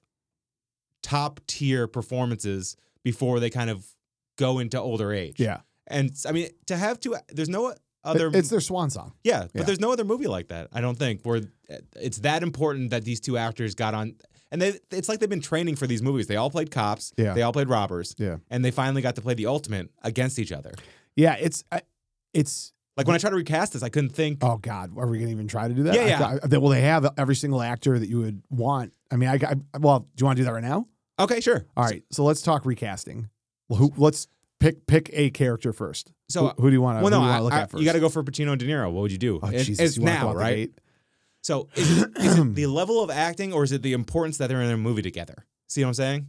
[SPEAKER 2] top tier performances before they kind of go into older age.
[SPEAKER 1] Yeah.
[SPEAKER 2] And I mean, to have two, there's no other.
[SPEAKER 1] It- it's their swan song.
[SPEAKER 2] Yeah, but
[SPEAKER 1] Yeah.
[SPEAKER 2] there's no other movie like that. I don't think where eh, it's that important that these two actors got on, and they it's like they've been training for these movies. They all played cops.
[SPEAKER 1] Yeah.
[SPEAKER 2] They all played robbers.
[SPEAKER 1] Yeah.
[SPEAKER 2] And they finally got to play the ultimate against each other.
[SPEAKER 1] Yeah, it's I, it's
[SPEAKER 2] Like when I try to recast this, I couldn't think.
[SPEAKER 1] oh god, are we gonna even try to do that?
[SPEAKER 2] Yeah,
[SPEAKER 1] I
[SPEAKER 2] yeah.
[SPEAKER 1] thought- that- well, they have every single actor that you would want. I mean, I, I well, do you want to do that right now?
[SPEAKER 2] Okay, sure.
[SPEAKER 1] All right, so let's talk recasting. Well, who, let's pick pick a character first.
[SPEAKER 2] So,
[SPEAKER 1] who, who do you want to?
[SPEAKER 2] well, no,
[SPEAKER 1] who do you
[SPEAKER 2] I,
[SPEAKER 1] wanna look
[SPEAKER 2] I-
[SPEAKER 1] at first?
[SPEAKER 2] you got to go for Pacino and De Niro. What would you do?
[SPEAKER 1] Oh
[SPEAKER 2] It-
[SPEAKER 1] Jesus,
[SPEAKER 2] it's
[SPEAKER 1] you wanna go
[SPEAKER 2] now,
[SPEAKER 1] out the
[SPEAKER 2] right?
[SPEAKER 1] gate?
[SPEAKER 2] So is it, is
[SPEAKER 1] [CLEARS THROAT]
[SPEAKER 2] it the level of acting, or is it the importance that they're in a movie together? See what I'm saying?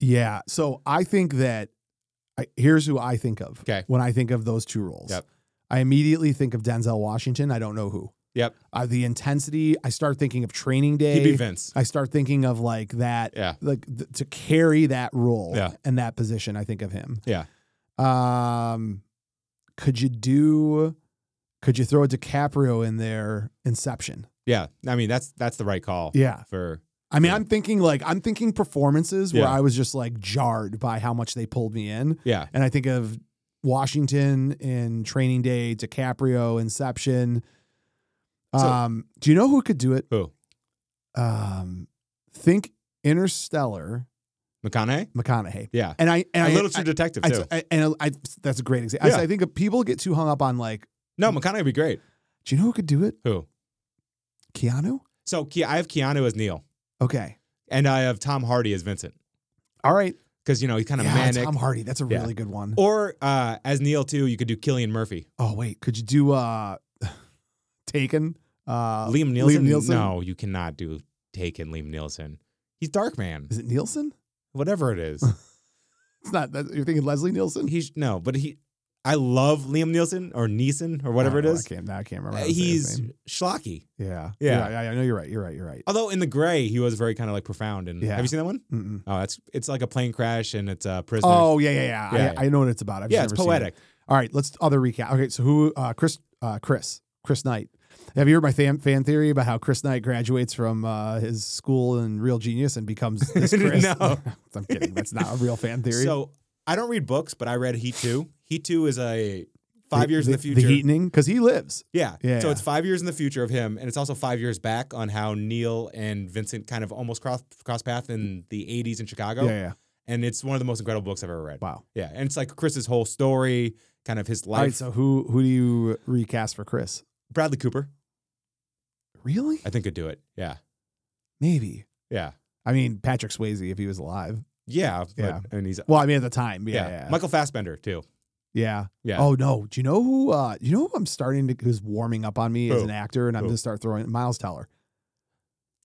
[SPEAKER 1] Yeah. So I think that I, here's who I think of
[SPEAKER 2] Okay.
[SPEAKER 1] when I think of those two roles.
[SPEAKER 2] Yep.
[SPEAKER 1] I immediately think of Denzel Washington. I don't know who.
[SPEAKER 2] Yep.
[SPEAKER 1] Uh, the intensity. I start thinking of Training Day.
[SPEAKER 2] He'd be Vince.
[SPEAKER 1] I start thinking of like that,
[SPEAKER 2] Yeah.
[SPEAKER 1] like th- to carry that role
[SPEAKER 2] Yeah.
[SPEAKER 1] and that position. I think of him.
[SPEAKER 2] Yeah.
[SPEAKER 1] Um, could you do? Could you throw a DiCaprio in there? Inception.
[SPEAKER 2] Yeah. I mean, that's that's the right call.
[SPEAKER 1] Yeah.
[SPEAKER 2] For
[SPEAKER 1] I mean,
[SPEAKER 2] Yeah.
[SPEAKER 1] I'm thinking like I'm thinking performances where
[SPEAKER 2] Yeah.
[SPEAKER 1] I was just like jarred by how much they pulled me in,
[SPEAKER 2] yeah.
[SPEAKER 1] and I think of Washington in Training Day, DiCaprio, Inception.
[SPEAKER 2] So-
[SPEAKER 1] Um, do you know who could do it?
[SPEAKER 2] Who?
[SPEAKER 1] Um, think Interstellar,
[SPEAKER 2] McConaughey?
[SPEAKER 1] McConaughey.
[SPEAKER 2] Yeah.
[SPEAKER 1] And I and
[SPEAKER 2] And
[SPEAKER 1] I,
[SPEAKER 2] Little True
[SPEAKER 1] I,
[SPEAKER 2] Detective
[SPEAKER 1] I,
[SPEAKER 2] too.
[SPEAKER 1] I- and I, that's a great example.
[SPEAKER 2] Yeah.
[SPEAKER 1] I, think people get too hung up on like,
[SPEAKER 2] no, McConaughey would be great.
[SPEAKER 1] do you know who could do it?
[SPEAKER 2] Who?
[SPEAKER 1] Keanu.
[SPEAKER 2] So Ke- I have Keanu as Neil,
[SPEAKER 1] Okay.
[SPEAKER 2] and I have Tom Hardy as Vincent
[SPEAKER 1] All right.
[SPEAKER 2] because you know he's kind of
[SPEAKER 1] yeah,
[SPEAKER 2] manic.
[SPEAKER 1] Tom Hardy. That's a
[SPEAKER 2] Yeah.
[SPEAKER 1] really good one.
[SPEAKER 2] Or uh, as Neil too, you could do Killian Murphy.
[SPEAKER 1] Oh wait, could you do uh [LAUGHS] Taken? Uh
[SPEAKER 2] Liam Nielsen?
[SPEAKER 1] Liam Nielsen?
[SPEAKER 2] No, you cannot do Taken Liam Nielsen. He's Dark Man,
[SPEAKER 1] is it Nielsen?
[SPEAKER 2] whatever it
[SPEAKER 1] [LAUGHS]
[SPEAKER 2] is.
[SPEAKER 1] It's not that you're thinking Leslie Nielsen?
[SPEAKER 2] He's no, but he. I love Liam Nielsen or Neeson or whatever
[SPEAKER 1] I
[SPEAKER 2] it
[SPEAKER 1] don't know,
[SPEAKER 2] is.
[SPEAKER 1] I can't now I can't remember.
[SPEAKER 2] Uh,
[SPEAKER 1] how to say his
[SPEAKER 2] he's
[SPEAKER 1] name.
[SPEAKER 2] schlocky.
[SPEAKER 1] yeah.
[SPEAKER 2] Yeah. Uh,
[SPEAKER 1] yeah. I know you're right. You're right. You're right.
[SPEAKER 2] Although in The Gray, he was very kind of like profound. And
[SPEAKER 1] Yeah.
[SPEAKER 2] have you seen that one?
[SPEAKER 1] Mm-mm.
[SPEAKER 2] Oh, that's it's like a plane crash and it's a prisoner.
[SPEAKER 1] Oh yeah, yeah, yeah.
[SPEAKER 2] Yeah, yeah.
[SPEAKER 1] I, I know what it's about. I've
[SPEAKER 2] yeah,
[SPEAKER 1] just
[SPEAKER 2] it's
[SPEAKER 1] never seen it.
[SPEAKER 2] poetic.
[SPEAKER 1] All right, let's other recap. Okay, so who? Uh, Chris, uh, Chris, Chris Knight. Have you heard my fan, fan theory about how Chris Knight graduates from uh, his school in Real Genius and
[SPEAKER 2] [LAUGHS]
[SPEAKER 1] becomes this Chris?
[SPEAKER 2] No.
[SPEAKER 1] [LAUGHS] I'm kidding. That's not a real fan theory.
[SPEAKER 2] So I don't read books, but I read Heat Two. Heat Two is a five years in the
[SPEAKER 1] The
[SPEAKER 2] future.
[SPEAKER 1] heatening because he lives.
[SPEAKER 2] yeah.
[SPEAKER 1] Yeah.
[SPEAKER 2] So it's five years in the future of him, and it's also five years back on how Neil and Vincent kind of almost cross cross path in the '80s in Chicago.
[SPEAKER 1] Yeah, yeah.
[SPEAKER 2] And it's one of the most incredible books I've ever read.
[SPEAKER 1] Wow.
[SPEAKER 2] Yeah, and it's like Chris's whole story, kind of his
[SPEAKER 1] All right,
[SPEAKER 2] life.
[SPEAKER 1] so who who do you recast for Chris?
[SPEAKER 2] Bradley Cooper,
[SPEAKER 1] Really?
[SPEAKER 2] I think, could do it. Yeah.
[SPEAKER 1] Maybe.
[SPEAKER 2] Yeah.
[SPEAKER 1] I mean, Patrick Swayze if he was alive.
[SPEAKER 2] Yeah. but-
[SPEAKER 1] Yeah.
[SPEAKER 2] And he's
[SPEAKER 1] Well, I mean at the time. Yeah,
[SPEAKER 2] yeah.
[SPEAKER 1] yeah. Yeah.
[SPEAKER 2] Michael Fassbender too. Yeah.
[SPEAKER 1] Oh no. Do you know who? Uh, you know who I'm starting to who's warming up on me as
[SPEAKER 2] Who?
[SPEAKER 1] an actor, and I'm
[SPEAKER 2] Who?
[SPEAKER 1] going to start throwing Miles Teller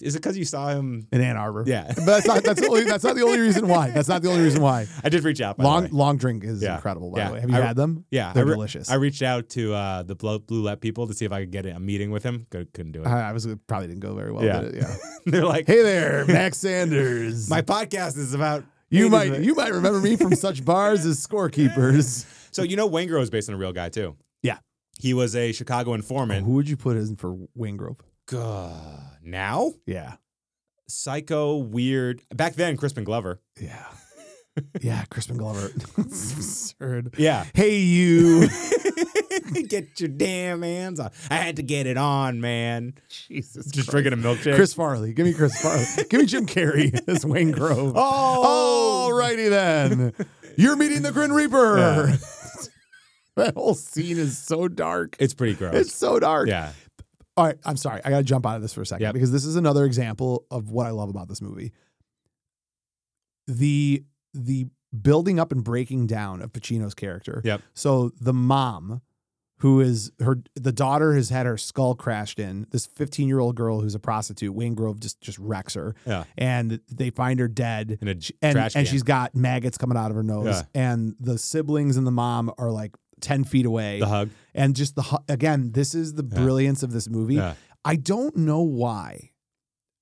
[SPEAKER 2] Is it because you saw him?
[SPEAKER 1] in Ann Arbor.
[SPEAKER 2] Yeah.
[SPEAKER 1] [LAUGHS] But that's not that's the only that's not the only reason why. That's not the only reason why.
[SPEAKER 2] [LAUGHS] I did reach out. By the
[SPEAKER 1] Long
[SPEAKER 2] way.
[SPEAKER 1] long drink is
[SPEAKER 2] Yeah.
[SPEAKER 1] incredible. By
[SPEAKER 2] Yeah.
[SPEAKER 1] the way, have you
[SPEAKER 2] I-
[SPEAKER 1] had them?
[SPEAKER 2] Yeah, I,
[SPEAKER 1] They're
[SPEAKER 2] re-
[SPEAKER 1] delicious.
[SPEAKER 2] I
[SPEAKER 1] I,
[SPEAKER 2] reached out to uh, the Blue, Blue Let people to see if I could get a meeting with him. Could, couldn't do it.
[SPEAKER 1] I was probably didn't go very well.
[SPEAKER 2] Yeah.
[SPEAKER 1] Did it? yeah.
[SPEAKER 2] [LAUGHS]
[SPEAKER 1] [LAUGHS]
[SPEAKER 2] They're like,
[SPEAKER 1] Uh-huh. hey there, Max Sanders.
[SPEAKER 2] my podcast is about
[SPEAKER 1] you
[SPEAKER 2] Hey,
[SPEAKER 1] might
[SPEAKER 2] dude.
[SPEAKER 1] you might remember me from such bars as
[SPEAKER 2] [LAUGHS]
[SPEAKER 1] scorekeepers.
[SPEAKER 2] So you know, Wangro is based on a real guy too.
[SPEAKER 1] Yeah.
[SPEAKER 2] he was a Chicago
[SPEAKER 1] Oh,
[SPEAKER 2] informant.
[SPEAKER 1] who would you put in for Wingrove?
[SPEAKER 2] Gah, now,
[SPEAKER 1] Yeah.
[SPEAKER 2] psycho, weird. Back then, Crispin Glover. [LAUGHS]
[SPEAKER 1] Yeah. Yeah, Crispin Glover. It's absurd. [LAUGHS]
[SPEAKER 2] Yeah.
[SPEAKER 1] Hey
[SPEAKER 2] [LAUGHS]
[SPEAKER 1] you.
[SPEAKER 2] get your damn hands on. I had to get it on, man.
[SPEAKER 1] Jesus. Christ.
[SPEAKER 2] Just drinking a milkshake.
[SPEAKER 1] Chris Farley. Give me Chris Farley. Give me Jim
[SPEAKER 2] [LAUGHS]
[SPEAKER 1] Carrey as Wayne Grove.
[SPEAKER 2] Oh,
[SPEAKER 1] Alrighty
[SPEAKER 2] [LAUGHS]
[SPEAKER 1] then. You're meeting the Grim Reaper.
[SPEAKER 2] Yeah.
[SPEAKER 1] [LAUGHS] that whole scene is so dark.
[SPEAKER 2] It's pretty gross.
[SPEAKER 1] It's so dark.
[SPEAKER 2] yeah.
[SPEAKER 1] All right, I'm sorry. I got to jump out of this for a second
[SPEAKER 2] Yep.
[SPEAKER 1] because this is another example of what I love about this movie. The the building up and breaking down of Pacino's character.
[SPEAKER 2] Yep.
[SPEAKER 1] So the mom who is her the daughter has had her skull crashed in. This 15-year-old girl who's a prostitute, Wayne Grove just just wrecks her.
[SPEAKER 2] Yeah.
[SPEAKER 1] And they find her dead
[SPEAKER 2] In a
[SPEAKER 1] and
[SPEAKER 2] trash
[SPEAKER 1] and
[SPEAKER 2] can.
[SPEAKER 1] she's got maggots coming out of her nose
[SPEAKER 2] Yeah.
[SPEAKER 1] and the siblings and the mom are like 10 feet away
[SPEAKER 2] the hug.
[SPEAKER 1] and just the hu- again this is the
[SPEAKER 2] Yeah.
[SPEAKER 1] brilliance of this movie
[SPEAKER 2] Yeah.
[SPEAKER 1] i don't know why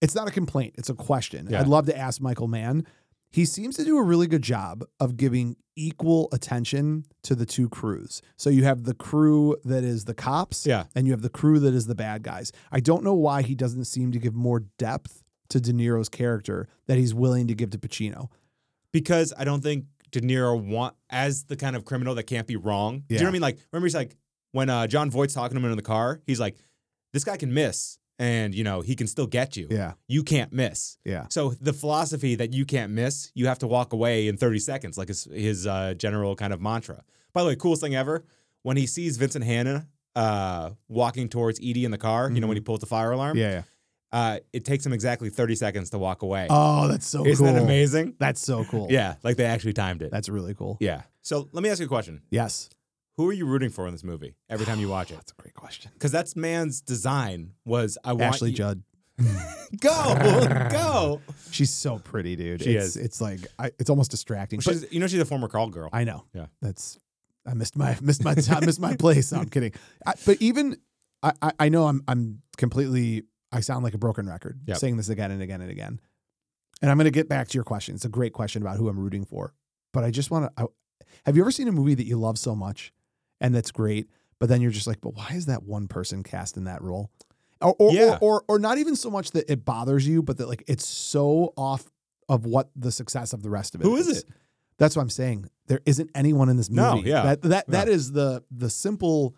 [SPEAKER 1] it's not a complaint it's a question
[SPEAKER 2] Yeah.
[SPEAKER 1] i'd love to ask michael mann he seems to do a really good job of giving equal attention to the two crews so you have the crew that is the cops
[SPEAKER 2] Yeah.
[SPEAKER 1] and you have the crew that is the bad guys i don't know why he doesn't seem to give more depth to de niro's character that he's willing to give to pacino
[SPEAKER 2] because I don't think De Niro want as the kind of criminal that can't be wrong. Do you know
[SPEAKER 1] Yeah.
[SPEAKER 2] what I mean? Like, remember he's like when uh, John Voight's talking to him in the car, he's like, "This guy can miss, and you know he can still get you.
[SPEAKER 1] yeah
[SPEAKER 2] You can't miss."
[SPEAKER 1] yeah
[SPEAKER 2] So the philosophy that you can't miss, you have to walk away in 30 seconds, like his his uh, general kind of mantra. By the way, coolest thing ever when he sees Vincent Hanna uh, walking towards Edie in the car. You know
[SPEAKER 1] Mhm.
[SPEAKER 2] when he pulls the fire alarm.
[SPEAKER 1] yeah, yeah.
[SPEAKER 2] Uh, it takes him exactly 30 seconds to walk away.
[SPEAKER 1] oh that's so
[SPEAKER 2] Isn't
[SPEAKER 1] cool
[SPEAKER 2] that amazing?
[SPEAKER 1] that's so cool
[SPEAKER 2] Yeah, like they actually timed it.
[SPEAKER 1] that's really cool
[SPEAKER 2] Yeah. So let me ask you a question.
[SPEAKER 1] yes
[SPEAKER 2] Who are you rooting for in this movie every time you
[SPEAKER 1] [SIGHS]
[SPEAKER 2] watch it?
[SPEAKER 1] That's a great question.
[SPEAKER 2] Because that's man's design was I want
[SPEAKER 1] Ashley
[SPEAKER 2] you-
[SPEAKER 1] Judd.
[SPEAKER 2] Go,
[SPEAKER 1] [LAUGHS]
[SPEAKER 2] go.
[SPEAKER 1] She's so pretty, dude.
[SPEAKER 2] She
[SPEAKER 1] it's,
[SPEAKER 2] is.
[SPEAKER 1] It's like I, it's almost distracting. But
[SPEAKER 2] She's, you know she's a former call girl.
[SPEAKER 1] I know.
[SPEAKER 2] Yeah.
[SPEAKER 1] [LAUGHS] That's I missed my missed my time, missed my place. No, I'm kidding. I, but even I, I, I know I'm I'm completely I sound like a broken record
[SPEAKER 2] Yep.
[SPEAKER 1] saying this again and again and again. And I'm going to get back to your question. It's a great question about who I'm rooting for. But I just want to Have you ever seen a movie that you love so much and that's great, but then you're just like, "But why is that one person cast in that role?" Or or
[SPEAKER 2] Yeah.
[SPEAKER 1] or, or, or not even so much that it bothers you, but that like it's so off of what the success of the rest of it
[SPEAKER 2] Who is it?
[SPEAKER 1] That's what I'm saying. There isn't anyone in this
[SPEAKER 2] No,
[SPEAKER 1] movie.
[SPEAKER 2] yeah.
[SPEAKER 1] That that that is the the simple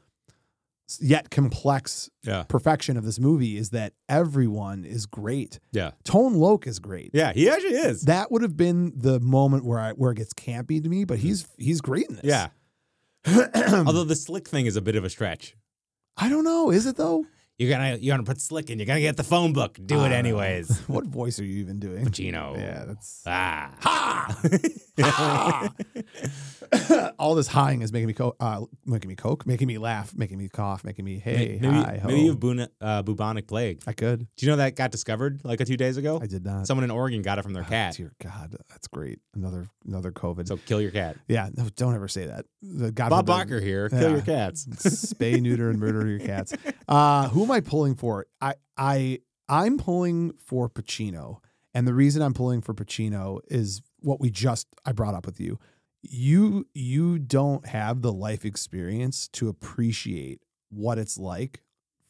[SPEAKER 1] yet complex
[SPEAKER 2] Yeah.
[SPEAKER 1] perfection of this movie is that everyone is great.
[SPEAKER 2] Yeah.
[SPEAKER 1] Tone Loke is great.
[SPEAKER 2] Yeah. He actually is.
[SPEAKER 1] That would have been the moment where I where it gets campy to me, but he's he's great in this.
[SPEAKER 2] Hmm. Yeah.
[SPEAKER 1] [CLEARS THROAT]
[SPEAKER 2] Although the slick thing is a bit of a stretch.
[SPEAKER 1] I don't know. Is it though?
[SPEAKER 2] You're gonna you're gonna put slick in. You're gonna get the phone book. Do
[SPEAKER 1] I don't
[SPEAKER 2] it
[SPEAKER 1] know.
[SPEAKER 2] anyways.
[SPEAKER 1] [LAUGHS] What voice are you even doing?
[SPEAKER 2] Pacino.
[SPEAKER 1] Yeah, that's
[SPEAKER 2] Ah.
[SPEAKER 1] [LAUGHS] Ha!
[SPEAKER 2] Uh.
[SPEAKER 1] [COUGHS] all this hawing is making me co- uh, making me coke, making me laugh, making me cough, making me hey
[SPEAKER 2] maybe,
[SPEAKER 1] hi ho.
[SPEAKER 2] maybe you have buna, uh, bubonic plague.
[SPEAKER 1] I could.
[SPEAKER 2] Do you know that got discovered like a two days ago?
[SPEAKER 1] I did not.
[SPEAKER 2] Someone in Oregon got it from their
[SPEAKER 1] Oh,
[SPEAKER 2] cat.
[SPEAKER 1] Dear God, that's great. Another another COVID.
[SPEAKER 2] So kill your cat.
[SPEAKER 1] yeah, no, don't ever say that. The- God
[SPEAKER 2] Bob
[SPEAKER 1] forbid.
[SPEAKER 2] Barker here. Kill your
[SPEAKER 1] Yeah. [LAUGHS]
[SPEAKER 2] cats.
[SPEAKER 1] spay, neuter, and murder your
[SPEAKER 2] [LAUGHS]
[SPEAKER 1] cats. Uh, who am I pulling for? I I I'm pulling for Pacino, and the reason I'm pulling for Pacino is what we just I brought up with you. You you don't have the life experience to appreciate what it's like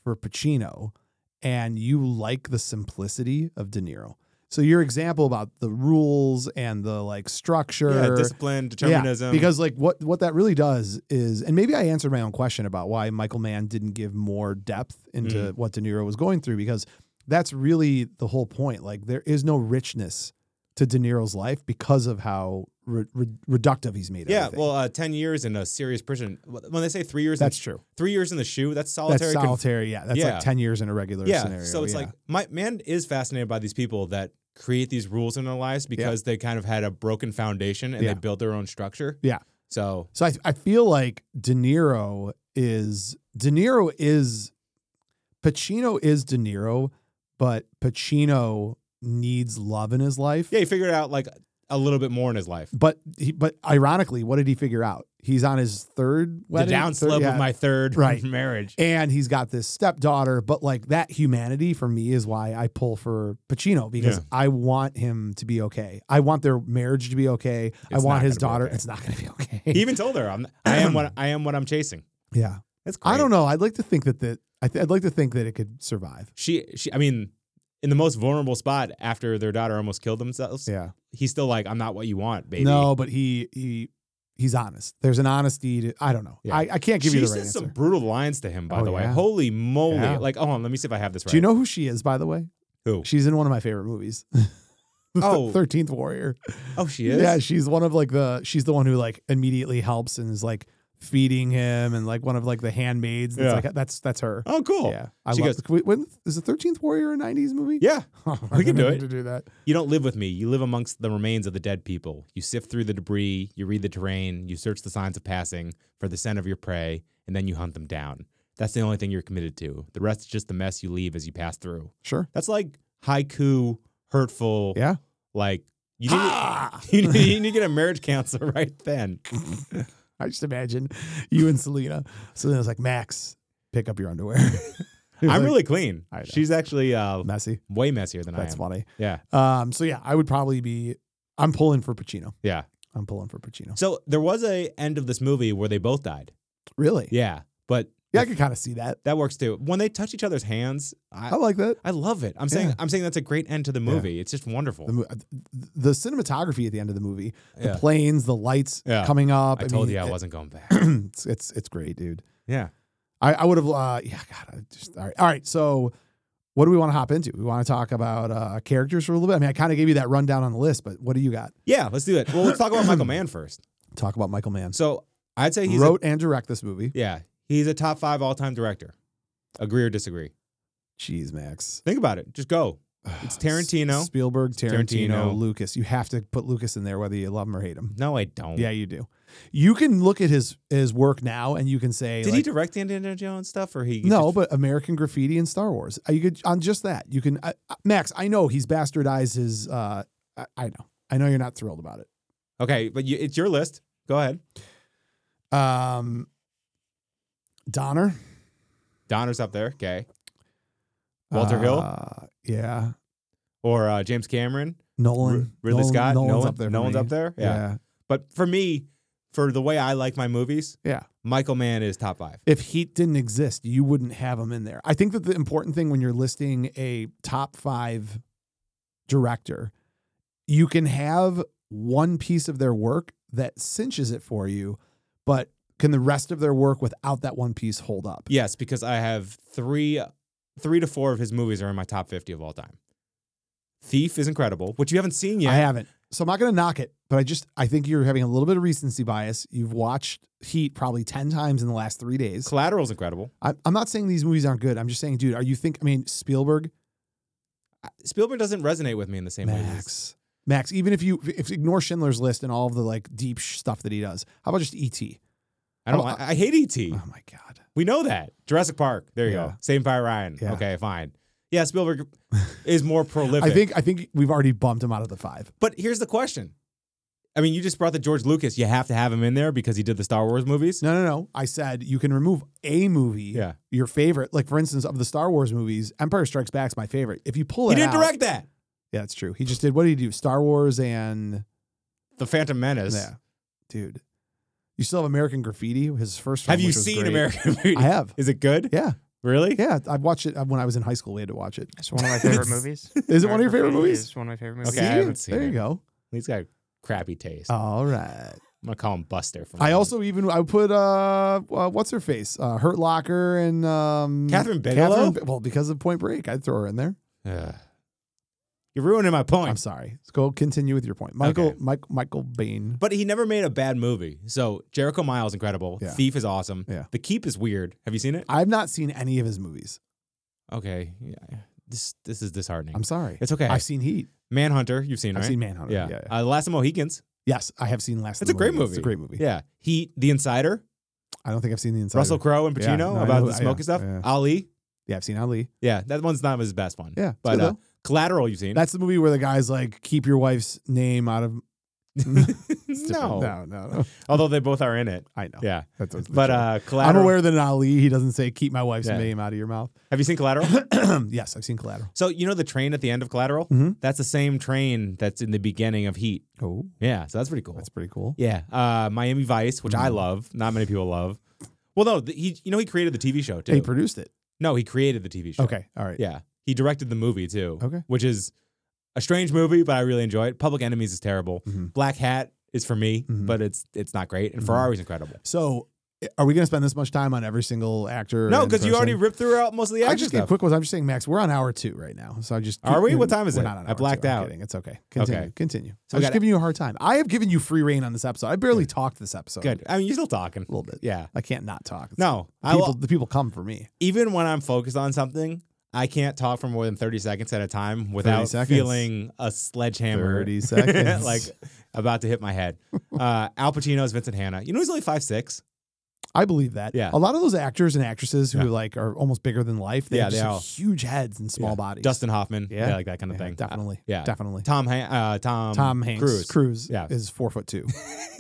[SPEAKER 1] for Pacino, and you like the simplicity of De Niro. So your example about the rules and the like structure,
[SPEAKER 2] Yeah, discipline, determinism.
[SPEAKER 1] yeah, because like what what that really does is, and maybe I answered my own question about why Michael Mann didn't give more depth into
[SPEAKER 2] Mm-hmm.
[SPEAKER 1] what De Niro was going through because that's really the whole point. Like there is no richness to De Niro's life because of how re- re- reductive he's made.
[SPEAKER 2] yeah,
[SPEAKER 1] everything.
[SPEAKER 2] well, uh, ten years in a serious prison. When they say three years,
[SPEAKER 1] that's
[SPEAKER 2] in,
[SPEAKER 1] true.
[SPEAKER 2] three years in the shoe. That's solitary.
[SPEAKER 1] That's
[SPEAKER 2] conf-
[SPEAKER 1] solitary. Yeah, that's
[SPEAKER 2] Yeah.
[SPEAKER 1] like ten years in a regular
[SPEAKER 2] yeah.
[SPEAKER 1] scenario.
[SPEAKER 2] So it's
[SPEAKER 1] yeah.
[SPEAKER 2] like my man is fascinated by these people that create these rules in their lives because they kind of had a broken foundation and
[SPEAKER 1] Yeah.
[SPEAKER 2] they built their own structure.
[SPEAKER 1] Yeah.
[SPEAKER 2] So
[SPEAKER 1] So I, I feel like De Niro is De Niro is Pacino is De Niro, but Pacino needs love in his life.
[SPEAKER 2] yeah, he figured out like a little bit more in his life.
[SPEAKER 1] But he, but ironically, what did he figure out? He's on his third wedding.
[SPEAKER 2] the downslope
[SPEAKER 1] third- yeah.
[SPEAKER 2] of my third
[SPEAKER 1] Right. [LAUGHS]
[SPEAKER 2] [LAUGHS] marriage.
[SPEAKER 1] and he's got this stepdaughter, but like that humanity for me is why I pull for Pacino because
[SPEAKER 2] Yeah.
[SPEAKER 1] I want him to be okay. I want their marriage to be okay. I
[SPEAKER 2] It's
[SPEAKER 1] want
[SPEAKER 2] not
[SPEAKER 1] his
[SPEAKER 2] gonna be
[SPEAKER 1] daughter.
[SPEAKER 2] okay.
[SPEAKER 1] It's not going to be okay.
[SPEAKER 2] He even told her, "I'm I am what I am what I'm chasing."
[SPEAKER 1] [LAUGHS] yeah.
[SPEAKER 2] That's great.
[SPEAKER 1] I don't know. I'd like to think that that I th- I'd like to think that it could survive.
[SPEAKER 2] She she. I mean, in the most vulnerable spot after their daughter almost killed themselves,
[SPEAKER 1] Yeah.
[SPEAKER 2] he's still like, "I'm not what you want, baby."
[SPEAKER 1] No, but he he he's honest. There's an honesty to I don't know.
[SPEAKER 2] Yeah.
[SPEAKER 1] I, I can't give
[SPEAKER 2] she
[SPEAKER 1] you the
[SPEAKER 2] said
[SPEAKER 1] right answer.
[SPEAKER 2] some brutal lines to him, by
[SPEAKER 1] Oh,
[SPEAKER 2] the way.
[SPEAKER 1] yeah.
[SPEAKER 2] Holy moly!
[SPEAKER 1] Yeah.
[SPEAKER 2] Like, oh, let me see if I have this right.
[SPEAKER 1] Do you know who she is, by the way?
[SPEAKER 2] who?
[SPEAKER 1] She's in one of my favorite movies. [LAUGHS]
[SPEAKER 2] Oh.
[SPEAKER 1] Thirteenth Warrior.
[SPEAKER 2] oh, she
[SPEAKER 1] [LAUGHS]
[SPEAKER 2] is.
[SPEAKER 1] Yeah, she's one of like the she's the one who like immediately helps and is like feeding him and like one of like the handmaids. That's
[SPEAKER 2] Yeah.
[SPEAKER 1] like that's that's her.
[SPEAKER 2] oh, cool. Yeah.
[SPEAKER 1] Yeah, I
[SPEAKER 2] She
[SPEAKER 1] love.
[SPEAKER 2] goes-
[SPEAKER 1] the, wait, when is the Thirteenth Warrior a '90s movie? [LAUGHS] Oh,
[SPEAKER 2] we can do
[SPEAKER 1] need
[SPEAKER 2] it.
[SPEAKER 1] To do that.
[SPEAKER 2] You don't live with me. You live amongst the remains of the dead people. You sift through the debris. You read the terrain. You search the signs of passing for the scent of your prey, and then you hunt them down. That's the only thing you're committed to. The rest is just the mess you leave as you pass through.
[SPEAKER 1] Sure.
[SPEAKER 2] That's like haiku, hurtful.
[SPEAKER 1] Yeah.
[SPEAKER 2] Like you need,
[SPEAKER 1] [LAUGHS] Ah!
[SPEAKER 2] [LAUGHS] you need, you need to get a marriage counselor [LAUGHS] right then.
[SPEAKER 1] [LAUGHS] I just imagine you and Selena. Selena's like, Max, pick up your underwear. [LAUGHS]
[SPEAKER 2] I'm
[SPEAKER 1] Like,
[SPEAKER 2] really clean.
[SPEAKER 1] I know.
[SPEAKER 2] She's actually uh,
[SPEAKER 1] messy.
[SPEAKER 2] way messier than
[SPEAKER 1] That's
[SPEAKER 2] I am.
[SPEAKER 1] funny.
[SPEAKER 2] Yeah,
[SPEAKER 1] Um, so yeah, I would probably be. I'm pulling for Pacino.
[SPEAKER 2] yeah.
[SPEAKER 1] I'm pulling for Pacino.
[SPEAKER 2] So there was a end of this movie where they both died.
[SPEAKER 1] Really?
[SPEAKER 2] Yeah, but
[SPEAKER 1] Yeah, I could kind of see that.
[SPEAKER 2] that works too. When they touch each other's hands,
[SPEAKER 1] I
[SPEAKER 2] I,
[SPEAKER 1] like that.
[SPEAKER 2] I love it. I'm saying
[SPEAKER 1] Yeah.
[SPEAKER 2] I'm saying that's a great end to the movie. It's just wonderful.
[SPEAKER 1] The, mo- the cinematography at the end of the movie, the
[SPEAKER 2] Yeah.
[SPEAKER 1] planes, the lights
[SPEAKER 2] Yeah.
[SPEAKER 1] coming up.
[SPEAKER 2] I told
[SPEAKER 1] mean,
[SPEAKER 2] you I
[SPEAKER 1] it-
[SPEAKER 2] wasn't
[SPEAKER 1] [COUGHS]
[SPEAKER 2] going back.
[SPEAKER 1] it's, [CLEARS THROAT] it's it's great, dude.
[SPEAKER 2] yeah.
[SPEAKER 1] I, I would have. Uh, yeah, God. I just, all right. All right. So, what do we want to hop into? We want to talk about uh, characters for a little bit. I mean, I kind of gave you that rundown on the list, but what do you got?
[SPEAKER 2] Yeah, let's do it. Well, let's talk
[SPEAKER 1] [COUGHS]
[SPEAKER 2] about Michael Mann first.
[SPEAKER 1] Talk about Michael Mann.
[SPEAKER 2] So I'd say he's a-
[SPEAKER 1] wrote and direct this movie.
[SPEAKER 2] yeah, he's a top five all time director. Agree or disagree?
[SPEAKER 1] Jeez, Max.
[SPEAKER 2] Think about it. Just go. It's Tarantino.
[SPEAKER 1] Spielberg, Tarantino,
[SPEAKER 2] Tarantino.
[SPEAKER 1] Lucas. You have to put Lucas in there whether you love him or hate him.
[SPEAKER 2] No, I don't.
[SPEAKER 1] Yeah, you do. You can look at his his work now and you can say
[SPEAKER 2] Did he
[SPEAKER 1] like,
[SPEAKER 2] direct the Indiana Jones stuff, or he?
[SPEAKER 1] no,
[SPEAKER 2] just-
[SPEAKER 1] but American Graffiti and Star Wars. Uh, You could on just that. You can I I- Max. I know he's bastardized his. Uh, I, I know. I know you're not thrilled about it.
[SPEAKER 2] okay, but you, it's your list. Go ahead.
[SPEAKER 1] Um, Donner.
[SPEAKER 2] Donner's up there. Okay. Walter Hill
[SPEAKER 1] Uh, yeah.
[SPEAKER 2] or uh, James Cameron,
[SPEAKER 1] Nolan.
[SPEAKER 2] R- Ridley
[SPEAKER 1] Nolan-
[SPEAKER 2] Scott.
[SPEAKER 1] Nolan's
[SPEAKER 2] Nolan-
[SPEAKER 1] up there. for
[SPEAKER 2] Nolan's
[SPEAKER 1] me.
[SPEAKER 2] up there. Yeah.
[SPEAKER 1] yeah.
[SPEAKER 2] But for me, for the way I like my movies,
[SPEAKER 1] Yeah.
[SPEAKER 2] Michael Mann is top five.
[SPEAKER 1] If Heat didn't exist, you wouldn't have him in there. I think that the important thing when you're listing a top five director, you can have one piece of their work that cinches it for you, but can the rest of their work without that one piece hold up?
[SPEAKER 2] Yes, because I have three, three to four of his movies are in my top fifty of all time. Thief is incredible, which you haven't seen yet.
[SPEAKER 1] I haven't. So I'm not going to knock it, but I just I think you're having a little bit of recency bias. You've watched Heat probably 10 times in the last 3 days.
[SPEAKER 2] Collateral's incredible.
[SPEAKER 1] I, I'm not saying these movies aren't good. I'm just saying, dude, are you think? I mean, Spielberg,
[SPEAKER 2] Spielberg doesn't resonate with me in the same way. as-
[SPEAKER 1] Max, Max. Even if you if ignore Schindler's List and all of the like deep sh- stuff that he does, how about just E.T.
[SPEAKER 2] E I don't. I, I hate E.T.
[SPEAKER 1] Oh my god,
[SPEAKER 2] We know that. Jurassic Park. There you
[SPEAKER 1] Yeah.
[SPEAKER 2] go. Saved by Ryan.
[SPEAKER 1] Yeah.
[SPEAKER 2] Okay, fine.
[SPEAKER 1] [LAUGHS]
[SPEAKER 2] Yeah, Spielberg is more prolific.
[SPEAKER 1] I think I think we've already bumped him out of the five.
[SPEAKER 2] But here's the question. I mean, you just brought the George Lucas. You have to have him in there because he did the Star Wars movies.
[SPEAKER 1] No, no, no. I said you can remove a movie,
[SPEAKER 2] Yeah.
[SPEAKER 1] your favorite. Like for instance, of the Star Wars movies, Empire Strikes Back's my favorite. If you pull
[SPEAKER 2] He
[SPEAKER 1] it,
[SPEAKER 2] didn't
[SPEAKER 1] out-
[SPEAKER 2] direct that.
[SPEAKER 1] Yeah, that's true. He just did what did he do? Star Wars and
[SPEAKER 2] The Phantom Menace.
[SPEAKER 1] yeah, dude. You still have American Graffiti, his first. Film,
[SPEAKER 2] Have you
[SPEAKER 1] which was
[SPEAKER 2] seen
[SPEAKER 1] great.
[SPEAKER 2] American Beauty?
[SPEAKER 1] I have.
[SPEAKER 2] Is it good?
[SPEAKER 1] Yeah,
[SPEAKER 2] Really?
[SPEAKER 1] yeah. I've watched it uh, when I was in high school. We had to watch it.
[SPEAKER 3] It's one of
[SPEAKER 2] [LAUGHS]
[SPEAKER 3] my favorite movies.
[SPEAKER 1] [LAUGHS] Is it one of your favorite
[SPEAKER 3] It
[SPEAKER 1] movies?
[SPEAKER 3] is one of my favorite movies.
[SPEAKER 2] Okay, I
[SPEAKER 1] See?
[SPEAKER 2] haven't seen
[SPEAKER 1] there
[SPEAKER 2] it.
[SPEAKER 1] you go.
[SPEAKER 2] He's got crappy taste.
[SPEAKER 1] All right.
[SPEAKER 2] I'm gonna call him Buster. From
[SPEAKER 1] Uh, I also even I put uh, uh what's her face uh Hurt Locker and um
[SPEAKER 2] Catherine Bigelow?
[SPEAKER 1] Bi- well because of Point Break I'd throw her in there.
[SPEAKER 2] Ugh. You're ruining my point.
[SPEAKER 1] I'm sorry. Let's go continue with your point. Michael
[SPEAKER 2] Okay.
[SPEAKER 1] Mike Michael Bain.
[SPEAKER 2] But he never made a bad movie. So Jericho Miles incredible.
[SPEAKER 1] Yeah.
[SPEAKER 2] Thief is awesome.
[SPEAKER 1] Yeah.
[SPEAKER 2] The Keep is weird. Have you seen it?
[SPEAKER 1] I've not seen any of his movies.
[SPEAKER 2] Okay. Yeah. This this is disheartening.
[SPEAKER 1] I'm sorry.
[SPEAKER 2] it's okay.
[SPEAKER 1] I've seen Heat.
[SPEAKER 2] Manhunter, you've seen
[SPEAKER 1] I've
[SPEAKER 2] right?
[SPEAKER 1] seen Manhunter.
[SPEAKER 2] yeah.
[SPEAKER 1] Yeah. yeah.
[SPEAKER 2] Uh, the Last of the Mohicans.
[SPEAKER 1] yes, I have seen Last. of
[SPEAKER 2] It's
[SPEAKER 1] the
[SPEAKER 2] a great
[SPEAKER 1] Mohicans. It's a
[SPEAKER 2] movie.
[SPEAKER 1] great movie.
[SPEAKER 2] Yeah. Heat, The Insider,
[SPEAKER 1] I don't think I've seen the inside.
[SPEAKER 2] Russell Crowe and
[SPEAKER 1] Yeah,
[SPEAKER 2] Pacino
[SPEAKER 1] no, I
[SPEAKER 2] about
[SPEAKER 1] know-
[SPEAKER 2] the
[SPEAKER 1] yeah,
[SPEAKER 2] smoking stuff.
[SPEAKER 1] yeah.
[SPEAKER 2] Ali.
[SPEAKER 1] Yeah, I've seen Ali.
[SPEAKER 2] Yeah, that one's not his best one.
[SPEAKER 1] Yeah, it's
[SPEAKER 2] But
[SPEAKER 1] good,
[SPEAKER 2] uh,
[SPEAKER 1] though.
[SPEAKER 2] Collateral, you've seen.
[SPEAKER 1] that's the movie where the guy's like, "Keep your wife's name out of." [LAUGHS] It's different.
[SPEAKER 2] [LAUGHS]
[SPEAKER 1] no,
[SPEAKER 2] no.
[SPEAKER 1] no,
[SPEAKER 2] [LAUGHS]
[SPEAKER 1] no.
[SPEAKER 2] Although they both are in it.
[SPEAKER 1] I know.
[SPEAKER 2] Yeah.
[SPEAKER 1] That's what's the
[SPEAKER 2] But
[SPEAKER 1] joke.
[SPEAKER 2] uh, Collateral.
[SPEAKER 1] I'm aware that in Ali, he doesn't say "keep my wife's
[SPEAKER 2] Yeah.
[SPEAKER 1] name out of your mouth." [CLEARS THROAT]
[SPEAKER 2] Have you
[SPEAKER 1] [LAUGHS]
[SPEAKER 2] seen Collateral?
[SPEAKER 1] yes, I've seen Collateral.
[SPEAKER 2] so you know the train at the end of Collateral?
[SPEAKER 1] Mhm.
[SPEAKER 2] That's the same train that's in the beginning of Heat.
[SPEAKER 1] Oh,
[SPEAKER 2] Yeah, so that's pretty cool.
[SPEAKER 1] that's pretty cool.
[SPEAKER 2] yeah, uh, Miami Vice, which I
[SPEAKER 1] Mhm.
[SPEAKER 2] love. Not many people love. Well, no, the, he you know he created the TV show too.
[SPEAKER 1] Oh, He produced it.
[SPEAKER 2] no, he created the TV show.
[SPEAKER 1] Okay, all right.
[SPEAKER 2] Yeah. He directed the movie too.
[SPEAKER 1] Okay.
[SPEAKER 2] Which is a strange movie, but I really enjoy it. Public Enemies is terrible.
[SPEAKER 1] Mhm.
[SPEAKER 2] Black Hat is for me,
[SPEAKER 1] Mhm.
[SPEAKER 2] but it's it's not great. And
[SPEAKER 1] Mhm.
[SPEAKER 2] Ferrari's incredible.
[SPEAKER 1] So, are we going to spend this much time on every single actor?
[SPEAKER 2] No,
[SPEAKER 1] and
[SPEAKER 2] because you
[SPEAKER 1] person?
[SPEAKER 2] already ripped through out most of the
[SPEAKER 1] I
[SPEAKER 2] action
[SPEAKER 1] just get
[SPEAKER 2] stuff.
[SPEAKER 1] quick ones. I'm just saying, Max, we're on hour two right now, so I just
[SPEAKER 2] Are we? What time is
[SPEAKER 1] we're
[SPEAKER 2] it?
[SPEAKER 1] Not on
[SPEAKER 2] I
[SPEAKER 1] hour two.
[SPEAKER 2] blacked
[SPEAKER 1] I'm
[SPEAKER 2] out.
[SPEAKER 1] kidding. It's okay. Continue.
[SPEAKER 2] Okay.
[SPEAKER 1] Continue.
[SPEAKER 2] So
[SPEAKER 1] I'm
[SPEAKER 2] we
[SPEAKER 1] just
[SPEAKER 2] gotta-
[SPEAKER 1] giving you a hard time. I have given you free reign on this episode. I barely talked this episode.
[SPEAKER 2] Good. I mean, you're still talking.
[SPEAKER 1] a little bit.
[SPEAKER 2] Yeah.
[SPEAKER 1] I can't not talk. It's-
[SPEAKER 2] No,
[SPEAKER 1] the
[SPEAKER 2] I
[SPEAKER 1] people,
[SPEAKER 2] will,
[SPEAKER 1] the people come for me.
[SPEAKER 2] even when I'm focused on something, I can't talk for more than 30 seconds at a time without
[SPEAKER 1] seconds.
[SPEAKER 2] feeling a sledgehammer [LAUGHS]
[SPEAKER 1] 30 seconds.
[SPEAKER 2] like about to hit my head. Uh, [LAUGHS] Al Pacino's Vincent Hanna. You know he's only five six.
[SPEAKER 1] I believe that.
[SPEAKER 2] Yeah.
[SPEAKER 1] A lot of those actors and actresses who
[SPEAKER 2] Yeah.
[SPEAKER 1] like are almost bigger than life. They
[SPEAKER 2] Yeah,
[SPEAKER 1] have
[SPEAKER 2] they
[SPEAKER 1] just have
[SPEAKER 2] all-
[SPEAKER 1] huge heads and small bodies.
[SPEAKER 2] Dustin Hoffman.
[SPEAKER 1] Yeah.
[SPEAKER 2] Yeah. like that kind of
[SPEAKER 1] Yeah,
[SPEAKER 2] thing.
[SPEAKER 1] Definitely.
[SPEAKER 2] yeah.
[SPEAKER 1] Definitely.
[SPEAKER 2] Tom Han- uh, Tom
[SPEAKER 1] Tom Hanks
[SPEAKER 2] Cruise.
[SPEAKER 1] yeah.
[SPEAKER 2] Yeah.
[SPEAKER 1] is four foot
[SPEAKER 2] [LAUGHS]
[SPEAKER 1] two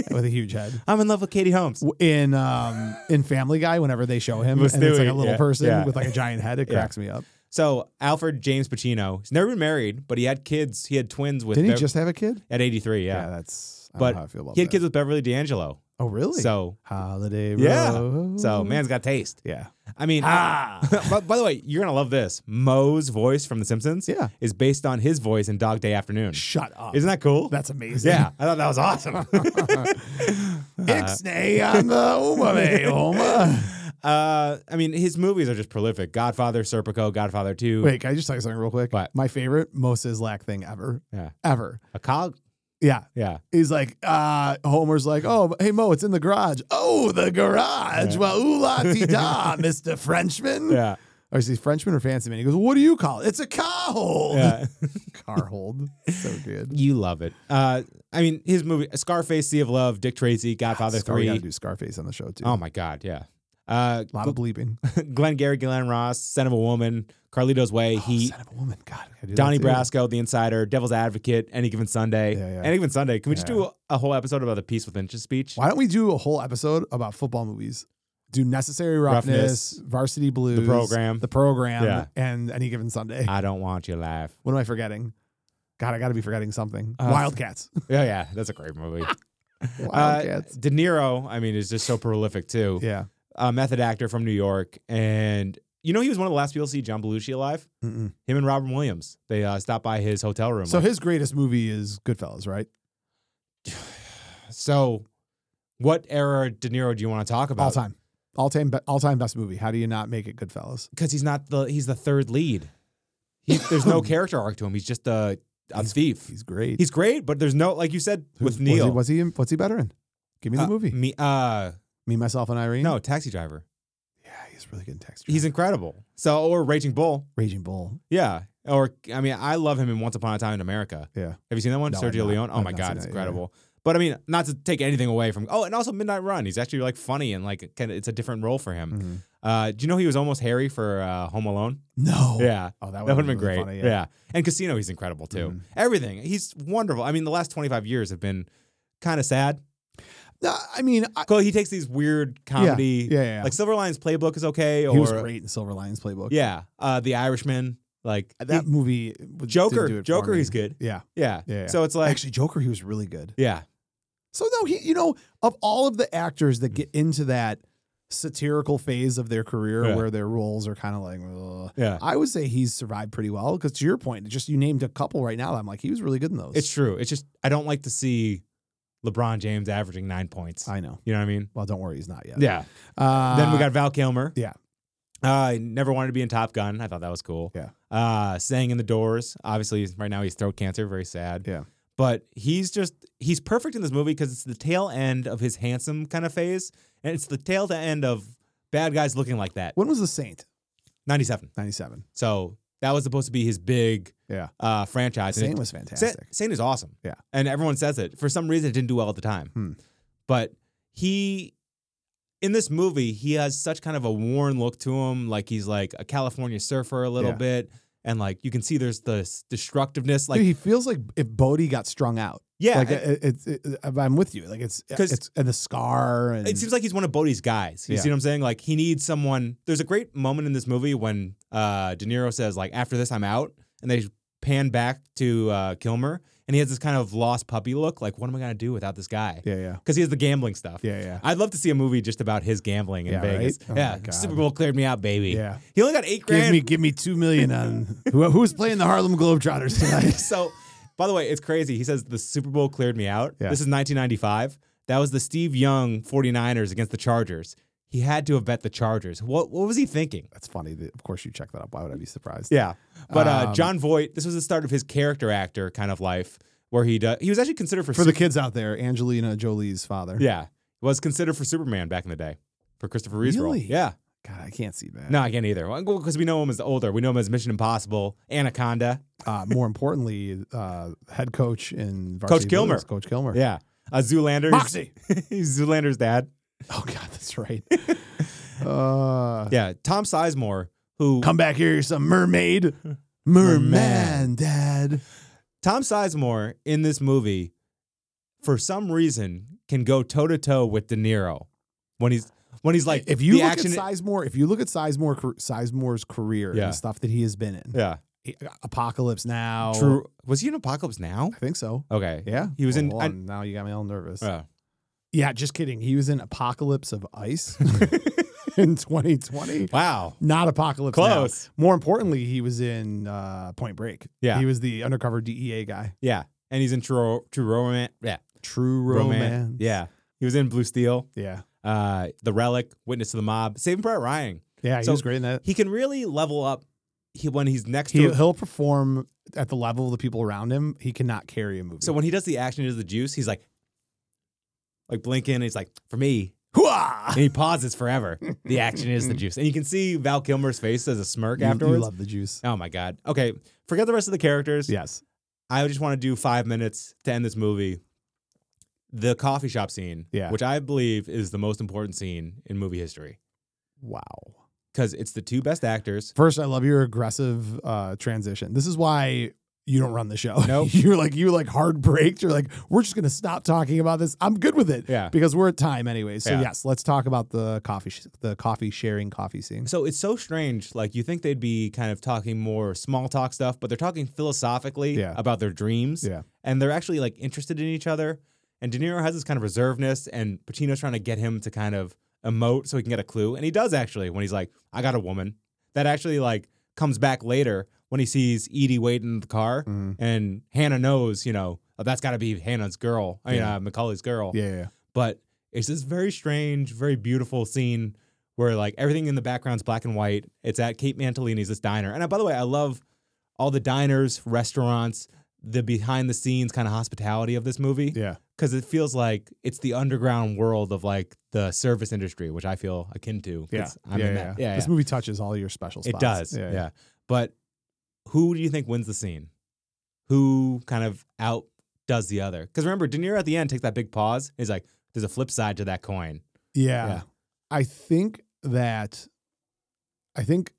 [SPEAKER 1] with a huge head.
[SPEAKER 2] I'm in love with Katie Holmes.
[SPEAKER 1] W- In um in Family Guy, whenever they show him,
[SPEAKER 2] With
[SPEAKER 1] and it's like a
[SPEAKER 2] Stewie,
[SPEAKER 1] little
[SPEAKER 2] yeah,
[SPEAKER 1] person
[SPEAKER 2] yeah.
[SPEAKER 1] with like a giant head, it
[SPEAKER 2] Yeah.
[SPEAKER 1] cracks me up.
[SPEAKER 2] So Alfred James Pacino. He's never been married, but he had kids. He had twins with
[SPEAKER 1] Didn't he
[SPEAKER 2] Bev-
[SPEAKER 1] just have a kid?
[SPEAKER 2] at 83. Yeah,
[SPEAKER 1] that's. I don't
[SPEAKER 2] But
[SPEAKER 1] know how I feel about
[SPEAKER 2] he had
[SPEAKER 1] that.
[SPEAKER 2] kids with Beverly D'Angelo.
[SPEAKER 1] Oh really? Oh.
[SPEAKER 2] So
[SPEAKER 1] holiday.
[SPEAKER 2] Yeah.
[SPEAKER 1] Road.
[SPEAKER 2] so man's got taste.
[SPEAKER 1] Yeah.
[SPEAKER 2] I mean, [LAUGHS] but by the way, you're gonna love this. Moe's voice from The Simpsons
[SPEAKER 1] Yeah.
[SPEAKER 2] is based on his voice in Dog Day Afternoon.
[SPEAKER 1] Shut up.
[SPEAKER 2] Isn't that cool?
[SPEAKER 1] that's amazing? [LAUGHS]
[SPEAKER 2] yeah, I thought that was awesome.
[SPEAKER 1] Ixnay on the
[SPEAKER 2] [LAUGHS]
[SPEAKER 1] umame, Oma.
[SPEAKER 2] uh, I mean, his movies are just prolific. Godfather, Serpico, Godfather Two.
[SPEAKER 1] Wait, can I just tell you something real quick?
[SPEAKER 2] What?
[SPEAKER 1] My favorite Mos Islak thing ever,
[SPEAKER 2] yeah,
[SPEAKER 1] ever.
[SPEAKER 2] a cog.
[SPEAKER 1] Yeah. [LAUGHS]
[SPEAKER 2] Yeah,
[SPEAKER 1] He's like, uh, Homer's like, oh, hey, Mo, it's in the garage. Oh, the garage.
[SPEAKER 2] Yeah.
[SPEAKER 1] Well, ooh
[SPEAKER 2] [LAUGHS]
[SPEAKER 1] la dee da, Mr. Frenchman.
[SPEAKER 2] yeah,
[SPEAKER 1] Or is he Frenchman or fancy man? He goes, what do you call it? It's a car hold. [LAUGHS]
[SPEAKER 2] yeah.
[SPEAKER 1] car hold. So
[SPEAKER 2] [LAUGHS]
[SPEAKER 1] good.
[SPEAKER 2] You love it. Uh, I mean, his movie Scarface, Sea of Love, Dick Tracy, Godfather
[SPEAKER 1] Scar- we
[SPEAKER 2] Three.
[SPEAKER 1] gotta do Scarface on the show, too.
[SPEAKER 2] Oh my God, yeah. Uh,
[SPEAKER 1] a lot of
[SPEAKER 2] [LAUGHS]
[SPEAKER 1] bleeping.
[SPEAKER 2] Glenn Gary, Glenn Ross, Son of a Woman, Carlito's Way,
[SPEAKER 1] He,
[SPEAKER 2] Heat,
[SPEAKER 1] Oh, Son of a woman. God, we gotta do
[SPEAKER 2] Donnie
[SPEAKER 1] that, too.
[SPEAKER 2] Brasco, The Insider, Devil's Advocate, Any Given Sunday,
[SPEAKER 1] Yeah, yeah.
[SPEAKER 2] Any Given Sunday. Can we just
[SPEAKER 1] Yeah.
[SPEAKER 2] do a, a whole episode about the Peace with Inches speech?
[SPEAKER 1] Why don't we do a whole episode about football movies? do Necessary Roughness,
[SPEAKER 2] Roughness,
[SPEAKER 1] Varsity Blues,
[SPEAKER 2] Program.
[SPEAKER 1] The Program,
[SPEAKER 2] Yeah. Ah.
[SPEAKER 1] and Any Given Sunday.
[SPEAKER 2] I don't want your laugh.
[SPEAKER 1] what am I forgetting? God, I got to be forgetting something.
[SPEAKER 2] [LAUGHS] Uh,
[SPEAKER 1] Wildcats.
[SPEAKER 2] Yeah, yeah, that's a great movie. Uh,
[SPEAKER 1] [LAUGHS] Wildcats.
[SPEAKER 2] De Niro, I mean, is just so prolific too.
[SPEAKER 1] yeah.
[SPEAKER 2] A method actor from New York, and you know he was one of the last people to see John Belushi alive.
[SPEAKER 1] Mm-mm.
[SPEAKER 2] Him and Robin Williams, they uh, stopped by his hotel room.
[SPEAKER 1] So
[SPEAKER 2] like,
[SPEAKER 1] his greatest movie is Goodfellas, right?
[SPEAKER 2] so what era De Niro do you want to talk about?
[SPEAKER 1] All time, all time, be- all time best movie. How do you not make it Goodfellas?
[SPEAKER 2] because he's not the he's the third lead. He,
[SPEAKER 1] [COUGHS]
[SPEAKER 2] there's no character arc to him. He's just a, a thief.
[SPEAKER 1] He's great.
[SPEAKER 2] He's great, but there's no like you said
[SPEAKER 1] Who's-
[SPEAKER 2] with
[SPEAKER 1] was
[SPEAKER 2] Neil.
[SPEAKER 1] he, was he in- what's he better in? Give me the
[SPEAKER 2] Uh,
[SPEAKER 1] movie. Me,
[SPEAKER 2] Me, uh,
[SPEAKER 1] myself and Irene.
[SPEAKER 2] no, Taxi Driver.
[SPEAKER 1] Yeah, he's really good in text.
[SPEAKER 2] He's
[SPEAKER 1] He's
[SPEAKER 2] incredible. So or Raging Bull.
[SPEAKER 1] Raging Bull.
[SPEAKER 2] Yeah. Or I mean, I love him in Once Upon a Time in America.
[SPEAKER 1] Yeah.
[SPEAKER 2] Have you seen that one?
[SPEAKER 1] No, I've
[SPEAKER 2] Sergio
[SPEAKER 1] not.
[SPEAKER 2] Leone. Oh
[SPEAKER 1] I've
[SPEAKER 2] my
[SPEAKER 1] not
[SPEAKER 2] god,
[SPEAKER 1] seen
[SPEAKER 2] it's
[SPEAKER 1] that, yeah.
[SPEAKER 2] incredible. But I mean, not to take anything away from. Oh, and also Midnight Run. He's actually like funny and like kind of it's a different role for him.
[SPEAKER 1] Mhm.
[SPEAKER 2] Uh, do you know he was almost Harry for uh, Home Alone?
[SPEAKER 1] No.
[SPEAKER 2] Yeah.
[SPEAKER 1] Oh, that
[SPEAKER 2] That
[SPEAKER 1] would
[SPEAKER 2] would have been great.
[SPEAKER 1] Funny,
[SPEAKER 2] yeah. And Casino, he's incredible too.
[SPEAKER 1] Mhm.
[SPEAKER 2] Everything. He's wonderful. I mean, the last 25 years have been kind of sad.
[SPEAKER 1] No, I mean, I,
[SPEAKER 2] Cool. He takes these weird comedy.
[SPEAKER 1] Yeah, yeah, yeah.
[SPEAKER 2] Like Silver Linings Playbook is okay. Or,
[SPEAKER 1] he was great in Silver Lion's Playbook.
[SPEAKER 2] Yeah. Uh, the Irishman. Like
[SPEAKER 1] that
[SPEAKER 2] he-
[SPEAKER 1] movie. was- didn't
[SPEAKER 2] Joker.
[SPEAKER 1] do it for
[SPEAKER 2] Joker,
[SPEAKER 1] me.
[SPEAKER 2] he's good.
[SPEAKER 1] Yeah.
[SPEAKER 2] Yeah.
[SPEAKER 1] Yeah, yeah.
[SPEAKER 2] So it's like,
[SPEAKER 1] Actually, Joker, he was really good.
[SPEAKER 2] yeah.
[SPEAKER 1] So no, he, you know, of all of the actors that get into that satirical phase of their career
[SPEAKER 2] Yeah.
[SPEAKER 1] where their roles are kind of like, ugh,
[SPEAKER 2] Yeah.
[SPEAKER 1] I would say he's survived pretty well because to your point, just you named a couple right now. that I'm like, he was really good in those.
[SPEAKER 2] It's true. It's just, I don't like to see LeBron James averaging nine points.
[SPEAKER 1] I know.
[SPEAKER 2] you know what I mean?
[SPEAKER 1] Well, don't worry, he's not yet.
[SPEAKER 2] Yeah.
[SPEAKER 1] Uh,
[SPEAKER 2] then we got Val Kilmer.
[SPEAKER 1] yeah.
[SPEAKER 2] Uh, I never wanted to be in Top Gun. I thought that was cool.
[SPEAKER 1] Yeah.
[SPEAKER 2] Uh, sang in the Doors. Obviously, right now he's throat cancer, very sad.
[SPEAKER 1] Yeah.
[SPEAKER 2] But he's just he's perfect in this movie because it's the tail end of his handsome kind of phase, and it's the tail to end of bad guys looking like that.
[SPEAKER 1] When was The Saint?
[SPEAKER 2] Ninety seven.
[SPEAKER 1] Ninety-seven.
[SPEAKER 2] So that was supposed to be his big
[SPEAKER 1] Yeah.
[SPEAKER 2] uh, franchise. and it
[SPEAKER 1] Saint was
[SPEAKER 2] Sa-
[SPEAKER 1] fantastic.
[SPEAKER 2] Saint is awesome.
[SPEAKER 1] Yeah.
[SPEAKER 2] And everyone says it. For some reason, it didn't do well at the time.
[SPEAKER 1] Hmm.
[SPEAKER 2] But he, in this movie, he has such kind of a worn look to him. Like he's like a California surfer a little
[SPEAKER 1] Yeah.
[SPEAKER 2] bit. And like you can see there's this destructiveness. Like,
[SPEAKER 1] Dude, he feels like if Bodhi got strung out.
[SPEAKER 2] yeah.
[SPEAKER 1] like
[SPEAKER 2] it,
[SPEAKER 1] it, it, it, I'm with you. Like it's
[SPEAKER 2] 'Cause-
[SPEAKER 1] it's and the scar and
[SPEAKER 2] it seems like he's one of Bodhi's guys. You
[SPEAKER 1] uh, Yeah.
[SPEAKER 2] see what I'm saying? Like he needs someone. There's a great moment in this movie when uh, De Niro says, like, after this, I'm out. And they pan back to uh, Kilmer. And he has this kind of lost puppy look. Like, what am I going to do without this guy?
[SPEAKER 1] yeah, yeah,
[SPEAKER 2] Because he has the gambling stuff.
[SPEAKER 1] yeah, yeah,
[SPEAKER 2] I'd love to see a movie just about his gambling in
[SPEAKER 1] Yeah,
[SPEAKER 2] Vegas.
[SPEAKER 1] right? Oh my
[SPEAKER 2] yeah,
[SPEAKER 1] God.
[SPEAKER 2] Super Bowl cleared me out, baby.
[SPEAKER 1] yeah.
[SPEAKER 2] He only got eight
[SPEAKER 1] Give
[SPEAKER 2] grand.
[SPEAKER 1] me give me two million [LAUGHS] on who, who's playing the Harlem Globetrotters tonight.
[SPEAKER 2] [LAUGHS] so, by the way, it's crazy. He says the Super Bowl cleared me out.
[SPEAKER 1] Yeah.
[SPEAKER 2] This is 1995. That was the Steve Young 49ers against the Chargers. He had to have bet the Chargers. What what was he thinking?
[SPEAKER 1] [LAUGHS] That's funny. that- Of course, you check that up. Why would I be surprised?
[SPEAKER 2] Yeah. But uh,
[SPEAKER 1] Um,
[SPEAKER 2] John Voight, this was the start of his character actor kind of life where he does, he was actually considered for,
[SPEAKER 1] For the
[SPEAKER 2] Sup-
[SPEAKER 1] kids out there, Angelina Jolie's father.
[SPEAKER 2] [LAUGHS] Yeah. Was considered for Superman back in the day for Christopher Reeve's role.
[SPEAKER 1] Really?
[SPEAKER 2] Yeah.
[SPEAKER 1] God, I can't see that.
[SPEAKER 2] No, I can't either. Because we know him as older. We know him as Mission Impossible, Anaconda.
[SPEAKER 1] Uh, more importantly, uh, head coach in Varsity
[SPEAKER 2] Coach Kilmer.
[SPEAKER 1] Blues, Coach Kilmer.
[SPEAKER 2] Yeah. Uh, Zoolander.
[SPEAKER 1] Moxie.
[SPEAKER 2] [LAUGHS] He's Zoolander's dad.
[SPEAKER 1] Oh God, that's
[SPEAKER 2] [LAUGHS]
[SPEAKER 1] right. Uh,
[SPEAKER 2] Yeah. Tom Sizemore, who
[SPEAKER 1] Come back here, you're some mermaid. Merman,
[SPEAKER 2] Merman.
[SPEAKER 1] Dad.
[SPEAKER 2] Tom Sizemore in this movie, for some reason, can go toe to toe with De Niro when he's when he's like
[SPEAKER 1] if you
[SPEAKER 2] the
[SPEAKER 1] look
[SPEAKER 2] action.
[SPEAKER 1] at Sizemore, if you look at Sizemore, car- Sizemore's career
[SPEAKER 2] Yeah.
[SPEAKER 1] and stuff that he has been in, uh,
[SPEAKER 2] yeah.
[SPEAKER 1] Apocalypse Now.
[SPEAKER 2] True. Was he in Apocalypse Now?
[SPEAKER 1] I think so.
[SPEAKER 2] Okay.
[SPEAKER 1] Yeah,
[SPEAKER 2] He was in-
[SPEAKER 1] hold
[SPEAKER 2] I-
[SPEAKER 1] on, now you got me all nervous.
[SPEAKER 2] Yeah.
[SPEAKER 1] yeah, just kidding. He was in Apocalypse of
[SPEAKER 2] [LAUGHS]
[SPEAKER 1] Ice [LAUGHS] in 2020.
[SPEAKER 2] Wow.
[SPEAKER 1] Not Apocalypse. Now.
[SPEAKER 2] Close.
[SPEAKER 1] More importantly, he was in uh, Point Break.
[SPEAKER 2] Yeah.
[SPEAKER 1] he was the undercover DEA guy.
[SPEAKER 2] Yeah. And he's in True True Romance. Yeah.
[SPEAKER 1] True
[SPEAKER 2] Romance. Yeah. He was in Blue Steel,
[SPEAKER 1] yeah,
[SPEAKER 2] uh, The Relic, Witness to the Mob, Saving Private Ryan.
[SPEAKER 1] yeah. He
[SPEAKER 2] So-
[SPEAKER 1] was great in that.
[SPEAKER 2] He can really level up he, when he's next
[SPEAKER 1] He,
[SPEAKER 2] to a-
[SPEAKER 1] he'll perform at the level of the people around him. He cannot carry a movie. [LAUGHS]
[SPEAKER 2] So when he does the action into the juice, he's like, like blinking. And he's like, for me,
[SPEAKER 1] Hooah!
[SPEAKER 2] and he pauses forever. The action
[SPEAKER 1] [LAUGHS]
[SPEAKER 2] is the juice, and you can see Val Kilmer's face as a smirk
[SPEAKER 1] You-
[SPEAKER 2] afterwards.
[SPEAKER 1] you love the juice.
[SPEAKER 2] oh my god. Okay, forget the rest of the characters.
[SPEAKER 1] Yes.
[SPEAKER 2] I just want to do five minutes to end this movie. The coffee shop scene,
[SPEAKER 1] Yeah.
[SPEAKER 2] which I believe is the most important scene in movie history
[SPEAKER 1] Wow.
[SPEAKER 2] because it's the two best actors.
[SPEAKER 1] First, I love your aggressive uh, transition. This is why you don't run the show. [LAUGHS]
[SPEAKER 2] Nope.
[SPEAKER 1] you're like you like hard braked. You're like we're just gonna stop talking about this. I'm good with it.
[SPEAKER 2] Yeah.
[SPEAKER 1] because we're at time anyway. So
[SPEAKER 2] Yeah.
[SPEAKER 1] yes, let's talk about the coffee sh- the coffee sharing coffee scene.
[SPEAKER 2] So it's so strange. Like you think they'd be kind of talking more small talk stuff, but they're talking philosophically
[SPEAKER 1] Yeah.
[SPEAKER 2] about their dreams.
[SPEAKER 1] Yeah.
[SPEAKER 2] And they're actually like interested in each other. And De Niro has this kind of reservedness, and Pacino's trying to get him to kind of emote so he can get a clue. And he does actually when he's like, I got a woman. That actually like comes back later when he sees Edie waiting in the car
[SPEAKER 1] Mhm.
[SPEAKER 2] and Hannah knows, you know, "Oh, that's gotta be Hannah's girl. I mean
[SPEAKER 1] Yeah.
[SPEAKER 2] uh, Macaulay's girl
[SPEAKER 1] Yeah, yeah, yeah.
[SPEAKER 2] but it's this very strange, very beautiful scene where like everything in the background's black and white. It's at Kate Mantellini's this diner, and uh, by the way, I love all the diners, restaurants, the behind the scenes kind of hospitality of this movie
[SPEAKER 1] yeah.
[SPEAKER 2] because it feels like it's the underground world of like the service industry, which I feel akin to. 'cause I'm
[SPEAKER 1] yeah,
[SPEAKER 2] in
[SPEAKER 1] yeah,
[SPEAKER 2] that.
[SPEAKER 1] yeah.
[SPEAKER 2] yeah,
[SPEAKER 1] This movie touches all your special
[SPEAKER 2] yeah.
[SPEAKER 1] spots.
[SPEAKER 2] it does. Yeah, but who do you think wins the scene? Who kind of outdoes the other? Because remember, De Niro at the end takes that big pause. He's like, "There's a flip side to that coin."
[SPEAKER 1] Yeah.
[SPEAKER 2] Yeah.
[SPEAKER 1] I think that I think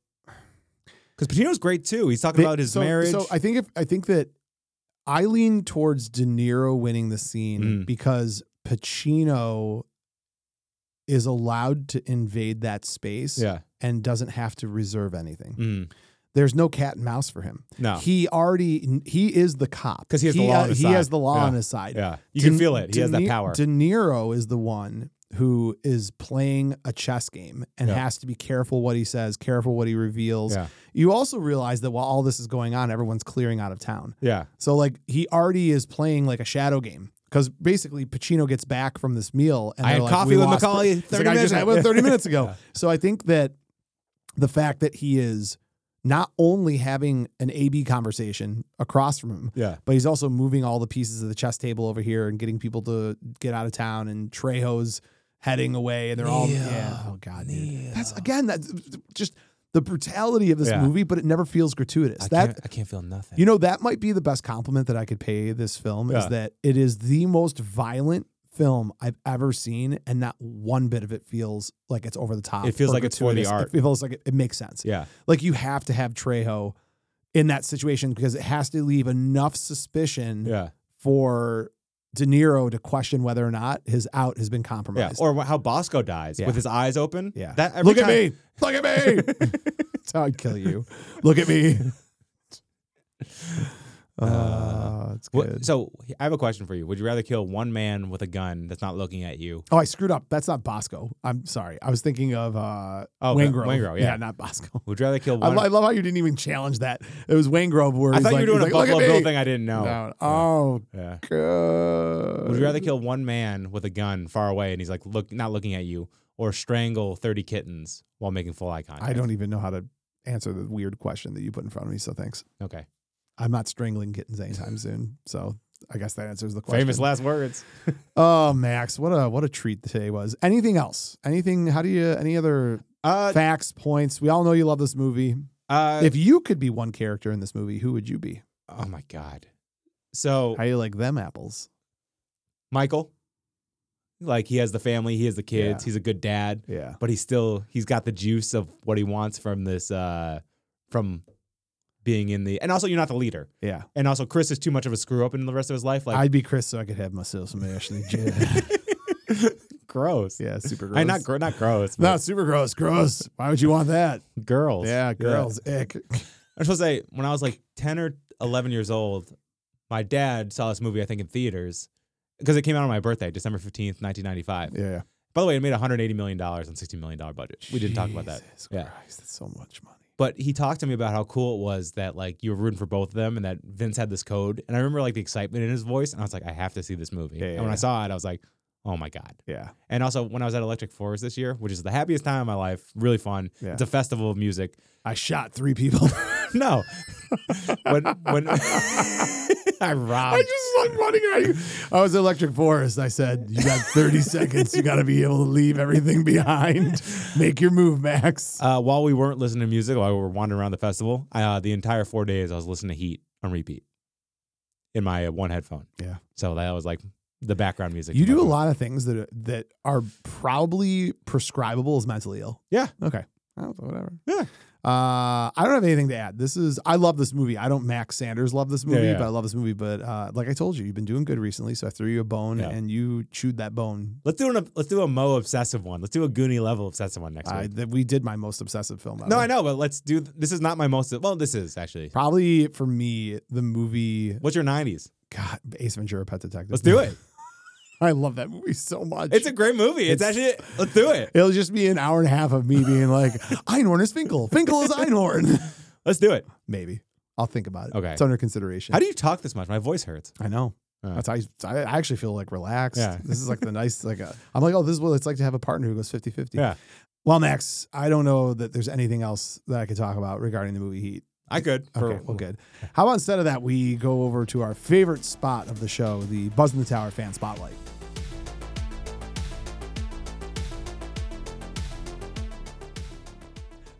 [SPEAKER 2] Because Pacino's great too. He's talking
[SPEAKER 1] they-
[SPEAKER 2] about his
[SPEAKER 1] so,
[SPEAKER 2] marriage.
[SPEAKER 1] So I think if I think that I lean towards De Niro winning the scene
[SPEAKER 2] Mm.
[SPEAKER 1] because Pacino is allowed to invade that space
[SPEAKER 2] yeah.
[SPEAKER 1] and doesn't have to reserve anything.
[SPEAKER 2] Mm.
[SPEAKER 1] There's no cat and mouse for him.
[SPEAKER 2] No.
[SPEAKER 1] He already he is the cop
[SPEAKER 2] 'Cause he has the law on his
[SPEAKER 1] he
[SPEAKER 2] side.
[SPEAKER 1] has the law
[SPEAKER 2] Yeah.
[SPEAKER 1] on his side.
[SPEAKER 2] yeah. You
[SPEAKER 1] De-
[SPEAKER 2] can feel it. He
[SPEAKER 1] De
[SPEAKER 2] has that
[SPEAKER 1] Ni-
[SPEAKER 2] power.
[SPEAKER 1] De Niro is the one who is playing a chess game and
[SPEAKER 2] Yeah.
[SPEAKER 1] has to be careful what he says, careful what he reveals.
[SPEAKER 2] Yeah.
[SPEAKER 1] You also realize that while all this is going on, everyone's clearing out of town.
[SPEAKER 2] yeah.
[SPEAKER 1] So like he already is playing like a shadow game because basically Pacino gets back from this meal and
[SPEAKER 2] I
[SPEAKER 1] they're
[SPEAKER 2] had
[SPEAKER 1] like,
[SPEAKER 2] coffee
[SPEAKER 1] "We
[SPEAKER 2] with
[SPEAKER 1] lost
[SPEAKER 2] Macaulay
[SPEAKER 1] It's
[SPEAKER 2] 30
[SPEAKER 1] like, I
[SPEAKER 2] minutes
[SPEAKER 1] just had
[SPEAKER 2] ago."
[SPEAKER 1] one
[SPEAKER 2] [LAUGHS]
[SPEAKER 1] 30 minutes ago.
[SPEAKER 2] Yeah.
[SPEAKER 1] So I think that the fact that he is not only having an AB conversation across from him,
[SPEAKER 2] Yeah.
[SPEAKER 1] but he's also moving all the pieces of the chess table over here and getting people to get out of town. And Trejo's heading away, and they're all
[SPEAKER 2] Neo.
[SPEAKER 1] yeah. Oh god, dude. that's
[SPEAKER 2] Neo.
[SPEAKER 1] again that's just the brutality of this
[SPEAKER 2] Yeah.
[SPEAKER 1] movie, but it never feels gratuitous.
[SPEAKER 2] I,
[SPEAKER 1] that
[SPEAKER 2] can't, I can't feel nothing.
[SPEAKER 1] you know that might be the best compliment that I could pay this film is
[SPEAKER 2] Yeah.
[SPEAKER 1] that it is the most violent film I've ever seen, and not one bit of it feels like it's over the top.
[SPEAKER 2] It feels
[SPEAKER 1] or
[SPEAKER 2] like it's for the
[SPEAKER 1] gratuitous.
[SPEAKER 2] art.
[SPEAKER 1] It feels like it, it makes sense
[SPEAKER 2] Yeah.
[SPEAKER 1] like you have to have Trejo in that situation because it has to leave enough suspicion
[SPEAKER 2] Yeah.
[SPEAKER 1] for De Niro to question whether or not his out has been
[SPEAKER 2] Yeah.
[SPEAKER 1] compromised.
[SPEAKER 2] Or wh- how Bosco dies
[SPEAKER 1] Yeah.
[SPEAKER 2] with his eyes open.
[SPEAKER 1] Yeah.
[SPEAKER 2] That every
[SPEAKER 1] Look at
[SPEAKER 2] time- [LAUGHS]
[SPEAKER 1] me. Look at me. [LAUGHS] That's how I'd kill you. Look at
[SPEAKER 2] [LAUGHS]
[SPEAKER 1] me. [LAUGHS] Uh, it's
[SPEAKER 2] What-
[SPEAKER 1] good.
[SPEAKER 2] so I have a question for you. Would you rather kill one man with a gun that's not looking at you?
[SPEAKER 1] Oh, I screwed up. That's not Bosco. I'm sorry. I was thinking of uh,
[SPEAKER 2] Oh,
[SPEAKER 1] Wayne
[SPEAKER 2] okay.
[SPEAKER 1] Grove.
[SPEAKER 2] Wayne Grove, yeah.
[SPEAKER 1] not Bosco.
[SPEAKER 2] Would you rather kill
[SPEAKER 1] I,
[SPEAKER 2] one?
[SPEAKER 1] lo- I love how you didn't even challenge that. It was Wayne Grove where
[SPEAKER 2] I
[SPEAKER 1] he's
[SPEAKER 2] thought
[SPEAKER 1] like-
[SPEAKER 2] you were doing
[SPEAKER 1] he's
[SPEAKER 2] a
[SPEAKER 1] like, "Look at
[SPEAKER 2] Buffalo Bill
[SPEAKER 1] me."
[SPEAKER 2] thing. I didn't know.
[SPEAKER 1] Down. Oh,
[SPEAKER 2] Yeah.
[SPEAKER 1] God.
[SPEAKER 2] Would you rather kill one man with a gun far away and he's like look not looking at you, or strangle thirty kittens while making full eye contact?
[SPEAKER 1] I don't even know how to answer the weird question that you put in front of me. So thanks.
[SPEAKER 2] Okay.
[SPEAKER 1] I'm not strangling kittens anytime soon. So I guess that answers the question.
[SPEAKER 2] Famous last words.
[SPEAKER 1] Oh, Max, what a what a treat today was. Anything else? Anything? How do you? Any other
[SPEAKER 2] Uh,
[SPEAKER 1] facts, points? We all know you love this movie.
[SPEAKER 2] uh,
[SPEAKER 1] if you could be one character in this movie, who would you be?
[SPEAKER 2] oh my god. So Oh.
[SPEAKER 1] How you like them apples?
[SPEAKER 2] Michael, like he has the family, he has the kids,
[SPEAKER 1] Yeah.
[SPEAKER 2] he's a good dad,
[SPEAKER 1] Yeah.
[SPEAKER 2] but he's still he's got the juice of what he wants from this uh from being in the and also you're not the leader.
[SPEAKER 1] Yeah.
[SPEAKER 2] And also Chris is too much of a screw up in the rest of his life. Like
[SPEAKER 1] I'd be Chris so I could have myself some
[SPEAKER 2] [LAUGHS]
[SPEAKER 1] Ashley. Judd.
[SPEAKER 2] gross.
[SPEAKER 1] yeah. Super gross.
[SPEAKER 2] I not gr- not
[SPEAKER 1] [LAUGHS]
[SPEAKER 2] gross.
[SPEAKER 1] No,
[SPEAKER 2] But
[SPEAKER 1] super gross. Gross. Why would you want that?
[SPEAKER 2] girls.
[SPEAKER 1] Yeah, girls. Ick.
[SPEAKER 2] I'm supposed to say when I was like 10 or 11 years old, my dad saw this movie I think in theaters because it came out on my birthday, December 15th, 1995.
[SPEAKER 1] Yeah.
[SPEAKER 2] By the way, it made 180 million dollars on 60 million dollar budget. We didn't talk about that.
[SPEAKER 1] Jesus
[SPEAKER 2] Yeah.
[SPEAKER 1] Christ, that's so much money.
[SPEAKER 2] But he talked to me about how cool it was that like you were rooting for both of them and that Vince had this code. And I remember like the excitement in his voice and I was like I have to see this movie.
[SPEAKER 1] Yeah, yeah,
[SPEAKER 2] and when
[SPEAKER 1] yeah.
[SPEAKER 2] I saw it, I was like, "Oh my god."
[SPEAKER 1] Yeah.
[SPEAKER 2] And also when I was at Electric Forest this year, which is the happiest time of my life, really fun.
[SPEAKER 1] Yeah.
[SPEAKER 2] It's a festival of music. [LAUGHS]
[SPEAKER 1] I shot three people. [LAUGHS]
[SPEAKER 2] No. [LAUGHS] when when [LAUGHS] I robbed
[SPEAKER 1] I just like running at you. I was Electric Forest. I said, You got
[SPEAKER 2] [LAUGHS]
[SPEAKER 1] 30 seconds. You got to be able to leave everything behind. Make your move, Max.
[SPEAKER 2] Uh, while we weren't listening to music, while we were wandering around the festival, uh, the entire four days I was listening to Heat on repeat in my uh, one headphone.
[SPEAKER 1] Yeah.
[SPEAKER 2] So that was like the background music.
[SPEAKER 1] You
[SPEAKER 2] to my
[SPEAKER 1] do a
[SPEAKER 2] phone.
[SPEAKER 1] lot of things that that are probably prescribable as mentally ill.
[SPEAKER 2] Yeah.
[SPEAKER 1] Okay. Oh, whatever.
[SPEAKER 2] Yeah.
[SPEAKER 1] Uh, I don't have anything to add. This is I love this movie. I don't Max Sanders love this movie,
[SPEAKER 2] yeah.
[SPEAKER 1] but I love this movie. But uh, like I told you, you've been doing good recently, so I threw you a bone
[SPEAKER 2] Yeah.
[SPEAKER 1] and you chewed that bone.
[SPEAKER 2] Let's do an let's do a Mo obsessive one. Let's do a Goonie level obsessive one next
[SPEAKER 1] I,
[SPEAKER 2] week.
[SPEAKER 1] that we did my most obsessive film.
[SPEAKER 2] No,
[SPEAKER 1] ever.
[SPEAKER 2] I know, but let's do. This is not my most. Well, this is actually.
[SPEAKER 1] Probably for me, the movie
[SPEAKER 2] What's your '90s?
[SPEAKER 1] God Ace Ventura: Pet Detective. [LAUGHS]
[SPEAKER 2] Let's do it.
[SPEAKER 1] I love that movie so much.
[SPEAKER 2] It's a great movie. It's,
[SPEAKER 1] It's-
[SPEAKER 2] actually. Let's do it.
[SPEAKER 1] It'll just be an hour and a half of me being
[SPEAKER 2] [LAUGHS]
[SPEAKER 1] like, Einhorn is Finkel. Finkel is Einhorn. [LAUGHS]
[SPEAKER 2] Let's do it.
[SPEAKER 1] Maybe. I'll think about it.
[SPEAKER 2] Okay.
[SPEAKER 1] It's under consideration.
[SPEAKER 2] How do you talk this much? My voice hurts.
[SPEAKER 1] I know.
[SPEAKER 2] Uh.
[SPEAKER 1] That's how you- I, I actually feel like relaxed.
[SPEAKER 2] Yeah.
[SPEAKER 1] This is like
[SPEAKER 2] [LAUGHS]
[SPEAKER 1] the nice, like, a, I'm like, oh, this is what it's like to have a partner who goes 50 50.
[SPEAKER 2] Yeah.
[SPEAKER 1] Well, Max, I don't know that there's anything else that I could talk about regarding the movie Heat.
[SPEAKER 2] I could. for-
[SPEAKER 1] Okay, well, good. How about instead of that, we go over to our favorite spot of the show, the Buzz in the Tower fan spotlight.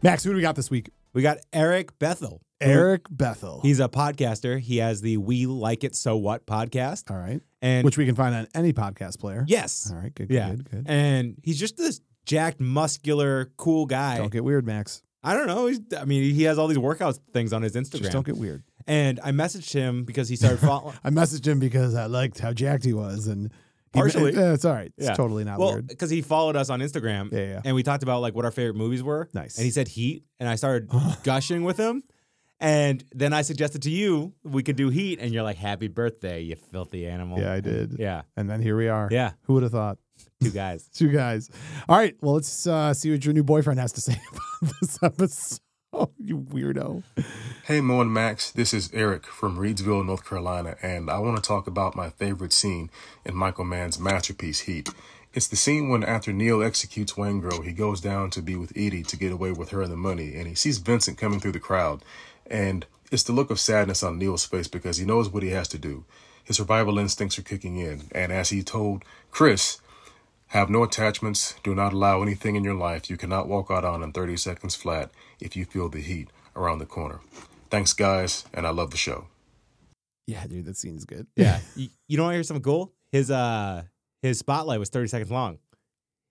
[SPEAKER 1] Max, who do we got this week?
[SPEAKER 2] We got Eric Bethel.
[SPEAKER 1] Eric Bethel.
[SPEAKER 2] He's a podcaster. He has the We Like It So What podcast,
[SPEAKER 1] all right,
[SPEAKER 2] and
[SPEAKER 1] which we can find on any podcast player.
[SPEAKER 2] yes,
[SPEAKER 1] All right, good,
[SPEAKER 2] Yeah.
[SPEAKER 1] good, good.
[SPEAKER 2] and he's just this jacked, muscular, cool guy.
[SPEAKER 1] don't get weird, Max.
[SPEAKER 2] I don't know. He's, I mean, he has all these workout things on his Instagram.
[SPEAKER 1] Just don't get weird.
[SPEAKER 2] and I messaged him because he started following.
[SPEAKER 1] I messaged him because I liked how jacked he was, and he- [LAUGHS]
[SPEAKER 2] Partially.
[SPEAKER 1] Eh, it's all right. It's
[SPEAKER 2] Yeah.
[SPEAKER 1] totally [LAUGHS] not
[SPEAKER 2] well,
[SPEAKER 1] weird.
[SPEAKER 2] because he followed us on Instagram,
[SPEAKER 1] Yeah, yeah.
[SPEAKER 2] and we talked about like what our favorite movies were.
[SPEAKER 1] Nice.
[SPEAKER 2] And he said Heat, and
[SPEAKER 1] [LAUGHS]
[SPEAKER 2] I started gushing with him. And then I suggested to you we could do Heat, and you're like, "Happy birthday, you filthy animal."
[SPEAKER 1] yeah, I did.
[SPEAKER 2] yeah,
[SPEAKER 1] And then here we are.
[SPEAKER 2] yeah.
[SPEAKER 1] Who would have thought?
[SPEAKER 2] Two guys.
[SPEAKER 1] two guys. All right, well, let's uh, see what your new boyfriend has to say [LAUGHS] about this episode. Oh, you weirdo.
[SPEAKER 4] Hey Mo and Max, this is Eric from Reedsville, North Carolina, and I want to talk about my favorite scene in Michael Mann's masterpiece Heat. It's the scene when after Neil executes Wangro, he goes down to be with Edie to get away with her and the money, and he sees Vincent coming through the crowd, and it's the look of sadness on Neil's face because he knows what he has to do. His survival instincts are kicking in, and as he told Chris, have no attachments. Do not allow anything in your life you cannot walk out on in 30 seconds flat if you feel the heat around the corner. Thanks, guys, and I love the show.
[SPEAKER 1] Yeah, dude, that scene's good.
[SPEAKER 2] Yeah. you, you know, what I hear something cool. His uh, his spotlight was 30 seconds long.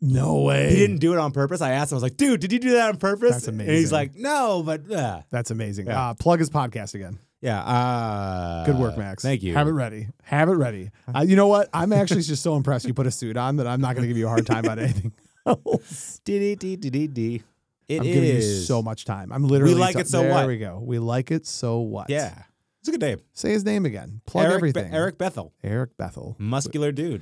[SPEAKER 1] No way.
[SPEAKER 2] He didn't do it on purpose. I asked him. I was like, "Dude, did you do that on purpose?"
[SPEAKER 1] That's
[SPEAKER 2] And he's
[SPEAKER 1] amazing.
[SPEAKER 2] like, "No, but uh,
[SPEAKER 1] That's amazing.
[SPEAKER 2] Yeah.
[SPEAKER 1] Uh, plug his podcast again.
[SPEAKER 2] yeah." Uh,
[SPEAKER 1] Good work, Max.
[SPEAKER 2] Thank you.
[SPEAKER 1] Have it ready. Have it ready. Uh, you know what? I'm actually just so impressed you put a suit on that I'm not going to give you a hard time about anything [LAUGHS] else.
[SPEAKER 2] Dee, dee, dee, dee, dee. It
[SPEAKER 1] I'm giving you
[SPEAKER 2] is.
[SPEAKER 1] so much time. I'm literally.
[SPEAKER 2] like
[SPEAKER 1] t-
[SPEAKER 2] it, so
[SPEAKER 1] there
[SPEAKER 2] what?
[SPEAKER 1] we go. We like it. So what?
[SPEAKER 2] Yeah, it's a good name.
[SPEAKER 1] Say his name again. Plug
[SPEAKER 2] Eric
[SPEAKER 1] everything.
[SPEAKER 2] Be- Eric Bethel,
[SPEAKER 1] Eric Bethel.
[SPEAKER 2] muscular dude.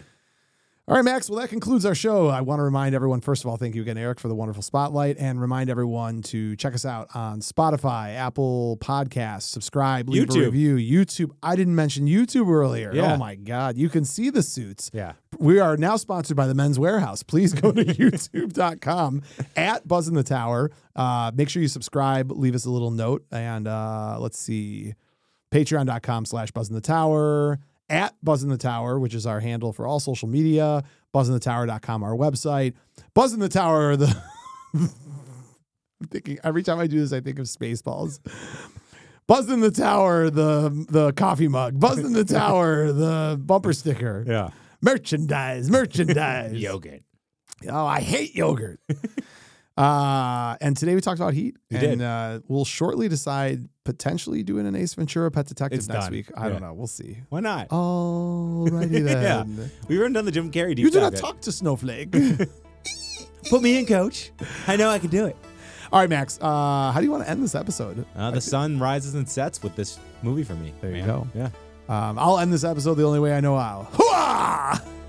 [SPEAKER 1] All right, Max. Well, that concludes our show. I want to remind everyone, first of all, thank you again, Eric, for the wonderful spotlight, and remind everyone to check us out on Spotify, Apple Podcasts, subscribe, leave a
[SPEAKER 2] YouTube.
[SPEAKER 1] review, YouTube. I didn't mention YouTube earlier.
[SPEAKER 2] Yeah.
[SPEAKER 1] Oh my God, you can see the suits.
[SPEAKER 2] Yeah.
[SPEAKER 1] We are now sponsored by the Men's Warehouse. Please go to [LAUGHS] youtube.com at Buzz in the Tower. Uh, make sure you subscribe, leave us a little note, and uh, let's see, patreon.com slash Buzz in the Tower, at Buzz in the Tower, which is our handle for all social media, buzzinthetower.com, our website. Buzz in the Tower, the. [LAUGHS] I'm thinking every time I do this, I think of Spaceballs. Buzz in the Tower, the the coffee mug. Buzz in the Tower, the bumper sticker
[SPEAKER 2] Yeah.
[SPEAKER 1] merchandise, merchandise.
[SPEAKER 2] [LAUGHS] Yogurt.
[SPEAKER 1] Oh, I hate yogurt. [LAUGHS] uh, and today we talked about heat,
[SPEAKER 2] We
[SPEAKER 1] and
[SPEAKER 2] did.
[SPEAKER 1] Uh, we'll shortly decide potentially doing an Ace Ventura Pet Detective
[SPEAKER 2] It's
[SPEAKER 1] next
[SPEAKER 2] done.
[SPEAKER 1] week. I don't
[SPEAKER 2] Yeah.
[SPEAKER 1] know. We'll see.
[SPEAKER 2] Why not? [LAUGHS]
[SPEAKER 1] Alrighty
[SPEAKER 2] Yeah.
[SPEAKER 1] then.
[SPEAKER 2] We haven't done the Jim Carrey deep
[SPEAKER 1] You do not
[SPEAKER 2] dive yet.
[SPEAKER 1] talk to
[SPEAKER 2] [LAUGHS]
[SPEAKER 1] Snowflake.
[SPEAKER 2] Put me in, Coach. I know I can do it.
[SPEAKER 1] All right, Max. Uh, how do you want to end this episode?
[SPEAKER 2] Uh, the sun rises and sets with this movie for me.
[SPEAKER 1] There you
[SPEAKER 2] man.
[SPEAKER 1] go.
[SPEAKER 2] Yeah.
[SPEAKER 1] Um, I'll end this episode the only way I know how. Hooah!